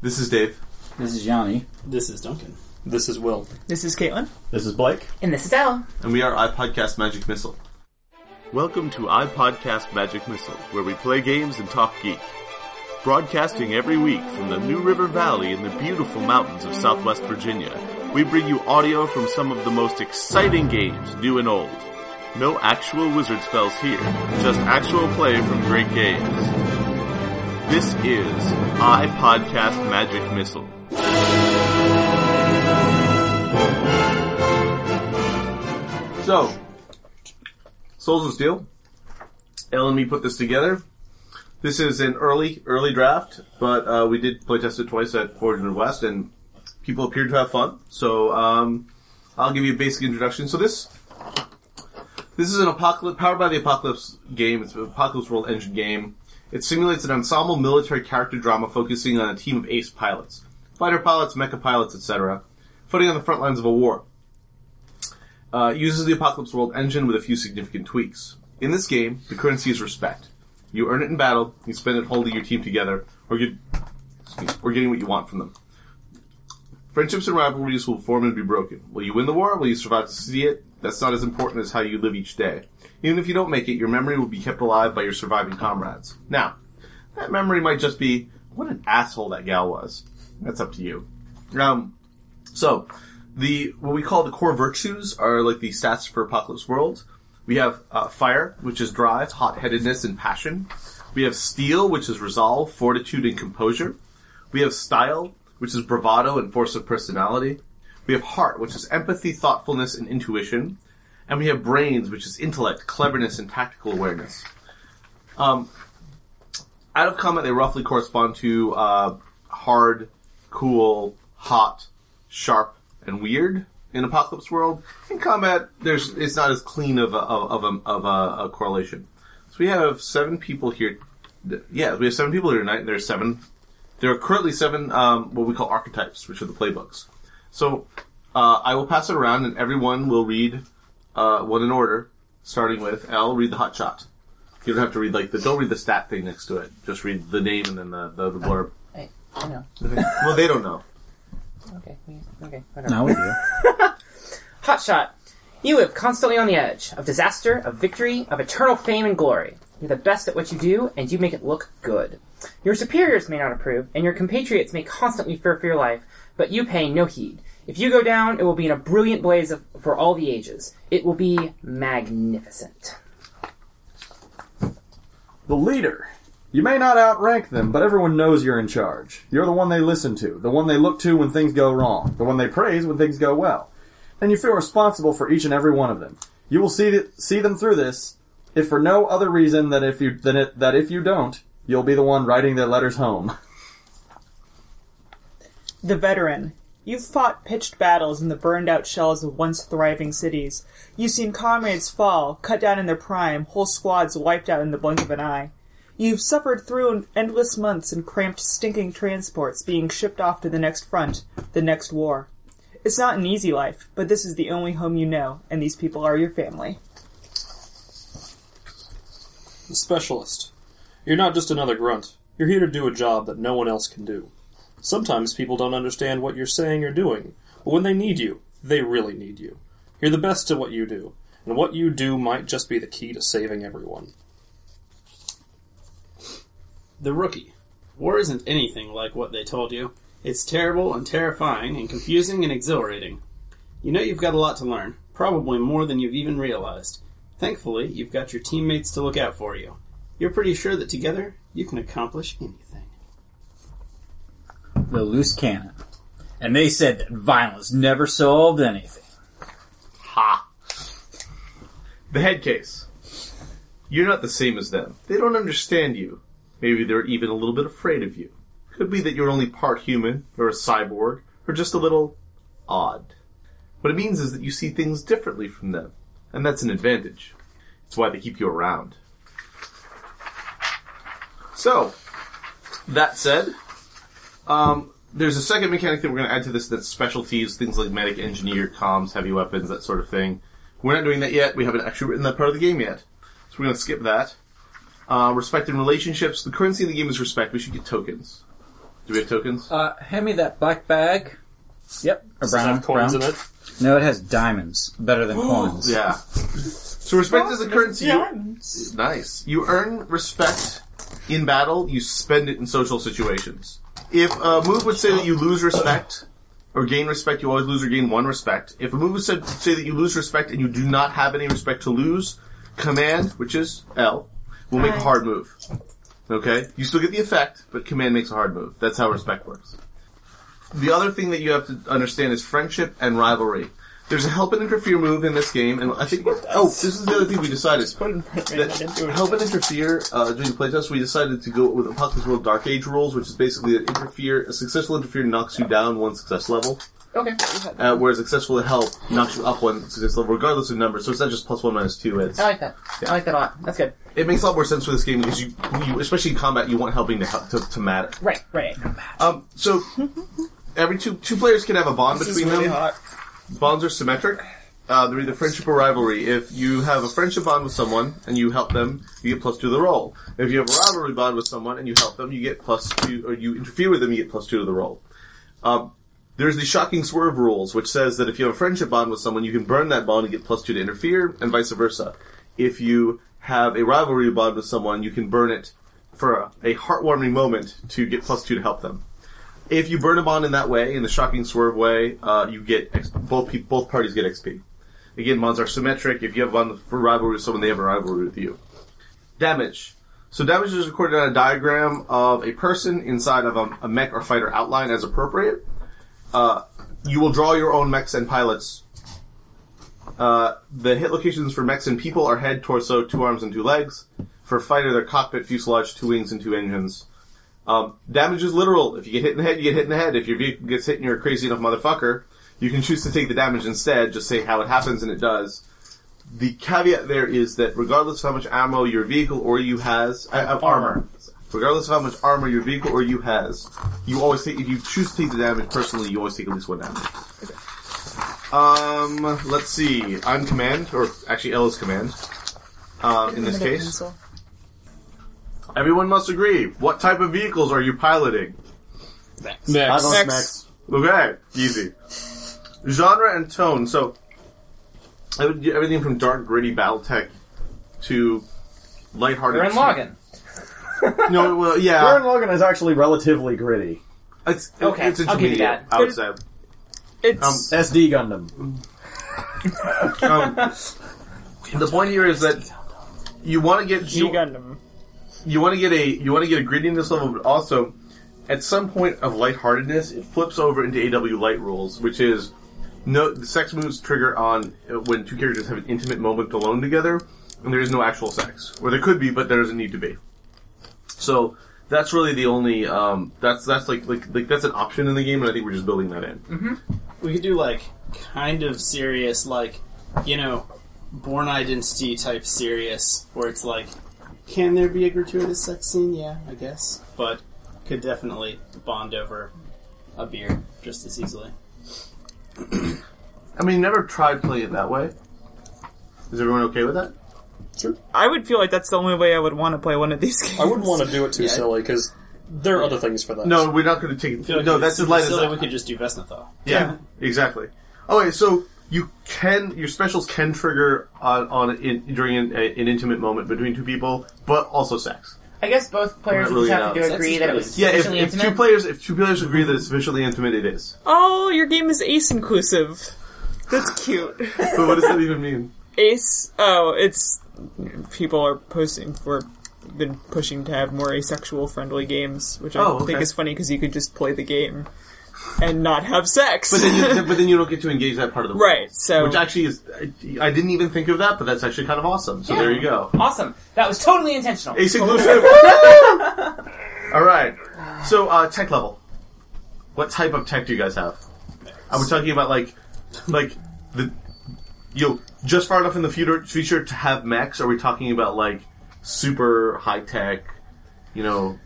This is Dave. This is Johnny. This is Duncan. This is Will. This is Caitlin. This is Blake. And this is Elle. and we are iPodcast Magic Missile. Welcome to iPodcast Magic Missile, where we play games and talk geek. Broadcasting every week from the New River Valley in the beautiful mountains of Southwest Virginia, we bring you audio from some of the most exciting games, new and old. No actual wizard spells here, just actual play from great games. This is iPodcast Magic Missile. So, Souls of Steel. Ellen and me put this together. This is an early, early draft, but uh, we did playtest it twice at Forge and West, and people appeared to have fun. So um, I'll give you a basic introduction. So this this is an apocalypse powered by the apocalypse game. It's an apocalypse world engine game. It simulates an ensemble military character drama focusing on a team of ace pilots, fighter pilots, mecha pilots, etc., fighting on the front lines of a war uh, uses the Apocalypse World engine with a few significant tweaks. In this game, the currency is respect. You earn it in battle, you spend it holding your team together, or, get, excuse me, or getting what you want from them. Friendships and rivalries will form and be broken. Will you win the war? Will you survive to see it? That's not as important as how you live each day. Even if you don't make it, your memory will be kept alive by your surviving comrades. Now, that memory might just be, what an asshole that gal was. That's up to you. Um, so, the what we call the core virtues are like the stats for Apocalypse World. We have uh, fire, which is drive, hot-headedness, and passion. We have steel, which is resolve, fortitude, and composure. We have style, which is bravado and force of personality. We have heart, which is empathy, thoughtfulness, and intuition. And we have brains, which is intellect, cleverness, and tactical awareness. Um, out of comment, they roughly correspond to uh, hard, cool, hot, sharp and weird in Apocalypse World. In combat, there's it's not as clean of a, of a, of a, a correlation. So we have seven people here. th- Yeah, we have seven people here tonight. and There's seven. There are currently seven um, what we call archetypes, which are the playbooks. So uh, I will pass it around, and everyone will read uh, one in order, starting with L. Read the hot shot. You don't have to read like the don't read the stat thing next to it. Just read the name and then the the, the blurb. I, I know. well, they don't know. Okay. we- Okay. Whatever. Now we do. Hot shot. You live constantly on the edge of disaster, of victory, of eternal fame and glory. You're the best at what you do, and you make it look good. Your superiors may not approve, and your compatriots may constantly fear for your life, but you pay no heed. If you go down, it will be in a brilliant blaze of, for all the ages. It will be magnificent. The leader. You may not outrank them, but everyone knows you're in charge. You're the one they listen to, the one they look to when things go wrong, the one they praise when things go well. And you feel responsible for each and every one of them. You will see th- see them through this, if for no other reason than if you than it, that if you don't, you'll be the one writing their letters home. The veteran. You've fought pitched battles in the burned out shells of once thriving cities. You've seen comrades fall, cut down in their prime, whole squads wiped out in the blink of an eye. You've suffered through endless months in cramped, stinking transports being shipped off to the next front, the next war. It's not an easy life, but this is the only home you know, and these people are your family. The specialist. You're not just another grunt. You're here to do a job that no one else can do. Sometimes people don't understand what you're saying or doing, but when they need you, they really need you. You're the best at what you do, and what you do might just be the key to saving everyone. The Rookie. War isn't anything like what they told you. It's terrible and terrifying and confusing and exhilarating. You know you've got a lot to learn, probably more than you've even realized. Thankfully, you've got your teammates to look out for you. You're pretty sure that together you can accomplish anything. The loose cannon. And they said that violence never solved anything. Ha! The head case. You're not the same as them. They don't understand you. Maybe they're even a little bit afraid of you. Could be that you're only part human, or a cyborg, or just a little odd. What it means is that you see things differently from them, and that's an advantage. It's why they keep you around. So, that said, um, there's a second mechanic that we're going to add to this that's specialties, things like medic, engineer, comms, heavy weapons, that sort of thing. We're not doing that yet. We haven't actually written that part of the game yet. So we're going to skip that. Uh, respect and relationships. The currency in the game is respect. We should get tokens. Do we have tokens? Uh, hand me that black bag. Yep. Or Does it have coins in it? No, it has diamonds. Better than coins. Yeah. So respect is a currency. you- Nice. You earn respect in battle. You spend it in social situations. If a move would say that you lose respect or gain respect, you always lose or gain one respect. If a move would say, say that you lose respect and you do not have any respect to lose, command, which is L, will make a hard move. Okay? You still get the effect, but command makes a hard move. That's how respect works. The other thing that you have to understand is friendship and rivalry. There's a help and interfere move in this game, and I think oh, this is the other thing we decided. That help and interfere uh, during the playtest, we decided to go with Apocalypse World Dark Age rules, which is basically that interfere a successful interfere knocks you down one success level, Okay. uh, whereas successful help knocks you up one success level, regardless of number. So it's not just plus one minus two. It's I like that. I like that a lot. That's good. it makes a lot more sense for this game because you, you especially in combat, you want helping to help, to, to matter. Right, right. Um, so every two two players can have a bond This is between really them. hot. Bonds are symmetric. Uh, they're either friendship or rivalry. If you have a friendship bond with someone and you help them, you get plus two to the roll. If you have a rivalry bond with someone and you help them, you get plus two, or you interfere with them, you get plus two to the roll. Um, there's the shocking swerve rules, which says that if you have a friendship bond with someone, you can burn that bond and get plus two to interfere, and vice versa. If you have a rivalry bond with someone, you can burn it for a, a heartwarming moment to get plus two to help them if you burn a bond in that way, in the shocking swerve way, uh, you get X- both pe- both parties get XP. Again, bonds are symmetric. If you have a bond for rivalry with someone, they have a rivalry with you. Damage. So damage is recorded on a diagram of a person inside of a, a mech or fighter outline as appropriate. Uh, you will draw your own mechs and pilots. Uh, the hit locations for mechs and people are head, torso, two arms, and two legs. For fighter, their cockpit, fuselage, two wings, and two engines. Um, damage is literal. If you get hit in the head, you get hit in the head. If your vehicle gets hit and you're a crazy enough motherfucker, you can choose to take the damage instead. Just say how it happens and it does. The caveat there is that regardless of how much ammo your vehicle or you has, uh, of armor, regardless of how much armor your vehicle or you has, you always take, if you choose to take the damage personally, you always take at least one damage. Um, let's see. I'm command, or actually L is command, um, in this Give me the case. pencil. Everyone must agree. What type of vehicles are you piloting? I Max. vote Next. Max. Okay, easy. Genre and tone. So, I would do everything from dark, gritty BattleTech to lighthearted. We're in Logan. No, well, Baron yeah. Logan is actually relatively gritty. It's, Okay, it's I'll give you intermediate, that. I would say. It's SD Gundam. Um, the point here is that you want to get G Gundam. you want to get a you want to get a grittiness level, but also at some point of lightheartedness, it flips over into AW light rules, which is no the sex moves trigger on uh, when two characters have an intimate moment alone together, and there is no actual sex, or there could be, but there doesn't need to be. So that's really the only um, that's that's like, like like that's an option in the game, and I think we're just building that in. We could do like kind of serious, like you know, born identity type serious, where it's like, can there be a gratuitous sex scene? Yeah, I guess, but could definitely bond over a beer just as easily. I mean, never tried playing it that way. Is everyone okay with that? I would feel like that's the only way I would want to play one of these games. I wouldn't want to do it too Yeah. silly because there are other things for that. No, we're not going to take. I feel like no, if that's it's as light as silly, We could just do Vesnathal. Yeah, exactly. Okay, so you can your specials can trigger on, on in, during an, a, an intimate moment between two people, but also sex. I guess both players Not really just have now. to Sex agree is that it better. was Yeah, if, sufficiently if two intimate. players if two players agree that it's sufficiently intimate, it is. Oh, your game is ace inclusive. That's cute. But what does that even mean? Ace. Oh, it's people are posting for been pushing to have more asexual friendly games, which I Oh, okay. think is funny because you could just play the game and not have sex. But then, you, but then you don't get to engage that part of the world. right. So Which actually is, I, I didn't even think of that, but that's actually kind of awesome. So there you go. awesome. That was totally intentional. Ace Oh. inclusive. All right. So uh, tech level. What type of tech do you guys have? Are we talking about like, like the you know, just far enough in the future future to have mechs? Are we talking about like super high tech? You know,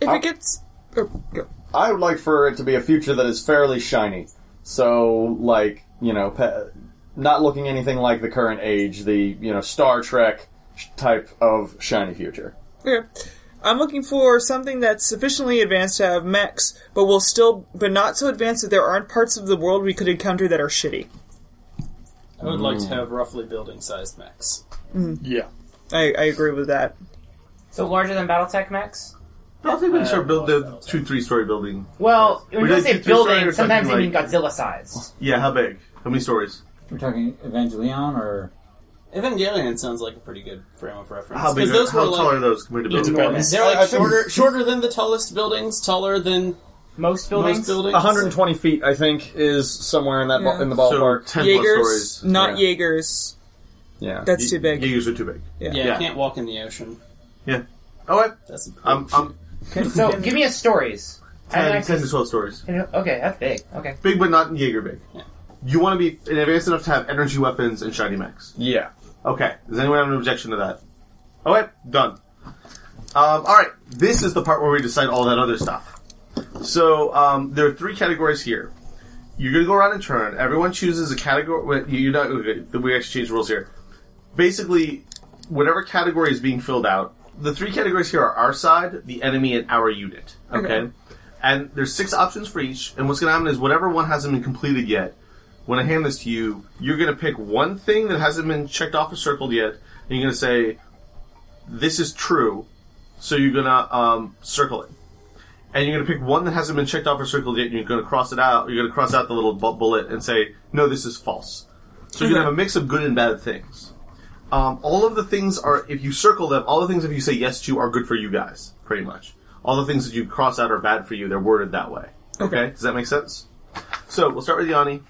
if it gets. oh, go. I would like for it to be a future that is fairly shiny. So, like, you know, pe- not looking anything like the current age, the, you know, Star Trek sh- type of shiny future. Okay. I'm looking for something that's sufficiently advanced to have mechs, but will still, but not so advanced that there aren't parts of the world we could encounter that are shitty. I would like to have roughly building sized mechs. Yeah. I, I agree with that. So larger than BattleTech Max? I don't think we can start build love the those. Uh, two, three story building. Well, when We you like say to throw it building, or sometimes something you mean Godzilla sized. Yeah, how big? How many stories? We're talking Evangelion or Evangelion sounds like a pretty good frame of reference. How big? 'cause those how were tall like, are those compared to It buildings? depends. They're I- I like think- shorter, shorter than the tallest buildings, taller than Most buildings? most buildings. 120 feet, I think, is somewhere in that Yeah. ba- in the So ballpark. ten plus Jaegers, stories. not Yeah. Jaegers. yeah. That's too big. Jaegers are too big. Yeah, Yeah. you can't walk in the ocean. Yeah. All right. That's a I'm, I'm So give me a stories. I don't 10, actually- 10 to twelve stories. Okay, that's big. Okay. Big, but not Jaeger big. You want to be advanced enough to have energy weapons and shiny mechs. Yeah. Okay. Does anyone have an objection to that? All right. Done. Um, all right. This is the part where we decide all that other stuff. So um, there are three categories here. You're going to go around in turn. Everyone chooses a category. wait, You you know, okay, we actually change the rules here. Basically, whatever category is being filled out. The three categories here are our side, the enemy, and our unit. Okay. Okay. And there's six options for each. And what's going to happen is whatever one hasn't been completed yet, when I hand this to you, you're going to pick one thing that hasn't been checked off or circled yet, and you're going to say, "This is true." So you're gonna um, circle it, and you're gonna pick one that hasn't been checked off or circled yet. and You're gonna cross it out. You're gonna cross out the little bu- bullet and say, "No, this is false." So you're gonna have a mix of good and bad things. Um, all of the things are, if you circle them, all the things if you say yes to are good for you guys, pretty much. All the things that you cross out are bad for you. They're worded that way. Okay, does that make sense? So we'll start with Yanni.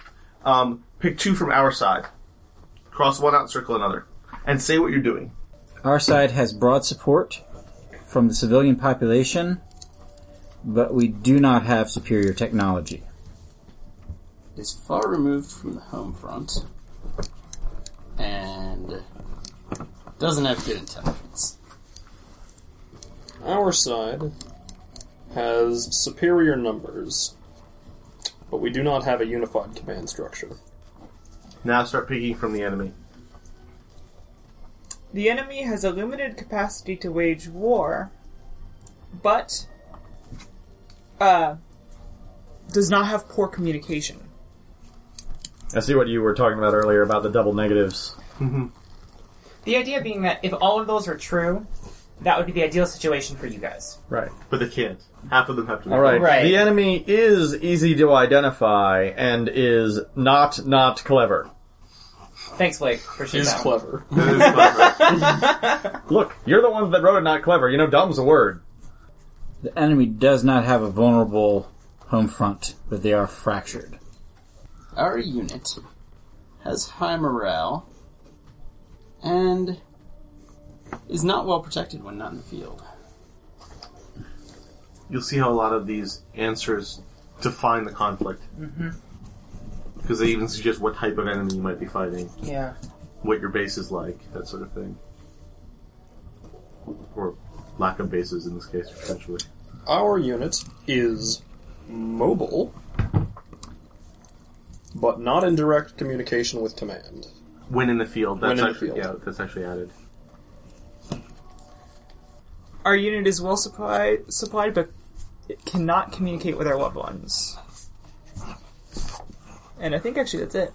Um, pick two from our side. Cross one out, circle another, and say what you're doing. Our side has broad support from the civilian population, but we do not have superior technology. is far removed from the home front and doesn't have good intelligence. Our side has superior numbers, but we do not have a unified command structure. Now start picking from the enemy. The enemy has a limited capacity to wage war, but uh, does not have poor communication. I see what you were talking about earlier about the double negatives. The idea being that if all of those are true, that would be the ideal situation for you guys. Right. But they can't. Half of them have to. All right. Right. The enemy is easy to identify and is not not clever. Thanks, Blake. Appreciate Is that. clever. Look, you're the ones that wrote it not clever. You know dumb's a word. The enemy does not have a vulnerable home front, but they are fractured. Our unit has high morale and is not well protected when not in the field. You'll see how a lot of these answers define the conflict. Mm-hmm. Because they even suggest what type of enemy you might be fighting, Yeah. what your base is like, that sort of thing. Or lack of bases in this case, potentially. Our unit is mobile, but not in direct communication with command. When in the field. That's When in the actually, field. Yeah, that's actually added. Our unit is well supplied, supplied, but it cannot communicate with our loved ones. And I think actually that's it.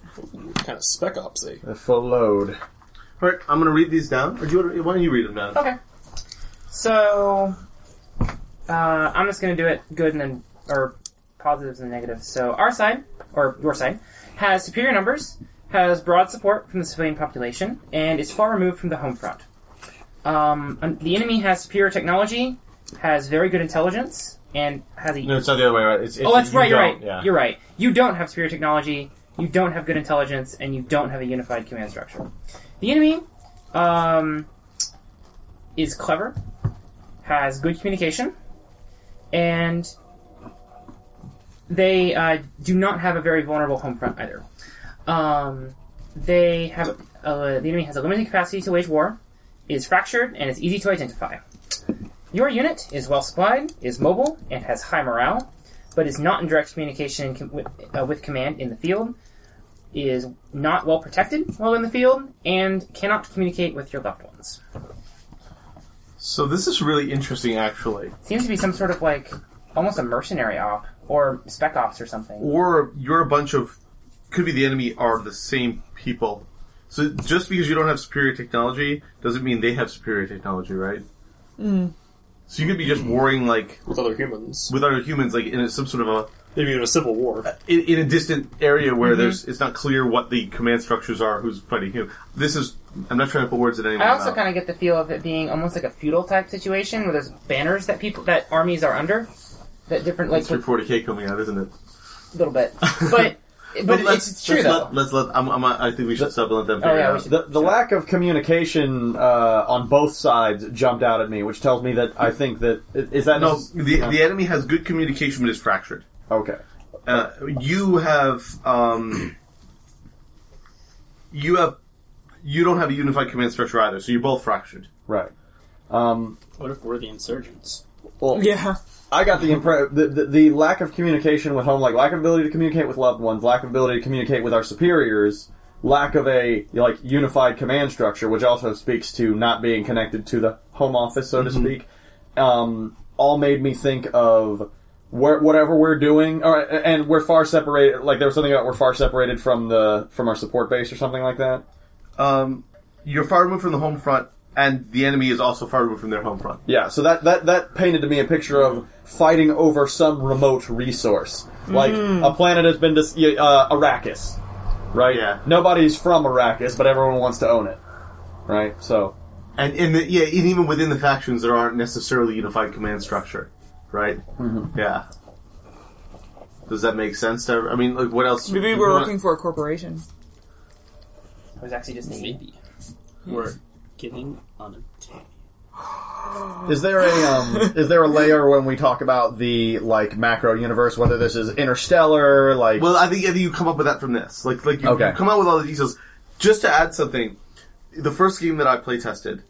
Kind of spec opsy. A full load. All right, I'm going to read these down. Or do you want to, why don't you read them down? Okay. So, uh, I'm just gonna do it good and then, or positives and negatives. So, our side, or your side, has superior numbers, has broad support from the civilian population, and is far removed from the home front. Um, um, the enemy has superior technology, has very good intelligence, and has a. No, it's not the other way, right? It's, oh, that's right, you're right. You're right. You don't have superior technology, you don't have good intelligence, and you don't have a unified command structure. The enemy um, is clever, has good communication, and they uh, do not have a very vulnerable home front either. Um, they have uh, the enemy has a limited capacity to wage war, is fractured, and is easy to identify. Your unit is well supplied, is mobile, and has high morale, but is not in direct communication com- with, uh, with command in the field, is not well protected while in the field, and cannot communicate with your loved ones. So this is really interesting, actually. Seems to be some sort of like almost a mercenary op or spec ops or something. Or you're a bunch of could be the enemy are the same people. So just because you don't have superior technology doesn't mean they have superior technology, right? Mm. So you could be just warring like with other humans. with other humans, like in a, some sort of a Maybe even a civil war. in, in a distant area where there's it's not clear what the command structures are, who's fighting who. This is I'm not trying to put words in anyone's I also mouth. kind of get the feel of it being almost like a feudal type situation where there's banners that people that armies are under that different like it's your 40k coming out, isn't it? a little bit, but but let's, it's true let's though. Let, let's let. I'm, I'm, I think we should stop and let them Oh, figure yeah, it we out. should. The, the lack of communication uh, on both sides jumped out at me, which tells me that I think that is that No, necess- the the enemy has good communication, but is fractured. okay. Uh, you have um, you have you don't have a unified command structure either, so you're both fractured. Right. Um, What if we're the insurgents? well, Yeah. I got the impression the, the, the lack of communication with home, like lack of ability to communicate with loved ones, lack of ability to communicate with our superiors, lack of a like unified command structure, which also speaks to not being connected to the home office, so to speak. Um, all made me think of where, whatever we're doing, or, and we're far separated. Like there was something about we're far separated from the from our support base or something like that. Um, you're far removed from the home front, and the enemy is also far removed from their home front. Yeah, so that, that, that painted to me a picture of fighting over some remote resource. Like, a planet has been, dis- y- uh, Arrakis, right? Yeah. Nobody's from Arrakis, but everyone wants to own it, right? So, And in the, yeah, and even within the factions, there aren't necessarily unified command structure, right? Mm-hmm. Yeah. Does that make sense? To, I mean, like, what else? Maybe we're working for a corporation. I was actually just thinking. Maybe. We're getting unobtained. is there a, um, is there a layer when we talk about the, like, macro universe, whether this is interstellar, like... Well, I think I think you come up with that from this. Like like you, Okay. you come out with all the details. Just to add something, the first game that I play tested,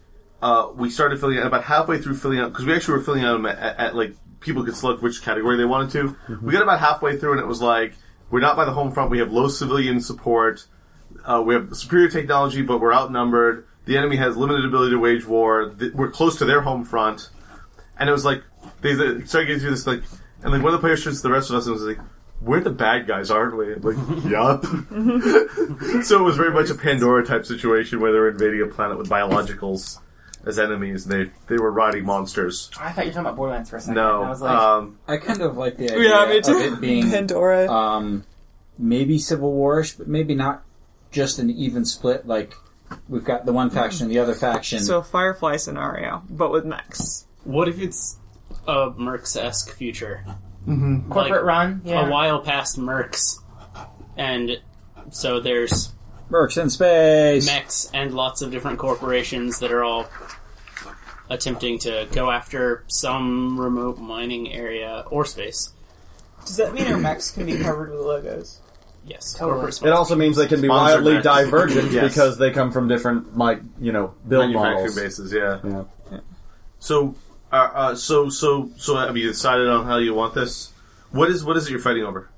uh, we started filling out about halfway through filling out because we actually were filling out them at, at, at, like people could select which category they wanted to. We got about halfway through and it was like we're not by the home front. We have low civilian support. Uh, we have superior technology, but we're outnumbered. The enemy has limited ability to wage war. Th- we're close to their home front and it was like they, they started getting through this like and like one of the players turns to the rest of us and was like we're the bad guys aren't we And, like yup so it was very much a pandora type situation where they were invading a planet with biologicals as enemies they they were rotting monsters I thought you were talking about Borderlands for a second. no I was like, um, I kind of like the idea Yeah, me too. of it being Pandora. um, maybe Civil Warish, but maybe not just an even split. Like we've got the one faction, the other faction. so a Firefly scenario, but with mechs. What if it's a Mercs esque future? corporate run. Yeah. A while past Mercs. And so there's Mercs in space. mechs and lots of different corporations that are all attempting to go after some remote mining area or space. Does that mean our mechs can be covered with logos? Yes, Totally. corporate it sponsor. also means they can be Sponsored wildly mech. divergent Yes. because they come from different, like, you know, build manufacturing models. bases yeah, Yeah. so uh, uh, so so so have you decided on how you want this what is what is it you're fighting over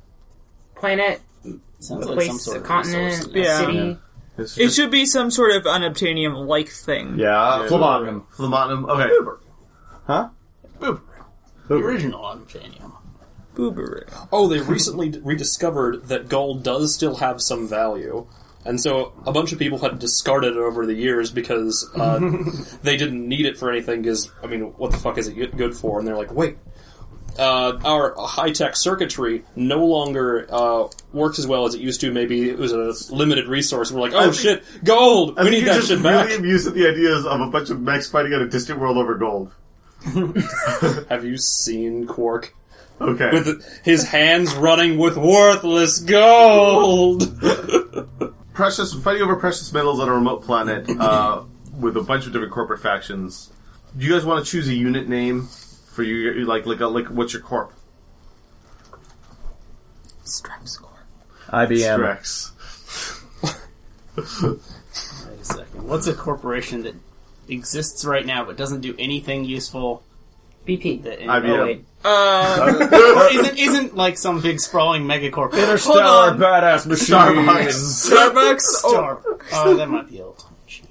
Planet, Sounds a like some place, sort a of continent, resource. a Yeah. city. Yeah. It's It just should be some sort of unobtainium like thing. Yeah, Yeah. phlebotomy. phlebotinum okay Huh? Boober. The original unobtainium. Boober. Oh, they recently d- rediscovered that gold does still have some value. And so a bunch of people had discarded it over the years because uh, they didn't need it for anything. Because I mean, what the fuck is it good for? And they're like, wait, uh, our high tech circuitry no longer uh, works as well as it used to. Maybe it was a limited resource. And we're like, oh shit, gold! We I think need you're that just shit back. really amused at the ideas of a bunch of mechs fighting on a distant world over gold. Have you seen Quark? Okay. With his hands running with worthless gold. precious fighting over precious metals on a remote planet uh, with a bunch of different corporate factions. Do you guys want to choose a unit name for you? Like, like, like, what's your corp? Straps core. IBM. Drex. Wait a second. What's a corporation that exists right now but doesn't do anything useful? BP. That IBM. oh, wait. Uh, Or isn't isn't like some big sprawling megacorp? Interstellar on. badass machine. Starbucks. Starbucks. Oh, Star. Oh, that might be old.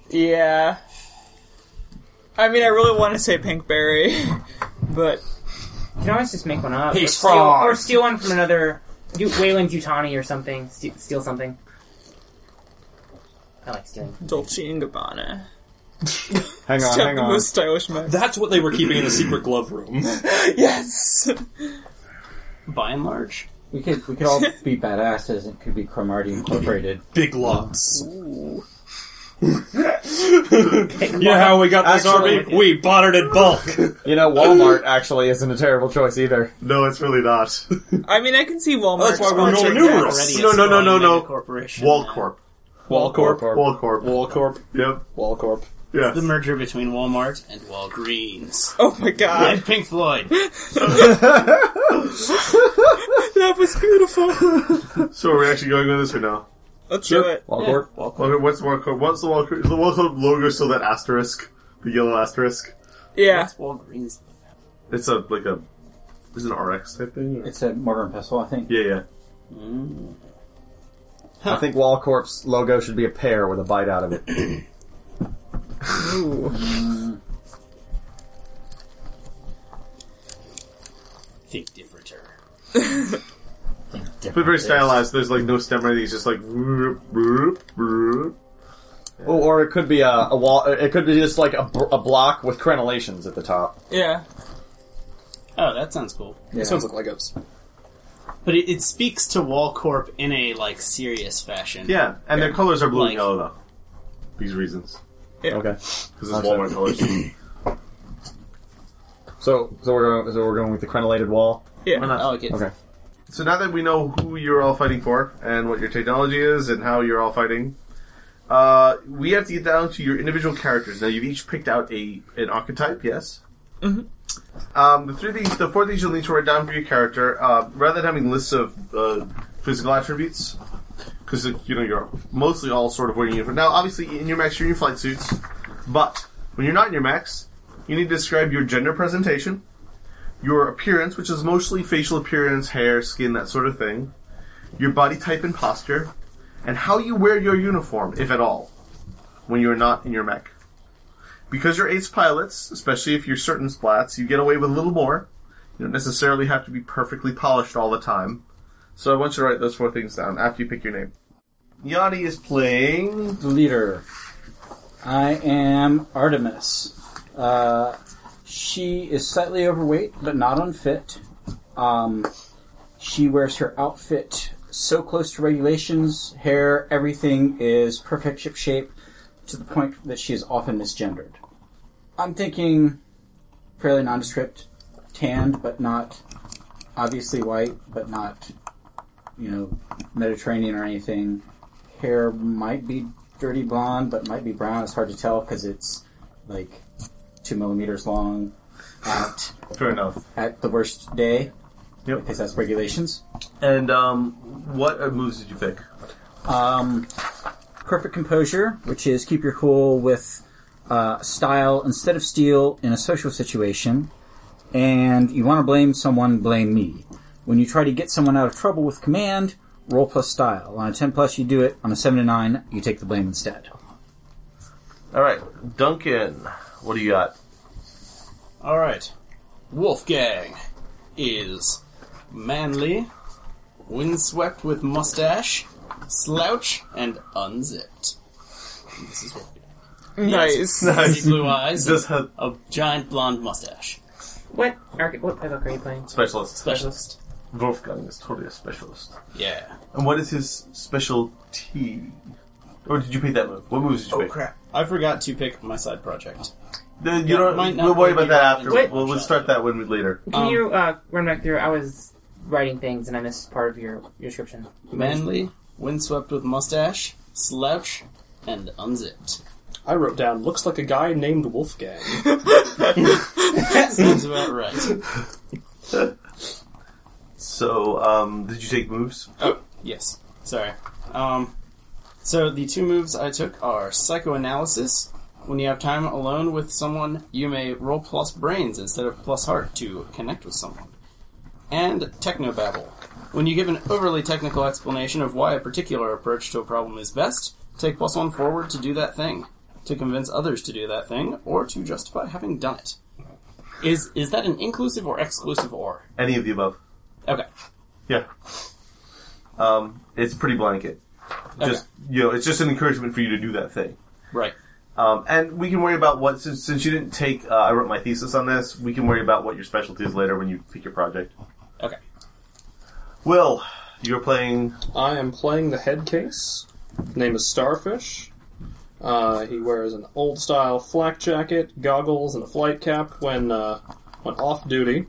Yeah. I mean, I really want to say Pinkberry, but You can always just make one up. He's or steal, fraud. Or steal one from another. You, Wayland Yutani or something. Steal, steal something. I like stealing. Dolce and Gabbana. Hang on, Stop hang the on. most stylish man. That's what they were keeping in the secret glove room. yes. By and large, We could we could all be badasses and it could be Cromartie Incorporated. Big lots. you know how we got this Actually- army? We bought it in bulk. You know, Walmart actually isn't a terrible choice either. No, it's really not. I mean, I can see Walmart. That's why we're more sponsoring numerous. already No, it's no, no, growing no, no. mega Corporation. Walcorp. Walcorp. Walcorp. Walcorp. Yep. Walcorp. Yeah. The merger between Walmart and Walgreens. that. Oh my god, And Pink Floyd. that was beautiful. So are we actually going with this or no? Let's do it. Walmart. Okay, what's Walcorp? What's the Walcorp? Is the Walcorp logo still that asterisk? The yellow asterisk? Yeah. Walgreens. It's a, like a, is it an RX type thing? or- It's a mortar and pestle, I think. Yeah, yeah. I think Walcorp's logo should be a pear with a bite out of it. Ooh. Think differenter. But very stylized. There's like no stem or anything. It's just like, whoop, whoop, whoop. Oh, or it could be a, a wall. It could be just like a, br- a block with crenellations at the top. Yeah. Oh, that sounds cool. Yeah. It sounds like Legos. But it, it speaks to Walcorp in a like serious fashion. Yeah, and their colors are blue Like- and yellow though. These reasons. Okay. Because it's Walmart colors. So, so we're going, so we're going with the crenellated wall. Why Yeah. not? Oh, I like it. Okay. So now that we know who you're all fighting for and what your technology is and how you're all fighting, uh, we have to get down to your individual characters. Now you've each picked out a an archetype, yes. Mm-hmm. Um, the three things, the four things you'll need to write down for your character, uh, rather than having lists of uh, physical attributes, because you know you're mostly all sort of wearing uniform. Now, obviously, in your max, you're in your flight suits, but when you're not in your max, you need to describe your gender presentation your appearance, which is mostly facial appearance, hair, skin, that sort of thing, your body type and posture, and how you wear your uniform, if at all, when you're not in your mech. Because you're ace pilots, especially if you're certain splats, you get away with a little more. You don't necessarily have to be perfectly polished all the time. So I want you to write those four things down after you pick your name. Yanni is playing. The leader. I am Artemis. Uh, she is slightly overweight, but not unfit. Um, she wears her outfit so close to regulations. Hair, everything is perfect ship shape to the point that she is often misgendered. I'm thinking fairly nondescript, tanned but not obviously white, but not you know Mediterranean or anything hair might be dirty blonde, but might be brown. It's hard to tell because it's like two millimeters long at, Fair enough. at the worst day. Yep. Because that's regulations. And um, what uh, moves did you pick? Um, perfect composure, which is keep your cool with uh, style instead of steel in a social situation. And you want to blame someone, blame me. When you try to get someone out of trouble with command, roll plus style. On a 10 plus, you do it. On a 7 to 9, you take the blame instead. All right, Duncan. What do you got? All right. Wolfgang is manly, windswept with mustache, slouch, and unzipped. This is Wolfgang. Nice. Pretty blue eyes, Just had a giant blonde mustache. What arc? What playbook are you playing? specialist. Specialist. Wolfgang is totally a specialist. Yeah. And what is his specialty? Or did you pick that move? What moves Oh, did you pick? I forgot to pick my side project. No, you Yeah, don't. might not We'll worry be about that relevant after. to We'll, the we'll shot. start that when we later. Can Um, you uh, run back through? I was writing things and I missed part of your, your description. Manly, windswept with mustache, slouch, and unzipped. I wrote down, looks like a guy named Wolfgang. That sounds about right. So, um, did you take moves? Oh, yes. Sorry. Um, so the two moves I took are psychoanalysis. When you have time alone with someone, you may roll plus brains instead of plus heart to connect with someone. And technobabble. When you give an overly technical explanation of why a particular approach to a problem is best, take plus one forward to do that thing. to convince others to do that thing or to justify having done it. Is is that an inclusive or exclusive or? Any of the above. Okay. Yeah. Um, it's pretty blanket. Just you know, it's just an encouragement for you to do that thing. Right. Um, and we can worry about what since, since you didn't take. Uh, I wrote my thesis on this. We can worry about what your specialty is later when you pick your project. Okay. Will, you're playing. I am playing the head case. Name is Starfish. Uh, he wears an old style flak jacket, goggles, and a flight cap when uh, when off duty.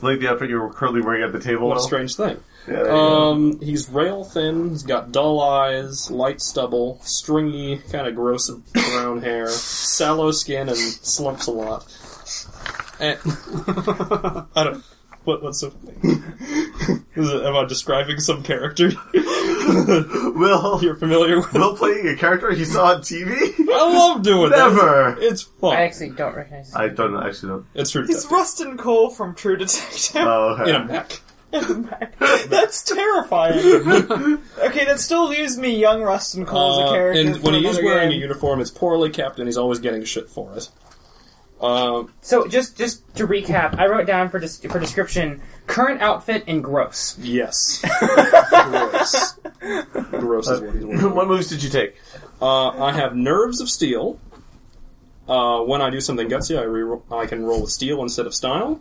Like the outfit you were currently wearing at the table. What a Will. strange thing. Yeah, there you go. Um, he's rail thin. He's got dull eyes, light stubble, stringy, kind of gross brown hair, sallow skin, and slumps a lot. And, I don't. What, what's so funny? Is it, am I describing some character Will, you're familiar with? Will playing a character he saw on TV. I love doing that. Never. It's fun. I actually don't recognize this. I don't know. Actually, don't. it's true. He's detective. Rustin Cole from True Detective. Oh, okay. In a mech. that's terrifying. okay, that still leaves me young Rustin Cole as Uh, a character. and when for he is another wearing game. a uniform, it's poorly kept, and he's always getting shit for it. Uh, So just just to recap, I wrote down for des- for description current outfit and gross. yes. Gross. Gross is what he's wearing. what moves did you take? Uh, I have nerves of steel. Uh, when I do something gutsy, I, re- I can roll with steel instead of style.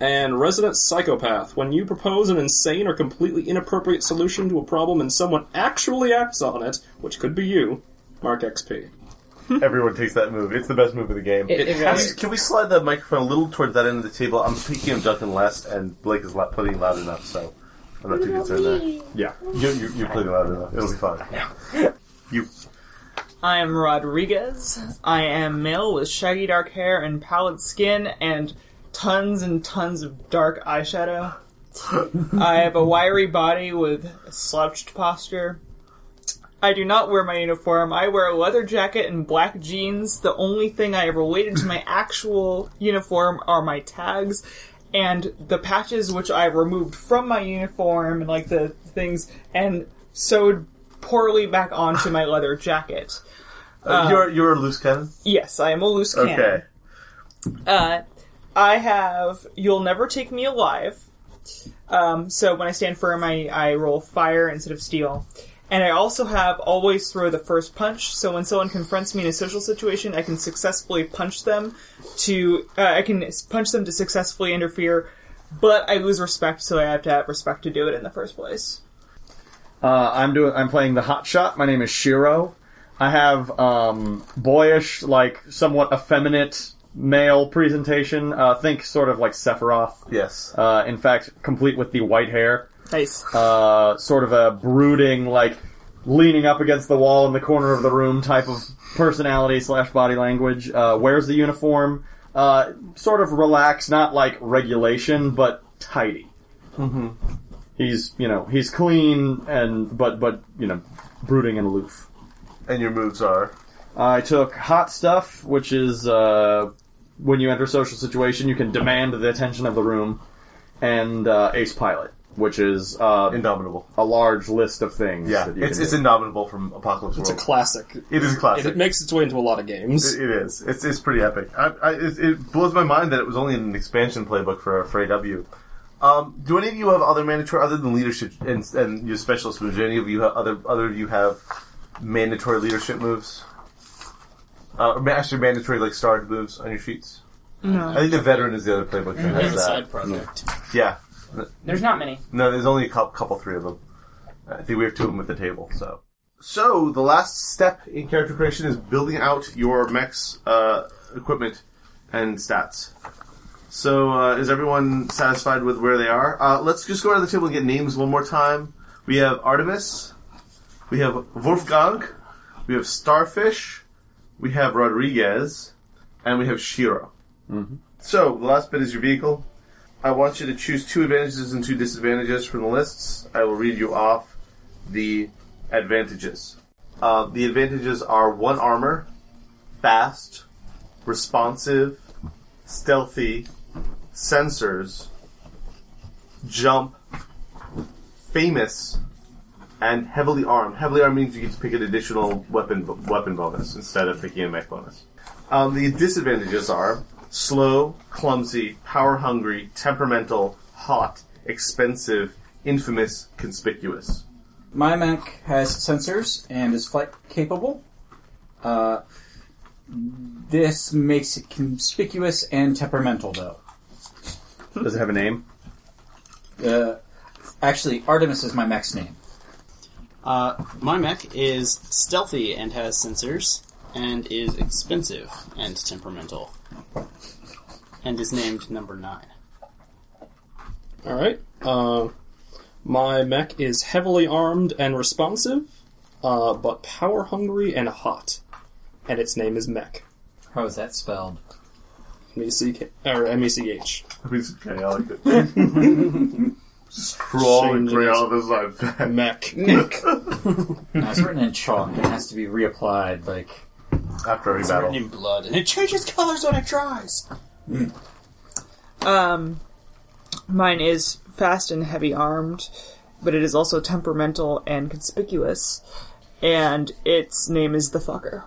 And resident psychopath. When you propose an insane or completely inappropriate solution to a problem and someone actually acts on it, which could be you, mark XP. Everyone takes that move. It's the best move of the game. It, it Can really we, can we slide the microphone a little towards that end of the table? I'm speaking of Duncan less, and Blake is la- playing loud enough, so I'm not too concerned there. Yeah, you, you, you're playing loud enough. It'll be fine. You I am Rodriguez. I am male with shaggy dark hair and pallid skin and tons and tons of dark eyeshadow. I have a wiry body with a slouched posture. I do not wear my uniform. I wear a leather jacket and black jeans. The only thing I have related to my actual uniform are my tags and the patches which I removed from my uniform and like the things and sewed poorly back onto my leather jacket. uh, you're you're a loose cannon. Yes, I am a loose cannon. Okay. Uh, I have You'll Never Take Me Alive. Um, so when I stand firm, I, I roll fire instead of steel. And I also have Always Throw the First Punch. So when someone confronts me in a social situation, I can successfully punch them to, uh, I can s- punch them to successfully interfere, but I lose respect, so I have to have respect to do it in the first place. Uh, I'm doing. I'm playing the hot shot. My name is Shiro. I have um, boyish, like somewhat effeminate male presentation. Uh, think sort of like Sephiroth. Yes. Uh, in fact, complete with the white hair. Nice. Uh, sort of a brooding, like leaning up against the wall in the corner of the room type of personality slash body language. Uh, wears the uniform. Uh, sort of relaxed, not like regulation, but tidy he's you know he's clean and but but you know brooding and aloof. and your moves are I took hot stuff, which is uh, when you enter a social situation, you can demand the attention of the room, and uh, ace pilot, which is uh, indomitable. a large list of things. Yeah, that you it's can it's do. indomitable from Apocalypse It's a World. classic. it is a And classic. it makes its way into a lot of games. It is. It's, it's pretty epic. I, I, it, it blows my mind that it was only an expansion playbook for for AW. Um, do any of you have other mandatory other than leadership and, and your specialist moves? Do any of you have other other of you have mandatory leadership moves? Uh, or master mandatory like starred moves on your sheets. No. I think the veteran is the other playbook that has As a that. side project. Yeah. There's not many. No, there's only a couple, couple three of them. I think we have two of them at the table. So, so the last step in character creation is building out your mech's uh, equipment and stats. So, uh, is everyone satisfied with where they are? Uh, let's just go around the table and get names one more time. We have Artemis, we have Wolfgang, we have Starfish, we have Rodriguez, and we have Shiro. So the last bit is your vehicle. I want you to choose two advantages and two disadvantages from the lists. I will read you off the advantages. Uh, the advantages are one armor, fast, responsive, stealthy, sensors, jump, famous, and heavily armed. Heavily armed means you get to pick an additional weapon weapon bonus instead of picking a mech bonus. Um, the disadvantages are slow, clumsy, power hungry, temperamental, hot, expensive, infamous, conspicuous. My mech has sensors and is flight capable. Uh, this makes it conspicuous and temperamental, though. Does it have a name? Uh, actually, Artemis is my mech's name. Uh, my mech is stealthy and has sensors, and is expensive and temperamental, and is named Number Nine. All right. Uh, my mech is heavily armed and responsive, uh, but power hungry and hot, and its name is Mech. How is that spelled? M E C K or M E C H. He's chaotic. Strong Strange. reality like that. Mech. No, it's written in chalk and has to be reapplied. Like After every Written battle. in blood, and it changes colors when it dries. Um, mine is fast and heavy armed, but it is also temperamental and conspicuous, and its name is the fucker.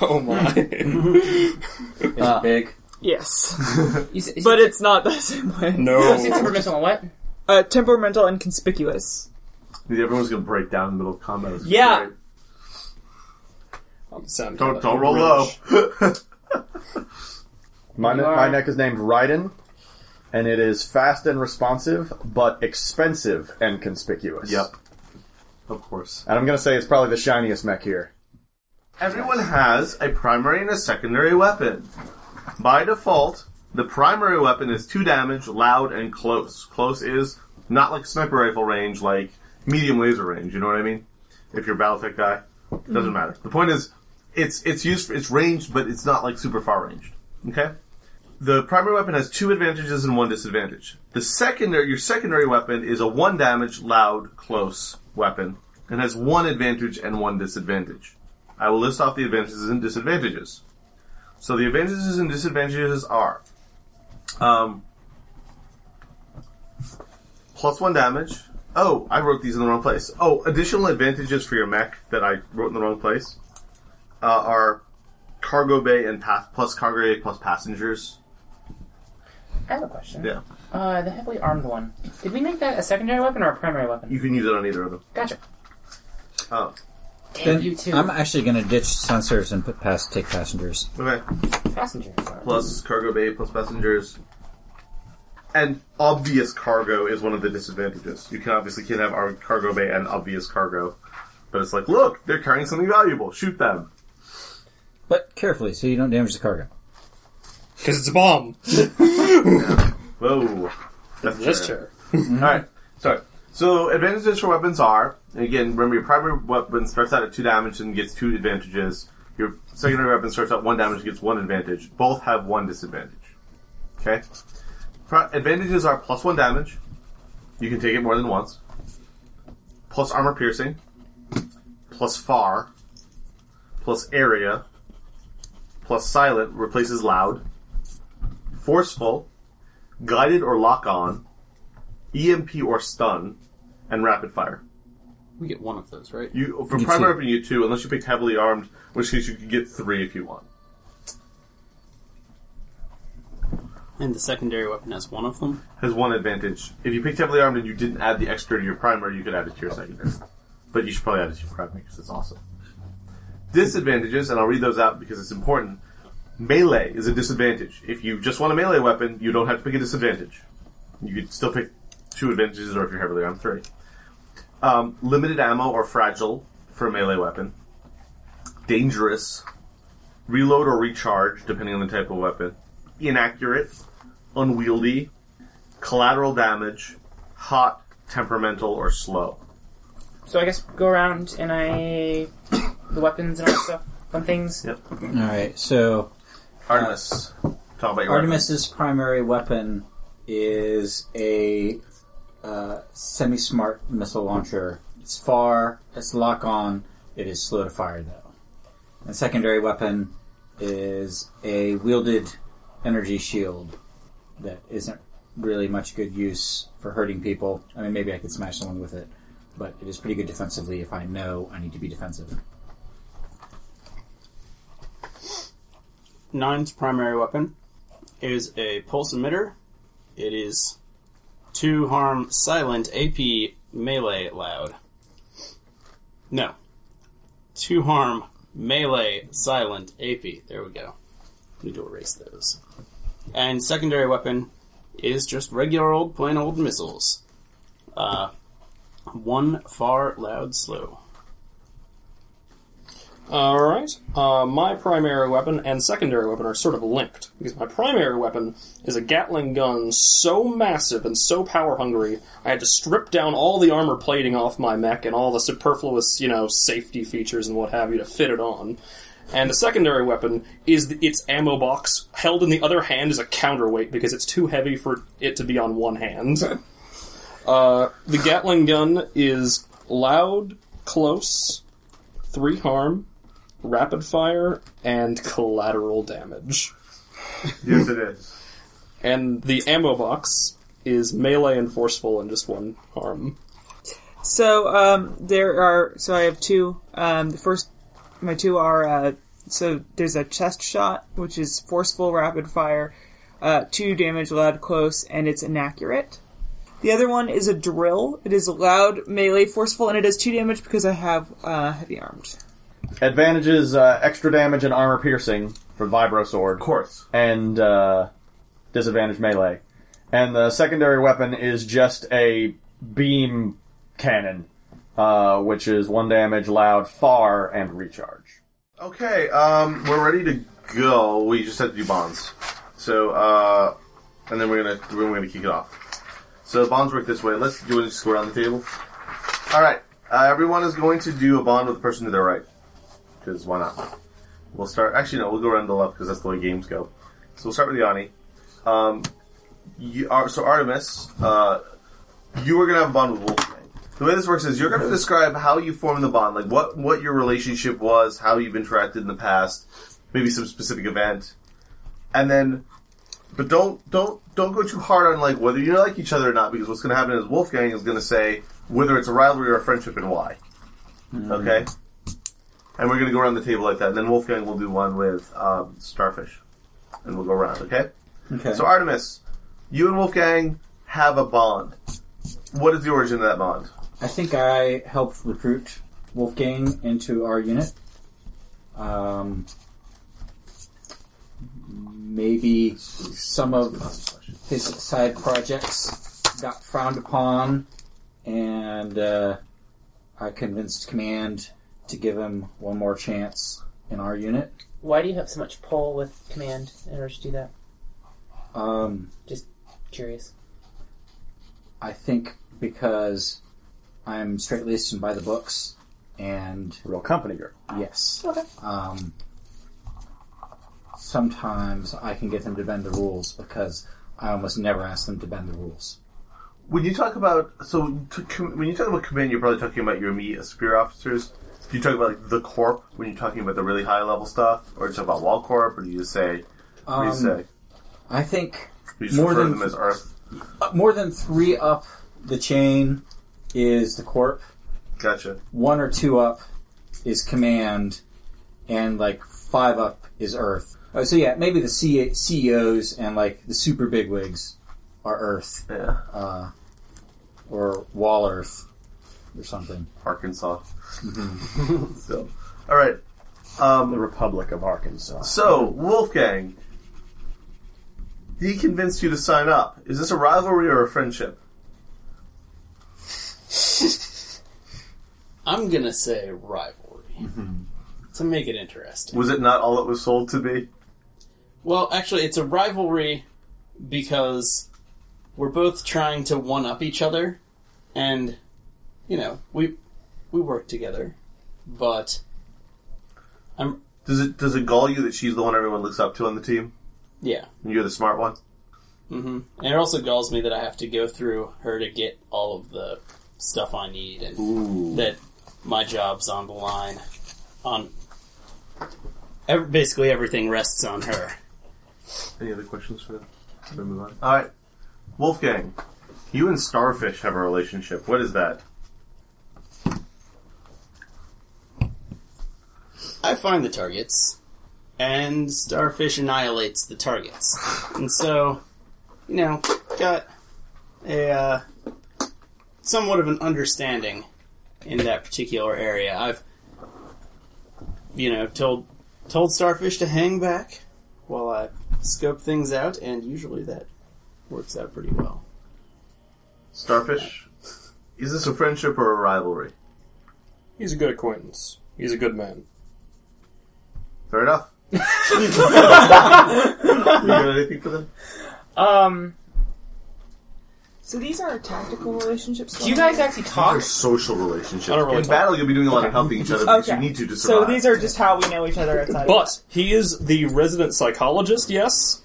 oh my. it's Uh, big. Yes, You, s- you said- but it's not the same way. you said no. temperamental and what? Uh, temperamental and conspicuous. Everyone's gonna break down in the middle of combat. It's Yeah. great. Sound Don't, kinda don't roll low. rubbish. My, ne- You are- my neck is named Raiden, and it is fast and responsive, but expensive and conspicuous. Yep. Of course. And I'm gonna say it's probably the shiniest mech here. Everyone has a primary and a secondary weapon. By default, the primary weapon is two damage, loud, and close. Close is not like sniper rifle range, like medium laser range. You know what I mean? If you're a BattleTech guy, doesn't matter. The point is, it's it's used for, it's ranged, but it's not like super far ranged. Okay. The primary weapon has two advantages and one disadvantage. The secondary, your secondary weapon is a one damage, loud, close weapon, and has one advantage and one disadvantage. I will list off the advantages and disadvantages. So the advantages and disadvantages are um, plus one damage. Oh, I wrote these in the wrong place. Oh, additional advantages for your mech that I wrote in the wrong place uh, are cargo bay and path plus cargo bay plus passengers. I have a question. Yeah, Uh, the heavily armed one. Did we make that a secondary weapon or a primary weapon? you can use it on either of them. Gotcha. Oh, Damn you too. I'm actually going to ditch sensors and put past take passengers. okay. passenger. Plus cargo bay plus passengers. And obvious cargo is one of the disadvantages. You can obviously can have our cargo bay and obvious cargo, but it's like, look, they're carrying something valuable. Shoot them. But carefully, so you don't damage the cargo. Because it's a bomb. Whoa, that's That's terrible. true. All right. Sorry. So advantages for weapons are, and again, remember your primary weapon starts out at two damage and gets two advantages. Your secondary weapon starts out one damage and gets one advantage. Both have one disadvantage. Okay. Pro- advantages are plus one damage. You can take it more than once. Plus armor piercing. Plus far. Plus area. Plus silent replaces loud. Forceful. Guided or lock on. EMP or stun, and rapid fire. We get one of those, right? You for You primary too. weapon, you two, unless you pick heavily armed, which case you can get three if you want. And the secondary weapon has one of them. Has one advantage. If you picked heavily armed and you didn't add the extra to your primary, you could add it to your secondary. But you should probably add it to your primary because it's awesome. Disadvantages, and I'll read those out because it's important. Melee is a disadvantage. If you just want a melee weapon, you don't have to pick a disadvantage. You could still pick two advantages, or if you're heavily armed, three. Um, limited ammo or fragile for a melee weapon. Dangerous. Reload or recharge, depending on the type of weapon. Inaccurate. Unwieldy. Collateral damage. Hot, temperamental, or slow. So I guess go around and I the weapons and all that stuff, fun things. Yep. All right, so Artemis. Talk about your Artemis's primary weapon is a uh, semi-smart missile launcher. It's far, it's lock-on, it is slow to fire though. And secondary weapon is a wielded energy shield that isn't really much good use for hurting people. I mean, maybe I could smash someone with it, but it is pretty good defensively if I know I need to be defensive. Nine's primary weapon is a pulse emitter. It is two harm silent AP melee loud. No. Two harm melee silent AP. There we go. Need to erase those. And secondary weapon is just regular old plain old missiles. Uh, one far loud slow. All right. Uh, my primary weapon and secondary weapon are sort of linked because my primary weapon is a Gatling gun so massive and so power hungry, I had to strip down all the armor plating off my mech and all the superfluous, you know, safety features and what have you to fit it on. And the secondary weapon is the, its ammo box held in the other hand as a counterweight because it's too heavy for it to be on one hand. Uh, the Gatling gun is loud, close, three harm, rapid fire, and collateral damage. Yes, it is. And the ammo box is melee and forceful and just one harm. So um, there are. So I have two. Um, the first, my two are. Uh, so there's a chest shot, which is forceful rapid fire, uh, two damage loud close, and it's inaccurate. The other one is a drill. It is loud melee forceful, and it does two damage because I have uh, heavy armed. Advantages: uh, extra damage and armor piercing for vibro sword, Of course. and uh, disadvantage melee. And the secondary weapon is just a beam cannon, uh, which is one damage, loud, far, and recharge. Okay, um, we're ready to go. We just have to do bonds. So, uh, and then we're gonna we're gonna kick it off. So bonds work this way. Let's do it just go around the table. All right, uh, everyone is going to do a bond with the person to their right because why not? We'll start. Actually, no, we'll go around the left because that's the way games go. So we'll start with Yanni. Um, you are, so Artemis, uh, you are gonna have a bond with Wolfman. The way this works is you're going to describe how you formed the bond, like what what your relationship was, how you've interacted in the past, maybe some specific event, and then, but don't don't don't go too hard on like whether you like each other or not, because what's going to happen is Wolfgang is going to say whether it's a rivalry or a friendship and why. Okay, and we're going to go around the table like that, and then Wolfgang will do one with um, Starfish, and we'll go around. Okay. Okay. So Artemis, you and Wolfgang have a bond. What is the origin of that bond? I think I helped recruit Wolfgang into our unit. Um, maybe some of his side projects got frowned upon, and uh, I convinced Command to give him one more chance in our unit. Why do you have so much pull with command in order to do that? Um, Curious. I think because I'm straight laced and by the books, and Real company girl. yes, um, sometimes I can get them to bend the rules because I almost never ask them to bend the rules. When you talk about so to, com- when you talk about command, you're probably talking about your immediate superior officers. Do you talk about like the corp when you're talking about the really high level stuff, or do you talk about wall corp, or do you just say what do you Um, say? I think Do you just more refer to than- them as Earth? uh, more than three up the chain is the corp. Gotcha. One or two up is command, and like five up is Earth. Oh, so yeah, maybe the C- CEOs and like the super bigwigs are Earth. Yeah, uh, or Wall Earth or something. Arkansas. so, all right. Um, The Republic of Arkansas. So, Wolfgang, he convinced you to sign up. Is this a rivalry or a friendship? I'm gonna say rivalry. To make it interesting. Was it not all it was sold to be? Well, actually, it's a rivalry because we're both trying to one up each other, and you know we we work together. But Does it does it gall you that she's the one everyone looks up to on the team? yeah, And you're the smart one. hmm and it also galls me that I have to go through her to get all of the stuff I need, and that my job's on the line. On ev- basically everything rests on her. Any other questions for them? Should we move on? All right, Wolfgang, you and Starfish have a relationship. What is that? I find the targets, and Starfish annihilates the targets. And so, you know, got a uh, somewhat of an understanding in that particular area. I've, you know, told told Starfish to hang back while I scope things out, and usually that works out pretty well. Starfish, is this a friendship or a rivalry? He's a good acquaintance. He's a good man. Fair enough. you got anything for them? Um, So these are tactical relationships. do you guys actually talk? social relationships. I don't really In talk. battle, you'll be doing a lot of helping each other because Okay. you need to to So survive. these are just how we know each other outside. of But he is the resident psychologist, yes,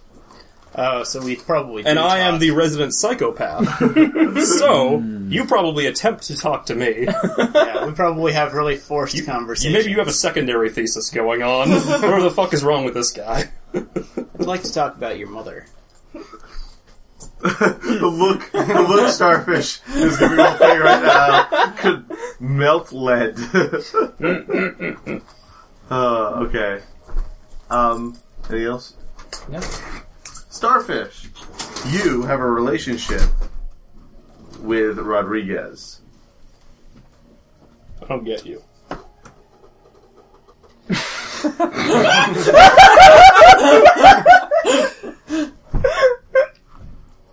Oh, so we probably do and I am talk. the resident psychopath. so you probably attempt to talk to me. yeah, we probably have really forced conversations. Maybe you have a secondary thesis going on. Whatever the fuck is wrong with this guy? I'd like to talk about your mother. the look, the look Starfish is giving off thing right now could melt lead. uh, okay. Um, anything else? No. Starfish, you have a relationship with Rodriguez. I don't get you.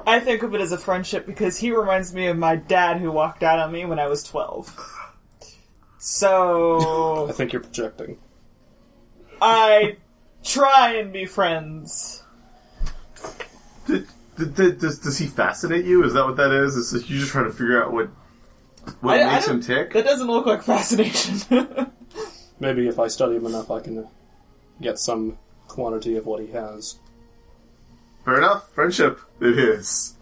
I think of it as a friendship because he reminds me of my dad who walked out on me when I was 12. I So, think you're projecting. I try and be friends. Did, did, did- does, does he fascinate you? Is that what that is? Is you just trying to figure out what what I- I makes him don't- tick? That doesn't look like fascination. Maybe if I study him enough, I can get some quantity of what he has. Fair enough. Friendship, it is.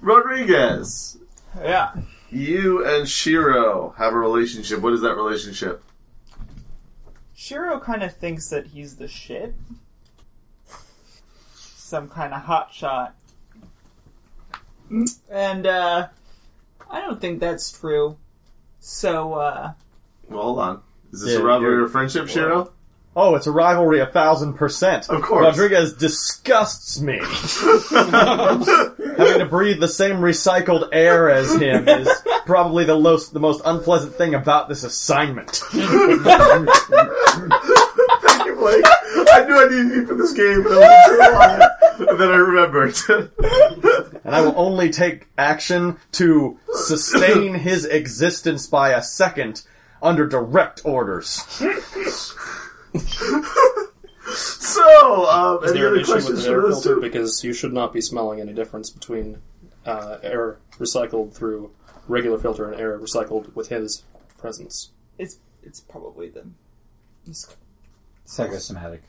Rodriguez, yeah. You and Shiro have a relationship. What is that relationship? Shiro kind of thinks that he's the shit. Some kind of hotshot. And, uh, I don't think that's true. So, uh, Well, hold on. Is this Yeah, a rivalry you're- or friendship, Shiro? Oh, it's a rivalry a thousand percent. Of course. Rodriguez disgusts me. Having to breathe the same recycled air as him is probably the, los- the most unpleasant thing about this assignment. Thank you, Blake. I knew I needed you for this game, but I wasn't sure why. And then I remembered. And I will only take action to sustain his existence by a second under direct orders. so, um, Is any there an other issue with questions the for air those filter? two? Because you should not be smelling any difference between uh, air recycled through regular filter and air recycled with his presence. it's, it's probably the mis- Psychosomatic.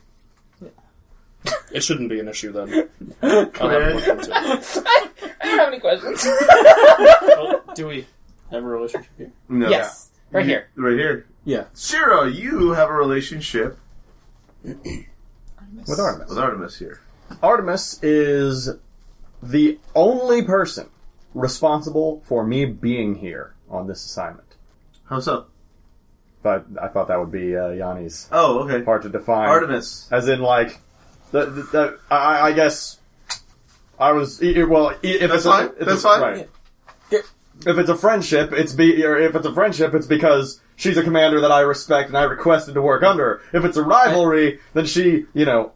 It shouldn't be an issue then. I'll have to Okay. look into it. I don't have any questions. Oh, do we have a relationship here? No. yes, right You- here. Right here. Yeah. Shiro, you have a relationship With Artemis. with Artemis here. Artemis is the only person responsible for me being here on this assignment. How so? But I thought that would be uh, Yanni's Oh, okay. hard to define. Artemis. as in like the, the, the I, I guess I was i- i- well. i- If That's it's a- fine. if That's it's- fine. right. If it's a friendship, it's be or if it's a friendship, it's because she's a commander that I respect and I requested to work under. If it's a rivalry, then she you know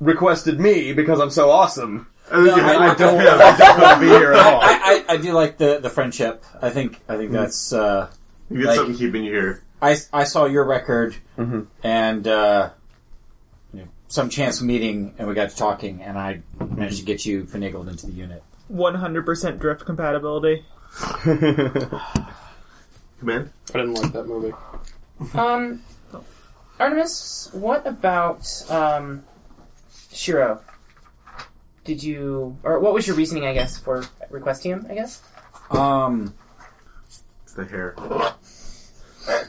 requested me because I'm so awesome. And then you- And I don't, I don't want to be here at all. I, I, I do like the, the friendship. I think I Mm-hmm. think that's. Uh, you get like- something keeping you here. I, I saw your record Mm-hmm. Mhm. and uh, you know, some chance meeting, and we got to talking, and I managed to get you finagled into the unit. 100% drift compatibility. Come in. I didn't like that movie. Um, Artemis, what about um, Shiro? Did you, or what was your reasoning? I guess for requesting him. I guess. Um, It's the hair.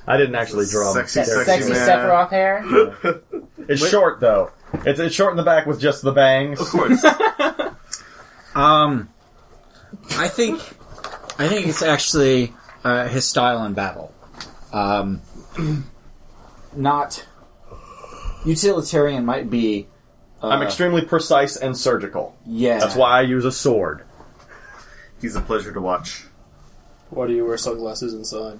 I didn't actually draw. Sexy, That sexy, sexy man. Sephiroth hair. It's short though. It's, it's short in the back with just the bangs. Of course. um, I think, I think it's actually uh, his style in battle. Um, not Utilitarian might be. Uh, I'm extremely precise and surgical. Yeah. That's why I use a sword. He's a pleasure to watch. Why do you wear sunglasses inside?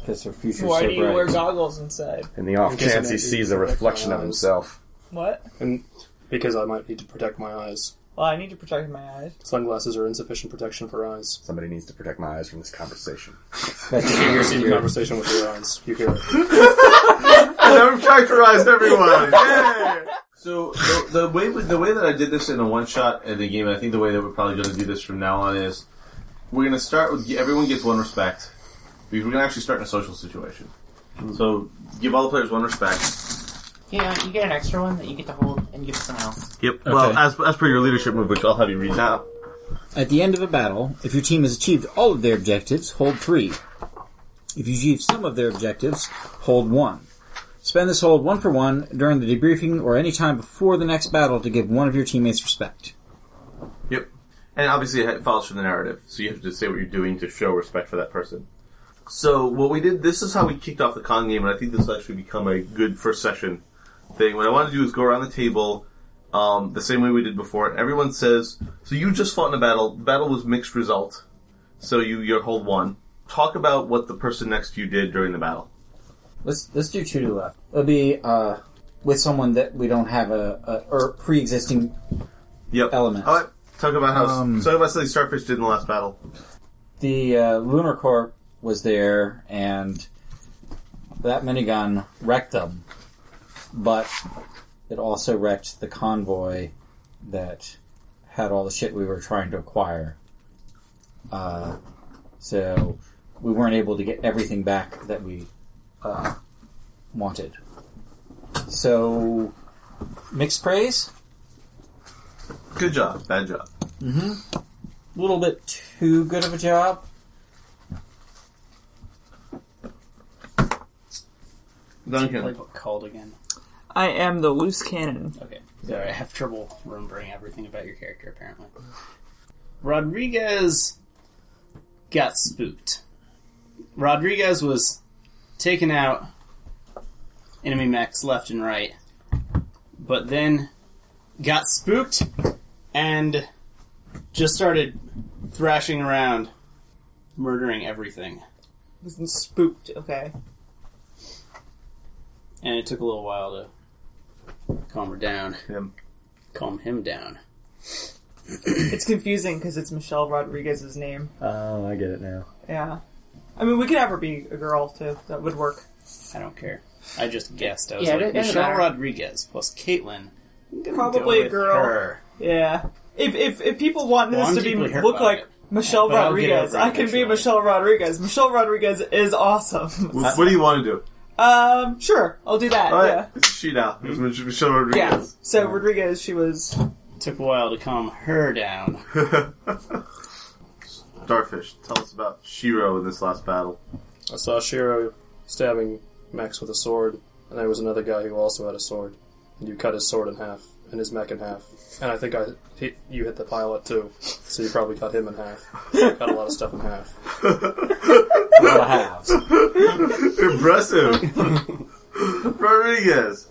Because her future's Why so do you bright. wear goggles inside? In the off In case chance I he need sees to a protect reflection my of eyes. himself. What? And because I might need to protect my eyes. Well, I need to protect my eyes. Sunglasses are insufficient protection for eyes. Somebody needs to protect my eyes from this conversation. That's your You're seeing conversation with your eyes. You hear it. Now we've characterized everyone. Yay! So the, the way the way that I did this in a one shot in the game, I think the way that we're probably going to do this from now on is we're going to start with everyone gets one respect. We're going to actually start in a social situation. So give all the players one respect. Yeah, you get an extra one that you get to hold and give to someone else. Yep. Well, Okay. as as per your leadership move, which I'll have you read now. At the end of a battle, if your team has achieved all of their objectives, hold three. If you achieve some of their objectives, hold one. Spend this hold one for one during the debriefing or any time before the next battle to give one of your teammates respect. Yep. And obviously it follows from the narrative, so you have to say what you're doing to show respect for that person. So what we did, this is how we kicked off the con game, and I think this will actually become a good first session thing. What I want to do is go around the table, um, the same way we did before. Everyone says, so you just fought in a battle. The battle was mixed result, so you your hold one. Talk about what the person next to you did during the battle. Let's let's do two to the left. It'll be uh, with someone that we don't have a, a or pre-existing. Yep. Elements. All right. Talk about how Um, talk about something Starfish did in the last battle. The uh, Lunar Corp was there, and that minigun wrecked them, but it also wrecked the convoy that had all the shit we were trying to acquire. Uh, so we weren't able to get everything back that we uh, wanted. So mixed praise. Good job. Bad job. a little bit too good of a job. Duncan. Playbook called again. I am the loose cannon. Okay. Sorry, I have trouble remembering everything about your character, apparently. Rodriguez got spooked. Rodriguez was taken out enemy mechs left and right, but then got spooked and just started thrashing around, murdering everything. Wasn't spooked. Okay. And it took a little while to calm her down. Him. Calm him down. It's confusing because it's Michelle Rodriguez's name. Oh, I get it now. Yeah. I mean, we could have her be a girl too. That would work. I don't care. I just guessed. I was Yeah, it like, doesn't Michelle matter. Rodriguez plus Caitlin. I'm gonna Probably go a with girl. her. Yeah. If if, if people want Well, this I'm to be deeply hurt look by like it. Michelle But I'll get Rodriguez, over it I can be eventually. Michelle Rodriguez. Michelle Rodriguez is awesome. What do you want to do? um, sure, I'll do that. All right. Yeah. It's she now. It's Mich- Michelle Yeah. Rodriguez. So Rodriguez, she was Took a while to calm her down. Starfish, tell us about Shiro in this last battle. I saw Shiro stabbing Max with a sword, and there was another guy who also had a sword. And you cut his sword in half, and his mech in half. And I think I hit, you hit the pilot too, so you probably cut him in half. cut a lot of stuff in half. A lot of halves. Impressive. Rodriguez,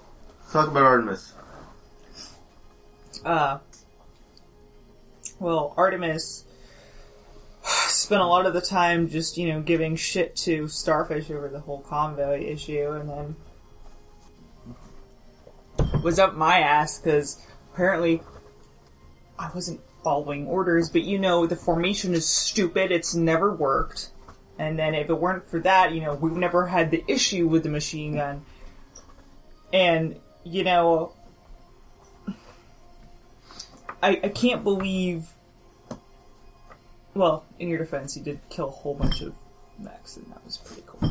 talk about Artemis. uh well, Artemis spent a lot of the time just, you know, giving shit to Starfish over the whole convoy issue and then was up my ass cuz apparently I wasn't following orders, but you know the formation is stupid, it's never worked. And then if it weren't for that, you know, we never had the issue with the machine gun. And you know, I, I can't believe. Well, in your defense, you did kill a whole bunch of mechs, and that was pretty cool.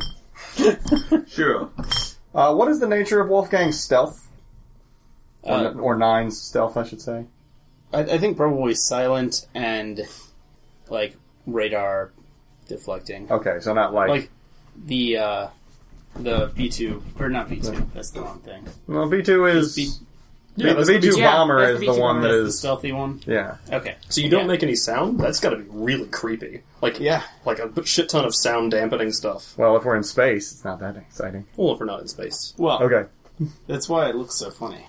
Shiro. Uh, what is the nature of Wolfgang's stealth? Or, Uh, or Nine's stealth, I should say. I, I think probably silent and like radar deflecting. Okay, so not like. Like the uh the B two or not B two. That's the wrong thing. well, B2 is. B- B- the that's the B2 Yeah, bomber that's is the the B2 one bomber, that That's the is. stealthy one. Yeah. Okay. So you don't Yeah. make any sound? That's gotta be really creepy. Like, Yeah. like a shit ton of sound dampening stuff. Well, if we're in space, it's not that exciting. Well, if we're not in space. Well, Okay. That's why it looks so funny.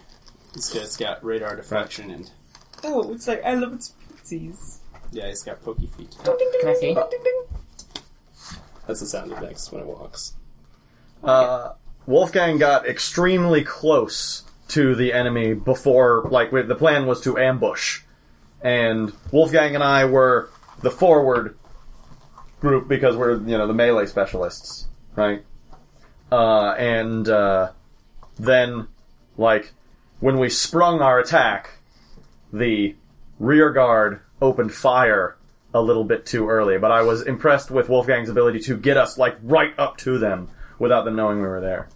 It's got, it's got radar diffraction and Oh, it's like I love its pixies. yeah, it's got pokey feet. Can I see? That's the sound it makes when it walks. Uh, Wolfgang got extremely close to the enemy before, like, we- the plan was to ambush. And Wolfgang and I were the forward group because we're, you know, the melee specialists, right? Uh, and, uh, then, like, when we sprung our attack, the rear guard opened fire a little bit too early, but I was impressed with Wolfgang's ability to get us like right up to them without them knowing we were there,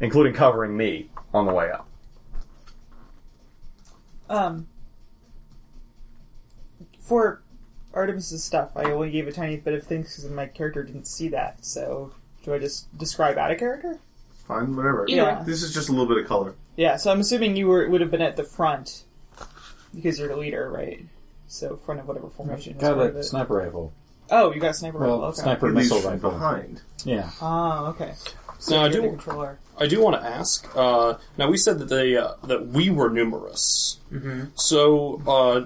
including covering me on the way up. Um, for Artemis's stuff, I only gave a tiny bit of things because my character didn't see that. So, do I just describe out of character? Fine, whatever. Yeah. This is just a little bit of color. Yeah. So I'm assuming you were would have been at the front because you're the leader, right? So front of whatever formation. was Got part of a it. sniper rifle. Oh, you got a sniper Well, rifle. Okay. sniper It leads missile from rifle. behind. Yeah. Oh, okay. So Now, I you're do- the controller. I do want to ask. Uh, now we said that they uh, that we were numerous. Mm-hmm. So uh,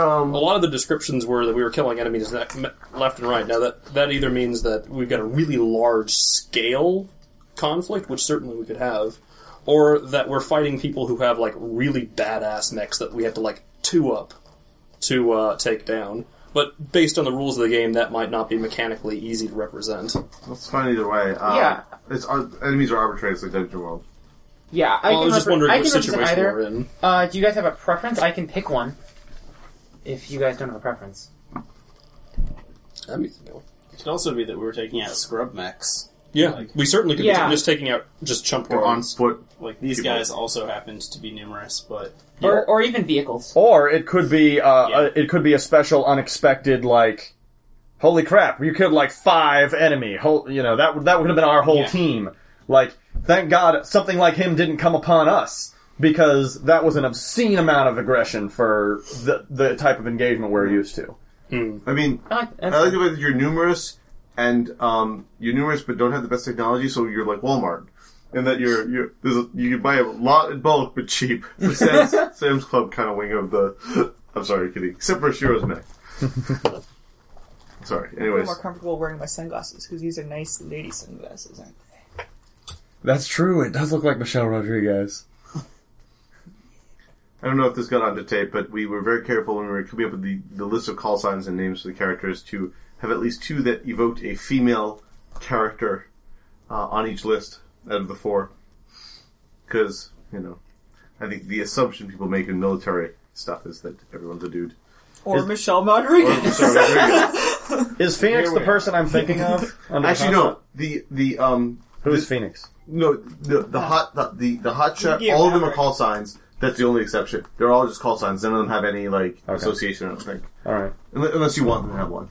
Um, a lot of the descriptions were that we were killing enemies that, me- left and right. Now that that either means that we've got a really large scale conflict, which certainly we could have, or that we're fighting people who have like really badass mechs that we have to like two up to uh, take down. But based on the rules of the game, that might not be mechanically easy to represent. It's fine either way. Uh, Yeah. It's ar- enemies are arbitrary, it's like Dungeon World. Yeah, I, Well, Oh, I can was just repre- wondering I which can represent situation either. we're in. Uh, do you guys have a preference? I can pick one. If you guys don't have a preference. That means no. It could also be that we were taking out scrub mechs. Yeah, Like- we certainly could be Yeah. just taking out just chump Or on guards. foot. Like these People. guys also happened to be numerous, but Or, or even vehicles. Oh. Or it could be uh, Yeah. a, it could be a special, unexpected like, holy crap, you killed like five enemy. Whole, you know that would- that would have been our whole Yeah. team. Like, thank God something like him didn't come upon us because that was an obscene amount of aggression for the the type of engagement Mm-hmm. we're used to. I mean, I like, that's I like the way that you're numerous and um, you're numerous but don't have the best technology, so you're like Walmart. And that you're, you're there's a, you can buy a lot in bulk but cheap. The Sam's, Sam's Club kind of wing of the. I'm sorry, kidding. Except for Shiro's neck. sorry. I'm Anyways, more comfortable wearing my sunglasses because these are nice lady sunglasses, aren't they? That's true. It does look like Michelle Rodriguez. I don't know if this got onto tape, but we were very careful when we were coming up with the, the list of call signs and names for the characters to have at least two that evoked a female character uh, on each list out of the four. Because, you know, I think the assumption people make in military stuff is that everyone's a dude. Or Is- Michelle Rodriguez. Is Phoenix Here the we are. person I'm thinking of? Under the Actually, concept? no. The, the, um, Who's Phoenix? no, the, the hot, the, the, the hot shot, Yeah, all of them are Maverick. call signs. That's the only exception. They're all just call signs. None of them have any, like, Okay. association, I don't think. All right. Unle- Unless you want them to have one.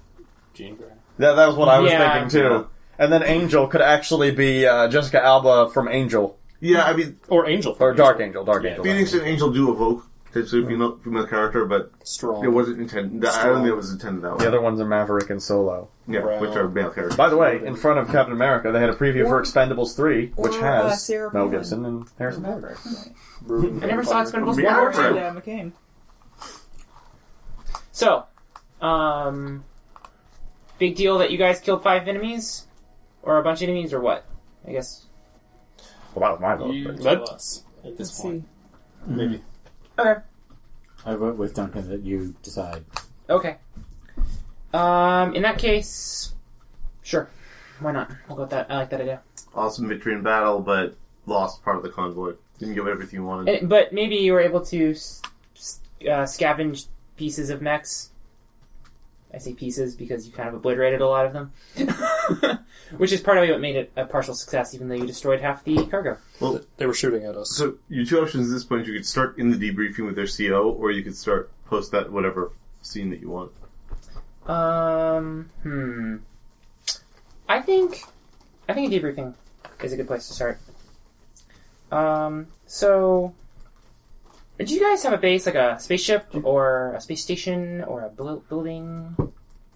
Gene Grey. That, that was what I was Yeah. thinking too. And then Angel could actually be uh, Jessica Alba from Angel Yeah, I mean, Or Angel. or Dark Angel, Dark Yeah. Angel. Phoenix and Angel do evoke potentially a female, female character, but Strong. it wasn't intended. I don't think it was intended that way. The other ones are Maverick and Solo. yeah, Brown. which are male characters. By the way, in front of Captain America, they had a preview for Or- Expendables three, which or, uh, has Sarah Mel Vaughan. Gibson and Harrison Ford. I never saw Expendables Yeah. 1 or 2. Yeah, McCain. So, um, big deal that you guys killed five enemies, or a bunch of enemies, or what? I guess. Well, that was my Oh, vote. You but- That- tell us at this Let's point. see. Maybe. Okay. I vote with Duncan that you decide. Okay. Um, in that case, sure. Why not? We'll go with that. I like that idea. Awesome victory in battle, but lost part of the convoy. Didn't give everything you wanted. And- but maybe you were able to s- s- uh, scavenge pieces of mechs. I say pieces because you kind of obliterated a lot of them, which is partly what made it a partial success, even though you destroyed half the cargo. They were shooting at us. So your two options at this point: you could start in the debriefing with their CO, or you could start post that whatever scene that you want. Um, hmm. I think, I think a debriefing is a good place to start. Um, so, did you guys have a base, like a spaceship or a space station or a blo- building? Do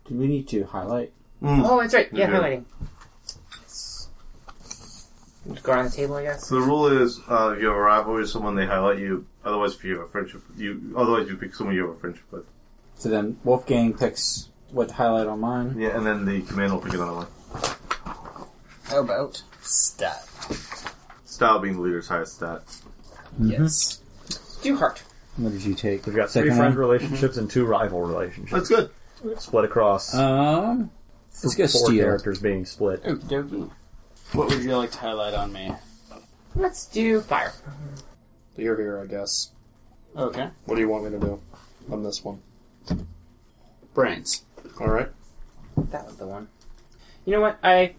Hmm. we need to highlight? Mm. Oh, that's right. Yeah, Mhm. highlighting. Just go around the table, I guess. So the rule is, uh, if you have a rivalry with someone, they highlight you. Otherwise, if you have a friendship, you otherwise you pick someone you have a friendship with. So then Wolfgang picks what to highlight on mine. Yeah, and then the command will pick another one. How about stat? Style being the leader's highest stat. Yes. Do heart. What did you take? We've got three Second friend one? relationships and two rival relationships That's good. split across Um, let's go four steel. characters being split. Okie dokie. What would you like to highlight on me? Let's do fire. Here, here, I guess. Okay. What do you want me to do on this one? Brains. All right. That was the one. You know what? I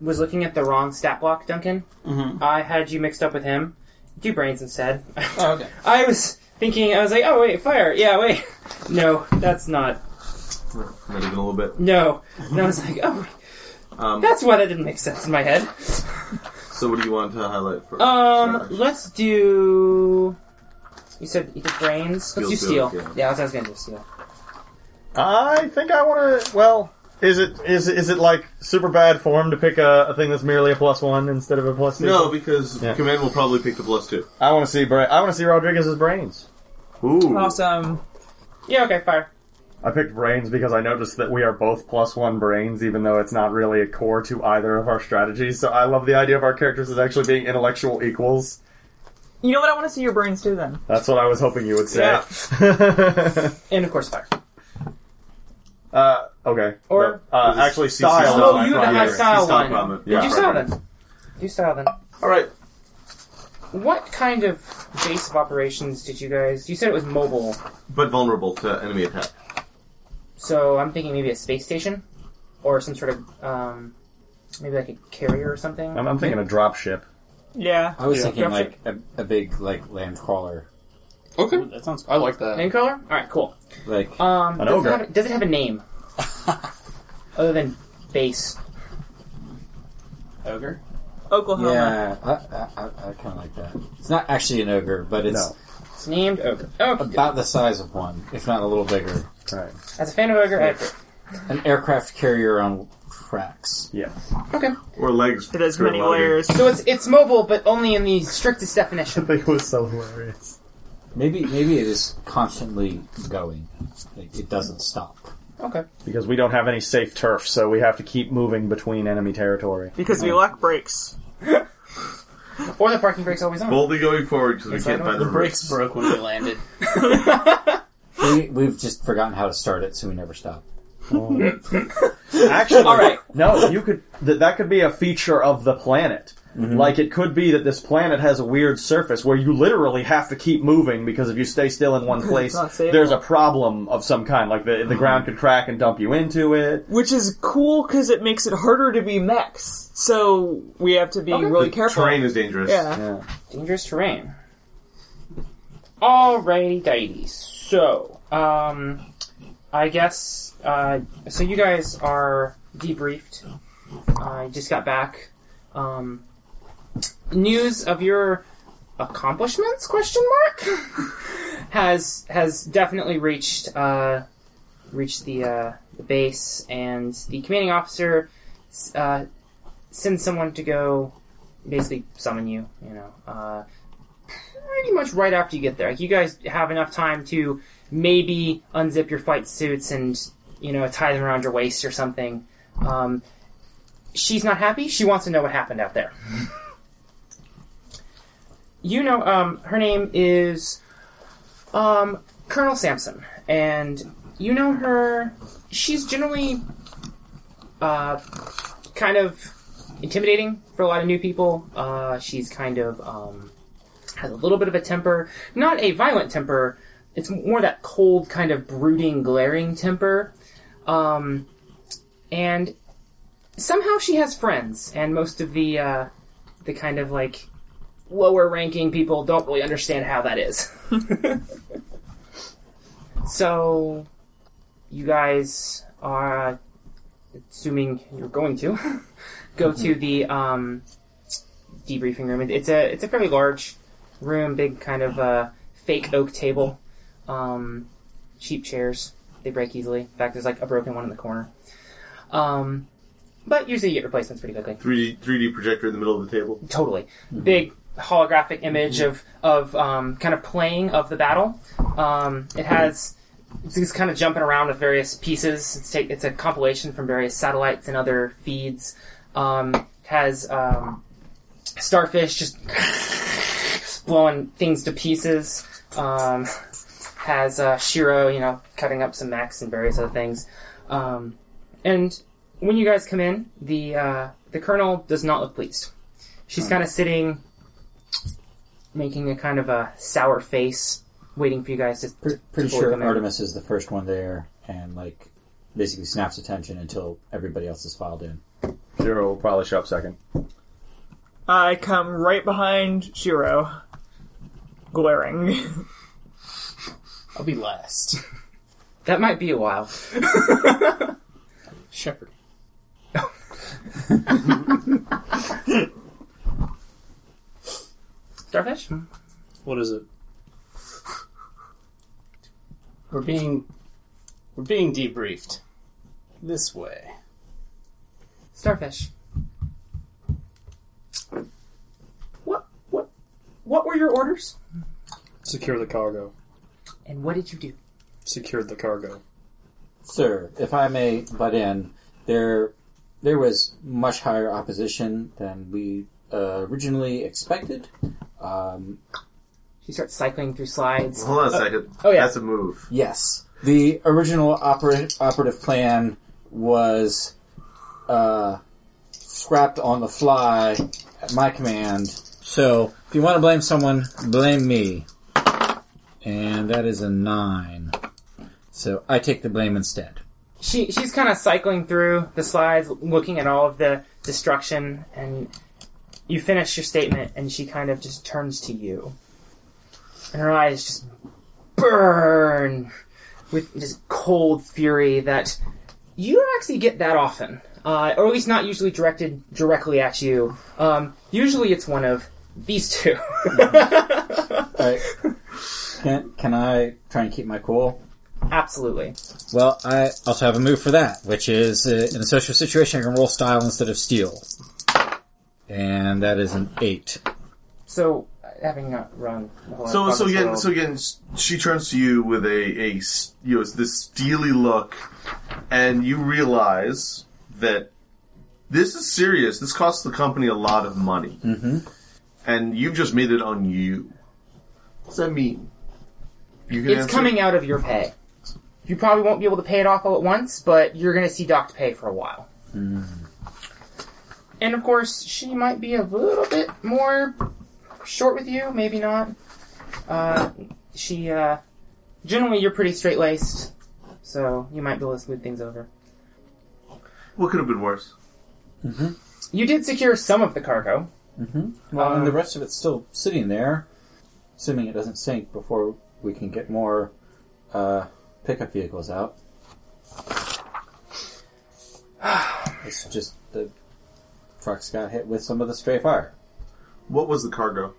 was looking at the wrong stat block, Duncan. Mm-hmm. I had you mixed up with him. Do brains instead. Oh, okay. I was thinking, I was like, oh wait, fire. Yeah, wait. No, that's not. Not even a little bit. No. And I was like, oh, Um, that's why that didn't make sense in my head. so what do you want to highlight for? Um, let's do. You said you did brains. Let's Steel do steel. too, yeah. Yeah, that's what I was gonna do. Steel. I think I want to. Well, is it is is it like super bad form to pick a, a thing that's merely a plus one instead of a plus two? no, because Yeah. command will probably pick the plus two. I want to see. Bra- I want to see Rodriguez's brains. Ooh, Awesome. Yeah. Okay. Fire. I picked brains because I noticed that we are both plus one brains, even though it's not really a core to either of our strategies. So I love the idea of our characters as actually being intellectual equals. You know what? I want to see your brains too then. That's what I was hoping you would say. And of course, fire. uh, okay. Or- But, uh, Is it actually, CC style. style? was Oh, my you have primary. my style Style one. comment. Yeah, Yeah, do style right, then. Do style then. all right. What kind of base of operations did you guys? You said it was mobile, But vulnerable to enemy attack. so I'm thinking maybe a space station, or some sort of um, maybe like a carrier or something. I'm, I'm thinking a drop ship. Yeah. I was Yeah. thinking Grab like a, a big like land crawler. Okay. That sounds I like that. Name color? All right, cool. Like Um, An does, it ogre. have, does it have a name other than base? ogre. Oklahoma. yeah, I, I, I, I kind of like that. It's not actually an ogre, but it's No. It's named ogre. Oh, about the size of one, if not a little bigger. Right. as a fan of ogre, I agree. An aircraft carrier on tracks. Yeah. Okay, Or legs. It has for many loading. layers. so it's it's mobile, but only in the strictest definition. think it was so hilarious. Maybe maybe it is constantly going. Like, it doesn't stop. Okay. Because we don't have any safe turf, so we have to keep moving between enemy territory. Because we lack brakes. Or the parking brake's always on. Boldly going forward because we Yes, can't I know. find The the brakes. brakes broke when we landed. We, we've just forgotten how to start it, so we never stop. Actually, All right. No, you could. Th- that could be a feature of the planet. Like it could be that this planet has a weird surface where you literally have to keep moving because if you stay still in one place, not stable. there's a problem of some kind. Like the the ground could crack and dump you into it. Which is cool because it makes it harder to be mechs. So we have to be really careful. Terrain is dangerous. Yeah. Yeah. dangerous terrain. Alrighty, dighty. So, um, I guess, uh, so you guys are debriefed. I just got back. Um, news of your accomplishments? Question mark has has definitely reached uh, reached the uh, the base, and the commanding officer s- uh, sends someone to go basically summon you. You know. Uh, pretty much right after you get there. Like you guys have enough time to maybe unzip your flight suits and you know tie them around your waist or something. Um, she's not happy. She wants to know what happened out there. you know, um, her name is um, Colonel Sampson, and you know her. She's generally uh, kind of intimidating for a lot of new people. Uh, she's kind of um, has a little bit of a temper, not a violent temper. It's more that cold, kind of brooding, glaring temper. Um, and somehow she has friends, and most of the uh, the kind of like lower ranking people don't really understand how that is. so, you guys are uh, assuming you're going to go to the um, debriefing room. It- It's a it's a fairly large room, big kind of uh, fake oak table, um, cheap chairs. They break easily. In fact, there's like a broken one in the corner. Um, but usually you get replacements pretty quickly. 3D, 3D projector in the middle of the table. Totally. Big holographic image of, of um, kind of playing of the battle. Um, it has it's kind of jumping around with various pieces. It's, take, it's a compilation from various satellites and other feeds. Um, it has um, starfish just blowing things to pieces. Um, has uh, Shiro, you know, cutting up some mechs and various other things. Um, and when you guys come in, the uh, the colonel does not look pleased. She's kind of sitting, making a kind of a sour face, waiting for you guys to. Pretty, pretty before we come sure in. Artemis is the first one there, and like basically snaps attention until everybody else is filed in. Shiro will probably show up second. I come right behind Shiro, glaring. I'll be last. That might be a while. Shepard. Starfish. What is it? We're being we're being debriefed. This way. Starfish. What what what were your orders? Secure the cargo. And what did you do? Secured the cargo. Sir, if I may butt in, there there was much higher opposition than we uh, originally expected. Um, She starts cycling through slides. Hold on a second. oh, yeah. That's a move. yes, the original oper- operative plan was uh, scrapped on the fly at my command. So, if you want to blame someone, blame me. And that is a nine. So I take the blame instead. she she's kind of cycling through the slides, looking at all of the destruction, and you finish your statement, and she kind of just turns to you, and her eyes just burn with just cold fury that you don't actually get that often, uh, or at least not usually directed directly at you. Um, usually, it's one of these two. Alright. Can, can I try and keep my cool? Absolutely. Well, I also have a move for that, which is uh, in a social situation I can roll style instead of steal. And that is an eight. So, having not run. the whole So, so process again, well- so again, s- she turns to you with a, a s- you know, this steely look, and you realize that this is serious. This costs the company a lot of money, mm-hmm. and you've just made it on you. What does that mean? You can It's answer- coming out of your pay. You probably won't be able to pay it off all at once, but you're going to see Doc pay for a while. And of course, she might be a little bit more short with you, maybe not. Uh, she, uh, generally you're pretty straight laced, so you might be able to smooth things over. What could have been worse? You did secure some of the cargo. Well, Um, and the rest of it's still sitting there, assuming it doesn't sink before we can get more uh, pickup vehicles out. It's just the trucks got hit with some of the stray fire. What was the cargo?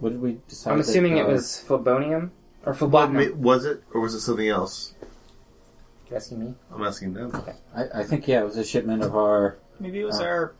What did we decide? I'm that, assuming it uh, was phlebonium or Well, phlebonium. ma- was it, or was it something else? You're asking me. I'm asking them. I, I think yeah, it was a shipment of our. Maybe it was our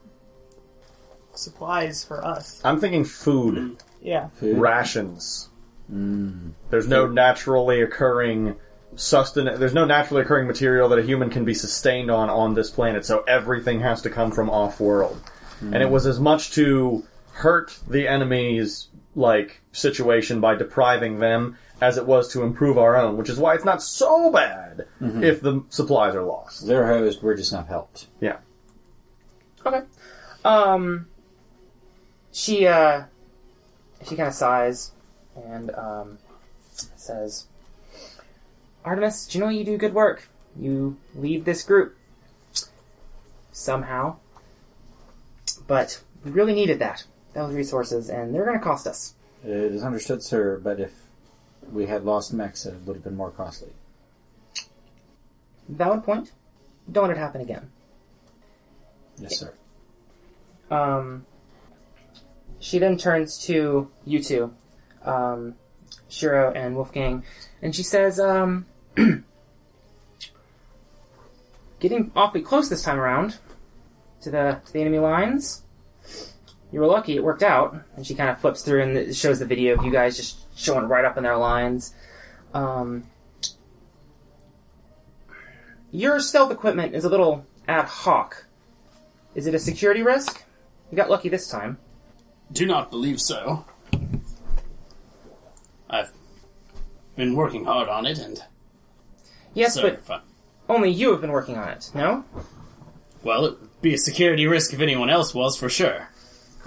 supplies for us. I'm thinking food, Yeah. Food. rations. There's no naturally occurring susten. There's no naturally occurring material that a human can be sustained on on this planet. So everything has to come from off world, and it was as much to hurt the enemy's like situation by depriving them as it was to improve our own, which is why it's not so bad if the supplies are lost. They're hosed. We're just not helped. Yeah. Okay. Um, she uh, she kind of sighs and um, says, "Artemis, do you know you do good work. You lead this group somehow, but we really needed that. Those resources, and they're going to cost us. It is understood, sir, but if we had lost Mex, it would have been more costly. Valid point. Don't let it happen again." Yes, sir. Um, she then turns to you two, um, Shiro and Wolfgang, and she says, um, "Getting awfully close this time around. to the to the enemy lines. You were lucky; it worked out. And she kind of flips through and it shows the video of you guys just showing right up in their lines. Um, your stealth equipment is a little ad hoc. Is it a security risk? You got lucky this time. Do not believe so. I've been working hard on it, and Yes, so but fun. only you have been working on it. No, Well, it would be a security risk if anyone else was, for sure.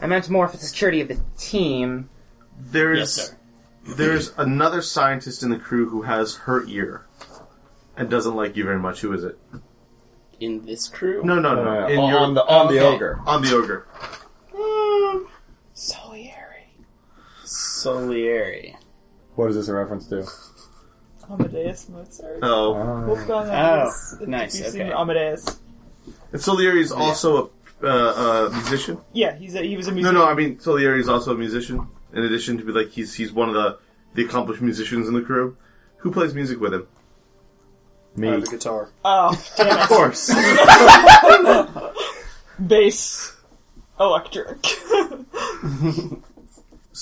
I meant more for the security of the team. There Yes, is sir. there's another scientist in the crew who has her ear and doesn't like you very much. Who is it? In this crew? No, no, no. Uh, In on, your- the on the okay. ogre. on the ogre. Um, Solieri. Solieri. What is this a reference to? Amadeus Mozart. Oh, Uh-huh. Uh, Wolfgang Amadeus. Oh, nice, Have you seen okay. Amadeus? and Solieri is also a uh, uh, musician. Yeah, he's a, he was a No, musician. no. I mean, Solieri is also a musician. In addition to be like he's he's one of the the accomplished musicians in the crew. Who plays music with him? I Me. have a guitar. Oh, damn it. course. Bass. Electric.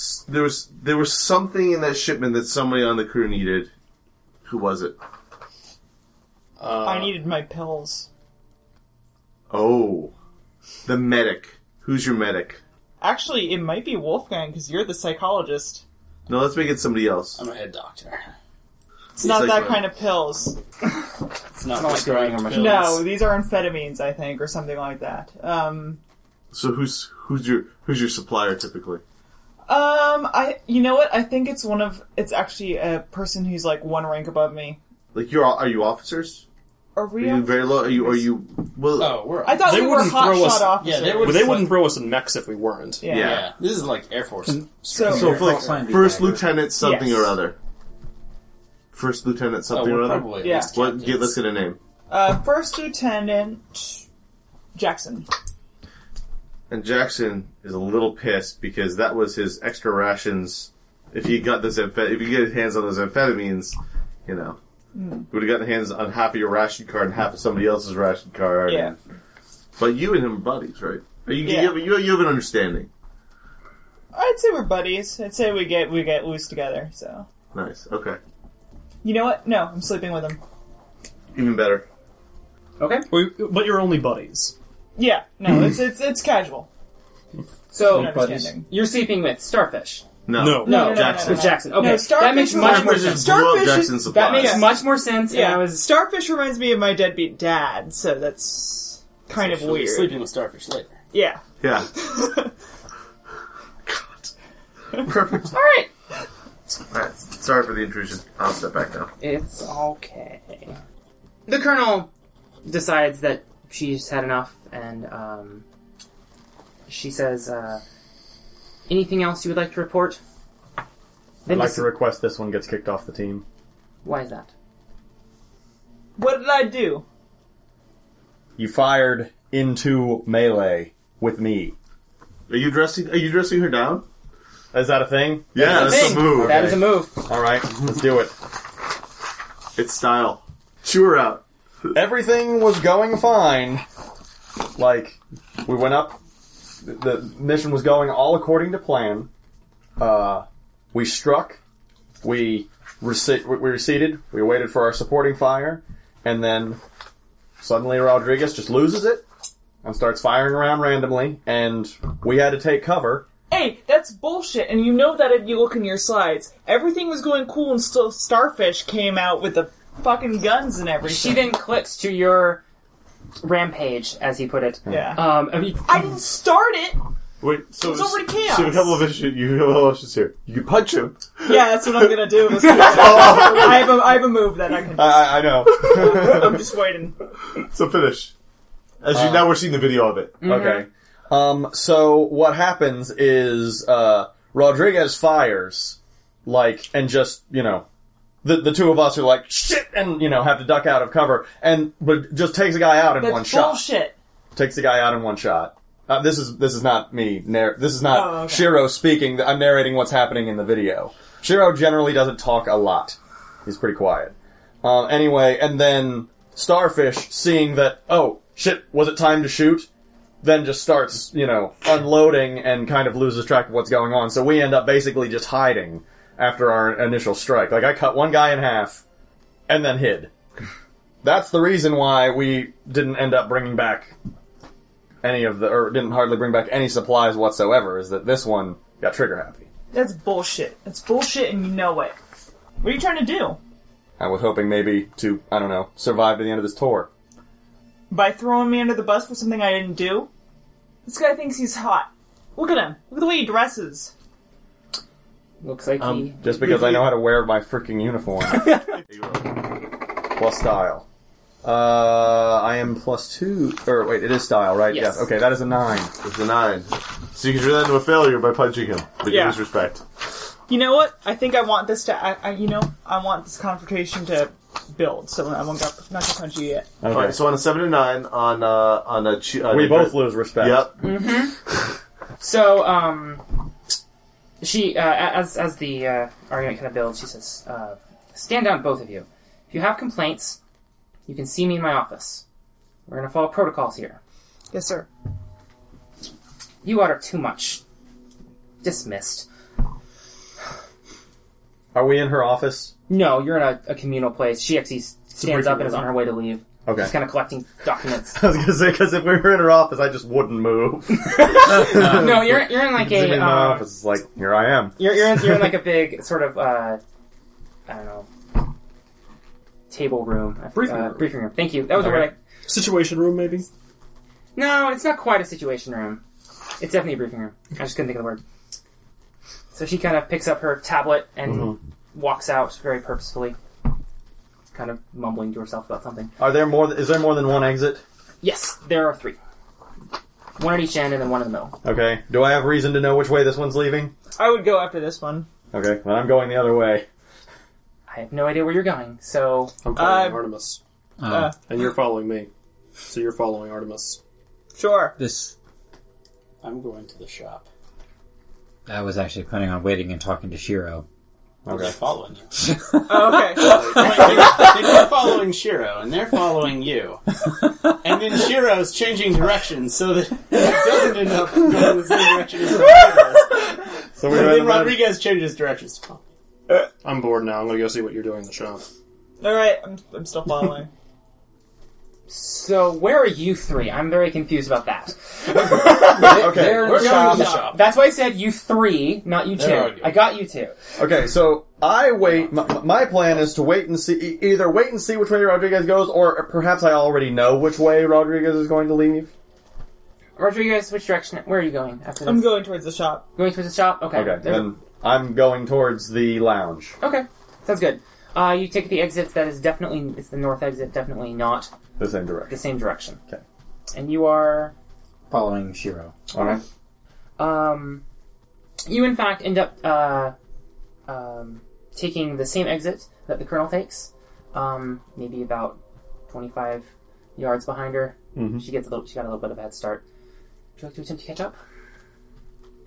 Uh, there was there was something in that shipment that somebody on the crew needed. Who was it? Uh, I needed my pills. Oh, the medic. Who's your medic? Actually, it might be Wolfgang because you're the psychologist. No, let's make it somebody else. I'm a head doctor. It's not like that my- kind of pills. It's not, like prescribed going on my- pills. No, these are amphetamines, I think, or something like that. Um, So who's who's your who's your supplier typically? um, I, you know what? I think it's one of, it's actually a person who's like one rank above me. Like you're all- are you officers? Are Are we? you very low? Are you are you? Well, Oh, we're. I thought They we were wouldn't hot throw us- shot officers. Yeah, they Well, would. they wouldn't throw us in mechs if we weren't. Yeah. Yeah. Yeah, this is like Air Force. So, so for Cross line like be first better. lieutenant something Yes. or other. First lieutenant Oh, something we're or other. probably. at Yeah. least What? Get, captains. let's get a name. uh, first lieutenant Jackson. And Jackson is a little pissed because that was his extra rations. If he got those, amphet- if you get his hands on those amphetamines, you know, Hmm. would have gotten hands on half of your ration card and half of somebody else's ration card. Yeah. But you and him are buddies, right? Are you, Yeah. you, have, you, you have an understanding. I'd say we're buddies. I'd say we get we get loose together. So Nice. Okay. you know what? No, I'm sleeping with him. Even better. Okay. We- But you're only buddies. Yeah, Hmm. no, it's it's it's casual. So An understanding. you're sleeping with Starfish. No. No. No, no, no, Jackson. no, With no. Jackson. Okay. No, that makes Starfish much more Starfish sense. is blew up Starfish Jackson's is- supplies. That makes much more sense. Yeah. Yeah, I was Starfish reminds me of my deadbeat dad, so that's kind of She'll be weird. Sleeping with starfish later. Yeah, Yeah. God. Perfect. all right. All right. Sorry for the intrusion. I'll step back now. It's okay. The colonel decides that she's had enough, and um, she says, uh, "Anything else you would like to report?" I'd Then like dec- to request this one gets kicked off the team. Why is that? what did I do? You fired into melee with me. Are you dressing? Are you dressing her down? Is that a thing? Yeah, That's that's a thing. move. That is a move. All right, let's do it. It's style. Chew her out. Everything was going fine. Like we went up, the, the mission was going all according to plan. Uh, we struck, we rece- we we receded, we waited for our supporting fire, and then suddenly Rodriguez just loses it and starts firing around randomly, and we had to take cover. Hey, that's bullshit, and you know that if you look in your slides. Everything was going cool, and still Starfish came out with the fucking guns and She everything. then clicks to your rampage, as he put it. yeah, Um, I mean, I didn't start it. Wait, so It's already chaos. So a couple of issues. You have a couple of issues here. You can punch him. Yeah, that's what I'm gonna do. This I have a I have a move that I can. I, I know. I'm just waiting. So finish. As you now, we're seeing the video of it. Mm-hmm. Okay. Um, so what happens is uh, Rodriguez fires, like, and just you know, the the two of us are like shit, and you know have to duck out of cover, and but just takes a guy out in That's one shot. bullshit. Takes the guy out in one shot. Uh, this is this is not me. Narr- this is not Oh, okay. Shiro speaking. I'm narrating what's happening in the video. Shiro generally doesn't talk a lot. He's pretty quiet. Um, anyway, and then Starfish, seeing that, oh shit, was it time to shoot? then just starts, you know, unloading and kind of loses track of what's going on. So we end up basically just hiding after our initial strike. Like I cut one guy in half and then hid. That's the reason why we didn't end up bringing back any of the, or didn't hardly bring back any supplies whatsoever, is that this one got trigger happy. That's bullshit. That's bullshit, and you know it. What are you trying to do? I was hoping maybe to, I don't know, survive to the end of this tour. By throwing me under the bus for something I didn't do? This guy thinks he's hot. Look at him. Look at the way he dresses. Looks like he. Just because I know how to wear my freaking uniform. plus style. Uh, I am plus two, or wait, it is style, right? Yes. Okay, that is a nine. It's a nine. So you can turn that into a failure by punching him. But Yeah. you lose respect. You know what? I think I want this to. I, I you know, I want this confrontation to build. So I won't. I'm not gonna punch you yet. Okay. All right. So on a seven and nine, on uh, on a chi- on we a- both lose respect. Yep. So, um, she uh, as as the uh, argument kind of builds, she says, uh, "Stand down, both of you. If you have complaints, you can see me in my office. We're gonna follow protocols here. Yes, sir. You order too much. Dismissed. Are we in her office? No, you're in a, a communal place. She actually s- stands up and is on her way to leave. Okay. She's kind of collecting documents. I was gonna say because if we were in her office, I just wouldn't move. no, you're you're in like Zoom in uh, a my um, office, it's like here I am. you're you're in, you're in like a big sort of uh, I don't know table room I- Briefing uh, room. briefing room. Thank you. That was the Okay. word I Situation room, maybe? No, it's not quite a situation room. It's definitely a briefing room. I just couldn't think of the word. So she kind of picks up her tablet and Mm-hmm. walks out very purposefully, kind of mumbling to herself about something. Are there more? Is there more than one exit? Yes, there are three. One at each end and then one in the middle. Okay. Do I have reason to know which way this one's leaving? I would go after this one. Okay. Then I'm going the other way. I have no idea where you're going, so I'm following Uh, Artemis. Uh, And you're following me. So you're following Artemis. sure. This I'm going to the shop. I was actually planning on waiting and talking to Shiro. Okay. They're following you. Oh, okay. They're- they're following Shiro, and they're following you. And then Shiro's changing directions so that it doesn't end up going the same direction as Rodriguez. So And we're then in the middle. Rodriguez changes directions. I'm bored now. I'm going to go see what you're doing in the shop. All right. I'm, I'm still following. so where are you three? I'm very confused about that. Okay. They're in We're the going shop. to the shop. That's why I said you three, not you They're two. arguing. I got you two. Okay, so I wait. My, my plan is to wait and see, e- either wait and see which way Rodriguez goes, or perhaps I already know which way Rodriguez is going to leave. Rodriguez, which direction? Where are you going after this? I'm going towards the shop. going towards the shop. Okay. There's- Okay, then I'm going towards the lounge. Okay, sounds good. Uh, you take the exit that is definitely it's the north exit, definitely not The same the direction. same direction. Okay. And you are Following Shiro. Alright. um, you in fact end up uh, um, taking the same exit that the colonel takes, um, maybe about twenty five yards behind her. She gets a little, she got a little bit of a head start. Would you like to attempt to catch up?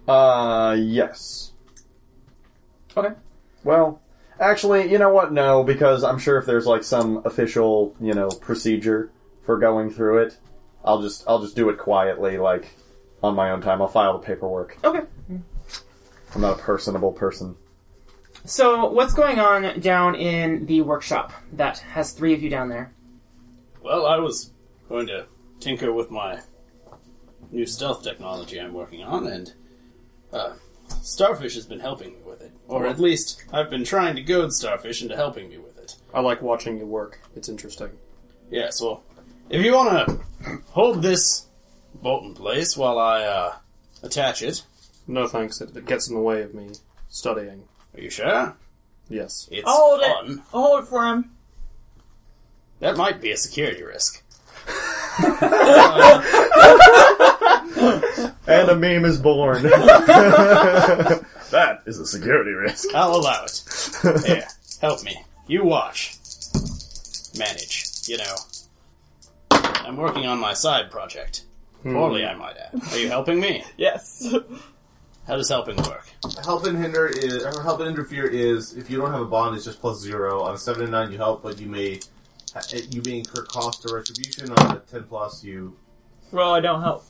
Uh, yes. Okay. Well, actually, you know what? No, because I'm sure if there's like some official, you know, procedure for going through it, I'll just I'll just do it quietly, like on my own time. I'll file the paperwork. Okay. I'm not a personable person. So what's going on down in the workshop that has three of you down there? Well, I was going to tinker with my new stealth technology I'm working on, and uh, Starfish has been helping me with it. Or at least, I've been trying to goad Starfish into helping me with it. I like watching you work. It's interesting. Yes, well, if you want to hold this bolt in place while I uh, attach it, No thanks. It, it gets in the way of me studying. are you sure? Yes. It's I'll hold fun. it. I'll hold it for him. That might be a security risk. And a meme is born. that is a security risk. I'll allow it. Here, help me. You watch. Manage, you know. I'm working on my side project. Poorly, I might add. Are you helping me? Yes. How does helping work? Help and hinder is or help and interfere is if you don't have a bond, it's just plus zero. On a seven and nine, you help, but you may you may incur cost or retribution. On a ten plus, you Well, I don't help.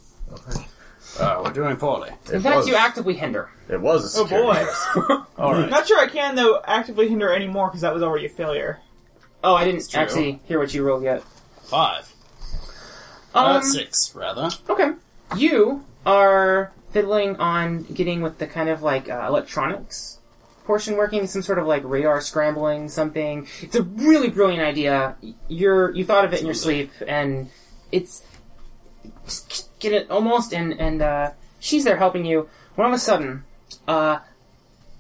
Uh, we're doing poorly. In fact, you actively hinder. It was a Oh security boy. All right. Not sure I can though actively hinder any more because that was already a failure. Oh, I didn't actually hear what you rolled yet. Five. Um, uh, six, rather. Okay. You are fiddling on getting with the kind of like uh, electronics portion working, some sort of like radar scrambling something. It's a really brilliant idea. You're you thought of it in your sleep, and it's just get it almost. And and uh, she's there helping you. When all of a sudden, uh,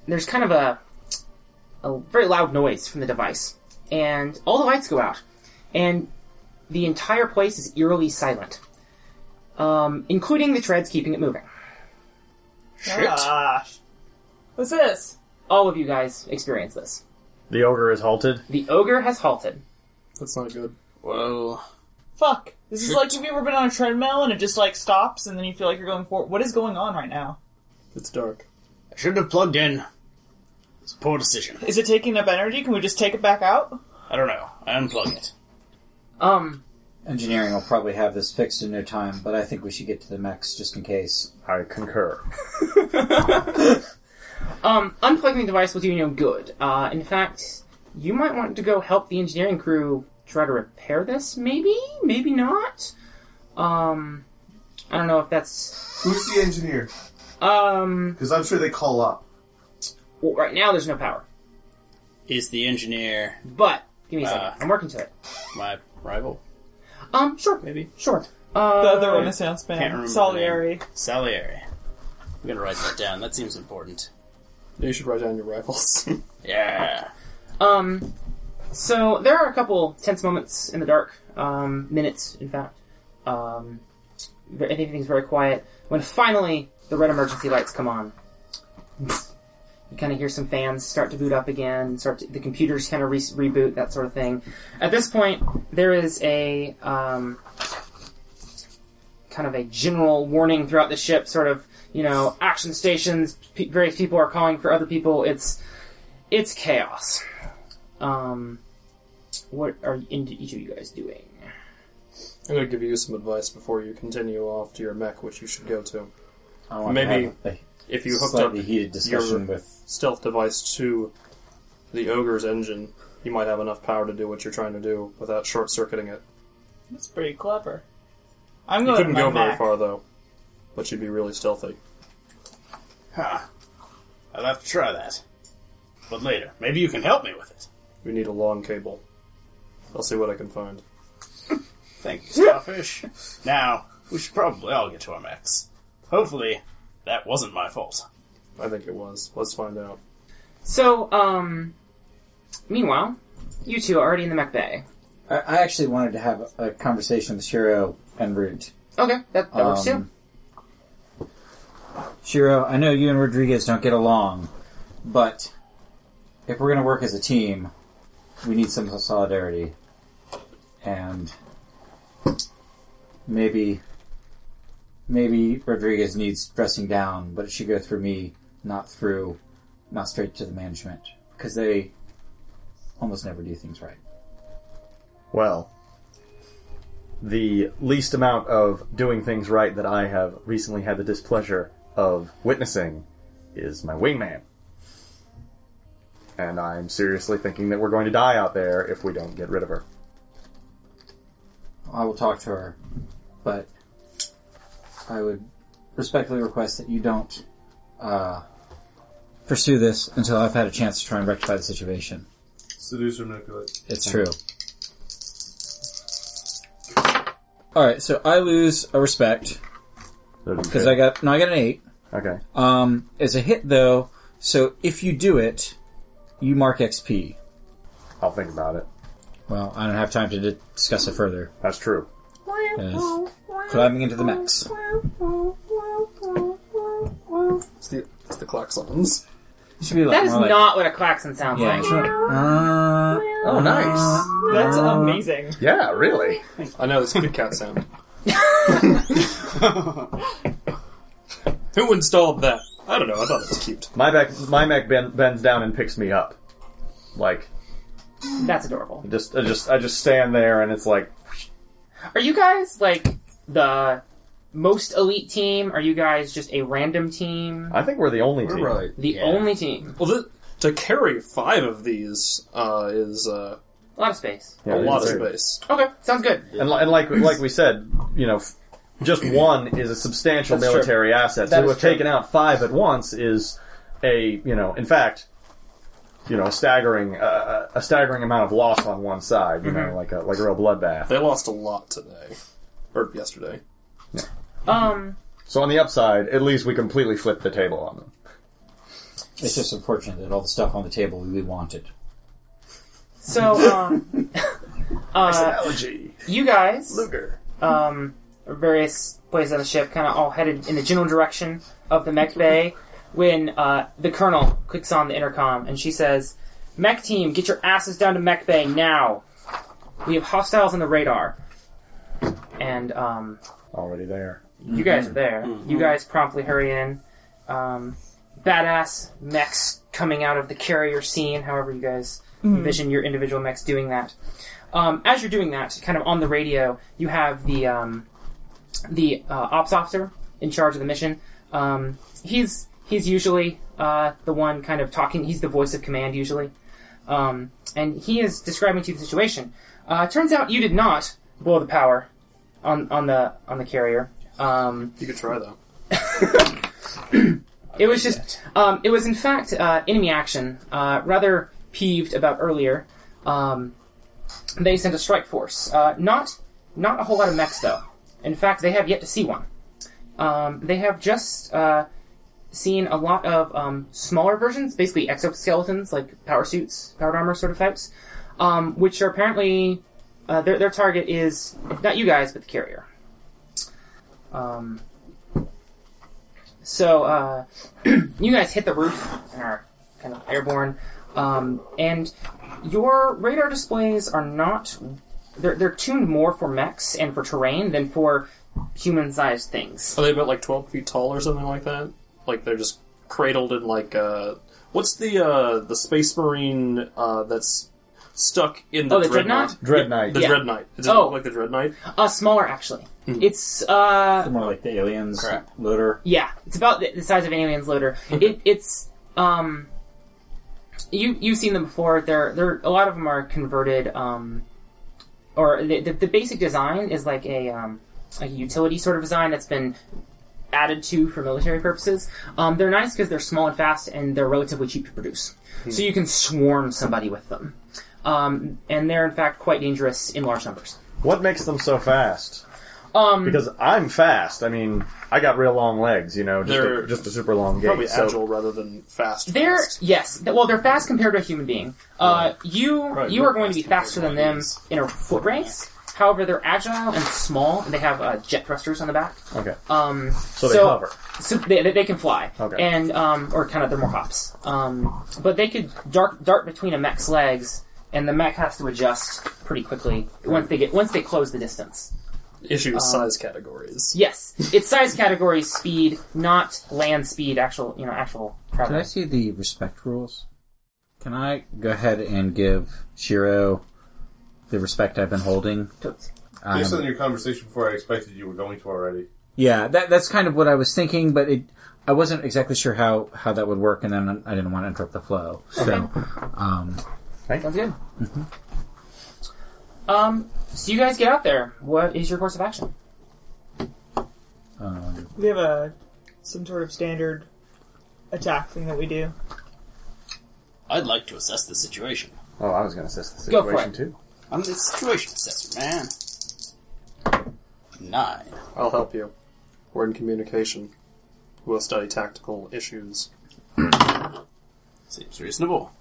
there's kind of a a very loud noise from the device, and all the lights go out, and the entire place is eerily silent um, including the treads keeping it moving. Shit. Gosh. Ah. What's this? All of you guys experience this. The ogre is halted. The ogre has halted. That's not good. Whoa. Fuck. This is like have you ever been on a treadmill and it just like stops and then you feel like you're going forward. What is going on right now? It's dark. I should have plugged in. It's a poor decision. Is it taking up energy? Can we just take it back out? I don't know. I unplug it. Um, Engineering will probably have this fixed in no time, but I think we should get to the mechs just in case. I concur. um, unplugging the device will do you no good. Uh, in fact, you might want to go help the engineering crew try to repair this, maybe? Maybe not? Um, I don't know if that's, Who's the engineer? um, Because I'm sure they call up. well, right now there's no power. Is the engineer But, give me a second. Uh. I'm working to it. my rival? Um, sure, Maybe sure. Uh, The other Renaissance can't man, remember Solieri. Salieri. I'm gonna write that down. That seems important. You should write down your rivals. Yeah. Um, so there are a couple tense moments in the dark, um, minutes, in fact. Um, ve- everything's very quiet. When finally the red emergency lights come on, you kind of hear some fans start to boot up again. Start to, the computers kind of re- reboot that sort of thing. At this point, there is a um, kind of a general warning throughout the ship. Sort of, you know, action stations. Pe- various people are calling for other people. It's it's chaos. Um, what are in- each of you guys doing? I'm going to give you some advice before you continue off to your mech, which you should go to. I want Maybe to have If a you hooked up slightly heated discussion your- with. stealth device to the ogre's engine, you might have enough power to do what you're trying to do without short circuiting it. That's pretty clever. I'm You going couldn't to go my very Mac. far though, but you'd be really stealthy. Huh. I'll have to try that. But later. Maybe you can help me with it. We need a long cable. I'll see what I can find. Thank you, Starfish. now, we should probably all get to our max. Hopefully, that wasn't my fault. I think it was. Let's find out. So, um, meanwhile, you two are already in the mech bay. I, I actually wanted to have a, a conversation with Shiro and Root. Okay, that, that works too. Shiro, I know you and Rodriguez don't get along, but if we're going to work as a team, we need some solidarity. And maybe, maybe Rodriguez needs dressing down, but it should go through me, not through, not straight to the management. Because they almost never do things right. Well, the least amount of doing things right that I have recently had the displeasure of witnessing is my wingman. And I'm seriously thinking that we're going to die out there if we don't get rid of her. I will talk to her, but I would respectfully request that you don't uh, pursue this until I've had a chance to try and rectify the situation. Seduce or manipulate. It's true. All right, so I lose a respect because I got no, I got an eight. Okay. Um, it's a hit though, so if you do it, you mark XP. I'll think about it. Well, I don't have time to di- discuss it further. That's true. 'cause climbing into the max. It's the, it's the klaxons. Should be like That is more like- not what a klaxon sounds Yeah. like. it's more like, uh, Oh, nice. That's amazing. Yeah, really? I know it's a Kit Kat sound. Who installed that? I don't know. I thought it was cute. My back, my mech ben, bends down and picks me up. Like, That's adorable. just, I just, I just stand there and it's like, Are you guys like the most elite team? Are you guys just a random team? I think we're the only team. The Yeah. only team. Well, th- to carry five of these uh, is uh, A lot of space. Yeah, a lot of it's- space. Okay, sounds good. And, li- and like like we said, you know, f- just one is a substantial That's true. military asset. That so to is have true. taken out five at once is a you know, in fact, you know, a staggering uh, a staggering amount of loss on one side. You know, like a like a real bloodbath. They lost a lot today or yesterday. Um, So on the upside, at least we completely flipped the table on them. It's just unfortunate that all the stuff on the table we wanted. so um, uh, Allergy, you guys Luger. um, various places on the ship, kind of all headed in the general direction of the mech bay. When uh, the colonel clicks on the intercom and she says, "Mech team, get your asses down to mech bay now. We have hostiles on the radar." And um, Already there. you guys are there. You guys promptly hurry in. Um, badass mechs coming out of the carrier scene. However, you guys envision your individual mechs doing that. Um, as you're doing that, kind of on the radio, you have the um, the uh, ops officer in charge of the mission. Um, he's he's usually uh, the one kind of talking. He's the voice of command usually, um, and he is describing to you the situation. Uh, turns out you did not blow the power on on the on the carrier. Um, You could try though. it was just um, it was in fact uh, enemy action uh, rather peeved about earlier um, they sent a strike force uh, not not a whole lot of mechs though in fact they have yet to see one um, they have just uh, seen a lot of um, smaller versions basically exoskeletons like power suits powered armor sort of types um, which are apparently uh, their, their target is not you guys but the carrier um, so uh, you guys hit the roof and are kind of airborne, um, and your radar displays are not. They're, they're tuned more for mechs and for terrain than for human-sized things. Are they about like twelve feet tall or something like that? Like they're just cradled in like uh, what's the uh, the space marine uh, that's stuck in the, Oh, the dreadnought? Dread Knight. The Yeah. dread knight. Is it Oh. look like the dread knight? Uh, smaller actually. It's uh, More like the aliens Crap. loader. Yeah, it's about the, the size of an alien's loader. it, it's um, you you've seen them before. They're they're a lot of them are converted. Um, or the, the, the basic design is like a um, like a utility sort of design that's been added to for military purposes. Um, they're nice because they're small and fast, and they're relatively cheap to produce. So you can swarm somebody with them. Um, and they're in fact quite dangerous in large numbers. What makes them so fast? Um, Because I'm fast. I mean, I got real long legs. You know, just, They're a, just a super long gait. Probably so- agile rather than fast. They're fast. yes. th- Well, they're fast compared to a human being. Uh, you Right, you we're are going to be fast faster compared than to them humans. in a foot race. However, they're agile and small, and they have uh, jet thrusters on the back. Okay. Um, So they hover. So they, they, they can fly. Okay. And um, or kind of they're more hops. Um, but they could dart dart between a mech's legs, and the mech has to adjust pretty quickly once they get once they close the distance. issue with size categories. Yes, it's size category speed, not land speed. Actual you know actual Did I travel. see the respect rules? Can I go ahead and give Shiro the respect I've been holding? Um, Based on your conversation before, I expected you were going to already. Yeah, that that's kind of what I was thinking, but it I wasn't exactly sure how how that would work, and then I didn't want to interrupt the flow. So, um, Sounds good. Mm-hmm. Um, so you guys get out there. What is your course of action? um, We have a some sort of standard attack thing that we do. I'd like to assess the situation. Oh, I was going to assess the Go for situation it. too. I'm the situation assessor, man. Nine. I'll help you. We're in communication. We'll study tactical issues. Seems reasonable.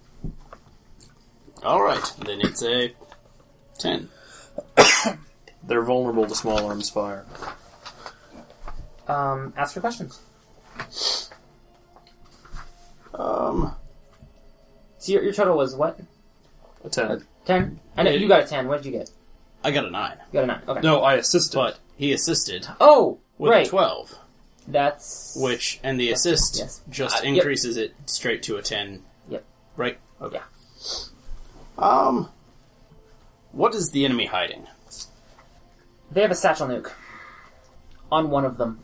All right, then it's a ten. They're vulnerable to small arms fire. Um, ask your questions. Um, So your, your total was what? A ten. Ten. I know you got a ten. What did you get? I got a nine, You got a nine. Okay. No, I assisted. but he assisted Oh, with right. a twelve, That's which and the assist Yes. just Uh, yep. increases it straight to a ten. Yep. Right. Okay. Yeah. Um, what is the enemy hiding? They have a satchel nuke. on one of them.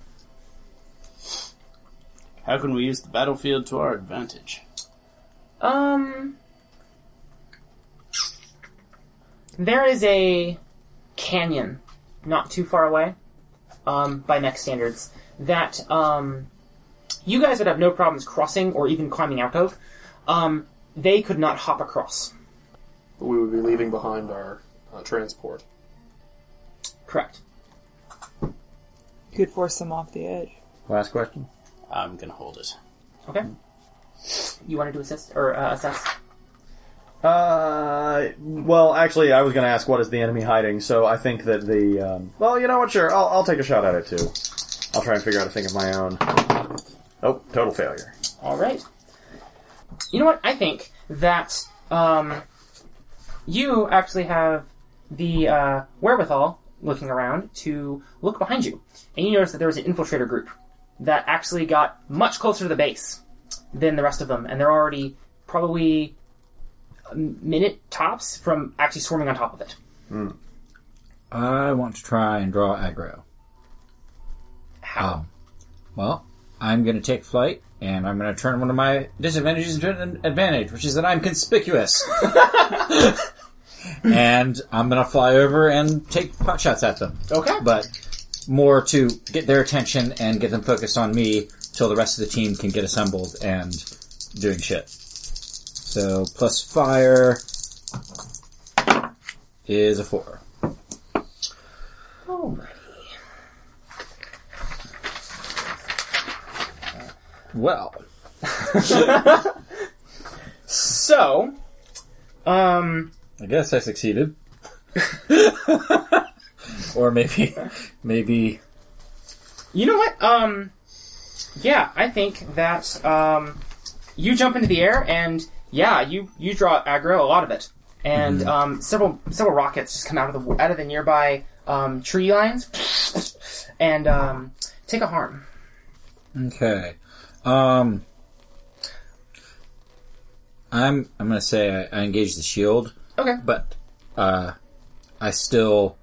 How can we use the battlefield to our advantage? Um, there is a canyon not too far away, um, by mech standards, that um, you guys would have no problems crossing or even climbing out of. Um, they could not hop across. But we would be leaving behind our uh, transport. Correct. You could force them off the edge. Last question. I'm gonna hold it. Okay. You want to do assist or uh, assess? Uh, well, actually, I was going to ask what is the enemy hiding, so I think that the. Um, well, you know what? Sure, I'll, I'll take a shot at it too. I'll try and figure out a thing of my own. Oh, total failure. All right. You know what? I think that um, you actually have the uh, wherewithal looking around to look behind you, and you notice that there was an infiltrator group that actually got much closer to the base than the rest of them, and they're already probably a minute tops from actually swarming on top of it. I want to try and draw aggro. How? Um, well, I'm going to take flight, and I'm going to turn one of my disadvantages into an advantage, which is that I'm conspicuous. and I'm going to fly over and take pot shots at them. Okay. But more to get their attention and get them focused on me till the rest of the team can get assembled and doing shit. So plus fire is a four. Alrighty. Well, So, um, I guess I succeeded. or maybe, maybe you know what? Um, yeah, I think that um, you jump into the air and yeah, you you draw aggro a lot of it, and um, several several rockets just come out of the out of the nearby um, tree lines and um, take a harm. Okay. Um I'm I'm gonna say I, I engage the shield, Okay. but uh I still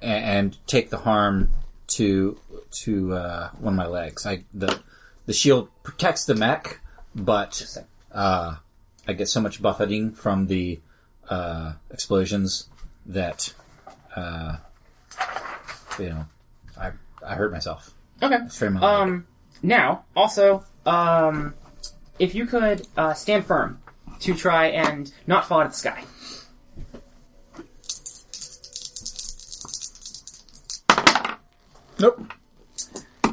a- and take the harm to to uh one of my legs. I the the shield protects the mech, but uh I get so much buffeting from the uh explosions that uh you know I I hurt myself. Okay. Strain my leg. Um, now, also, um, if you could uh, stand firm to try and not fall out of the sky. Nope. Uh,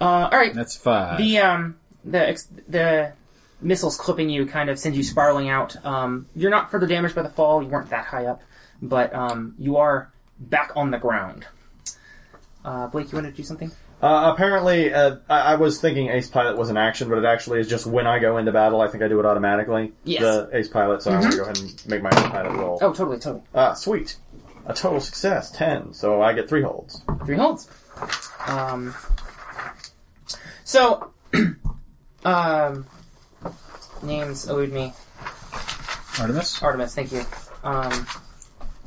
all right. That's five. The um, the ex- the missiles clipping you kind of sends you spiraling out. Um, you're not further damaged by the fall. You weren't that high up, but um, you are back on the ground. Uh, Blake, you wanted to do something? Uh, apparently, uh, I-, I was thinking Ace Pilot was an action, but it actually is just when I go into battle, I think I do it automatically. Yes. The Ace Pilot, so I want to go ahead and make my Ace Pilot roll. Oh, totally, totally. Uh, sweet. A total success, 10, so I get three holds. three holds. Um, so, um, names elude me. Artemis? Artemis, thank you. Um,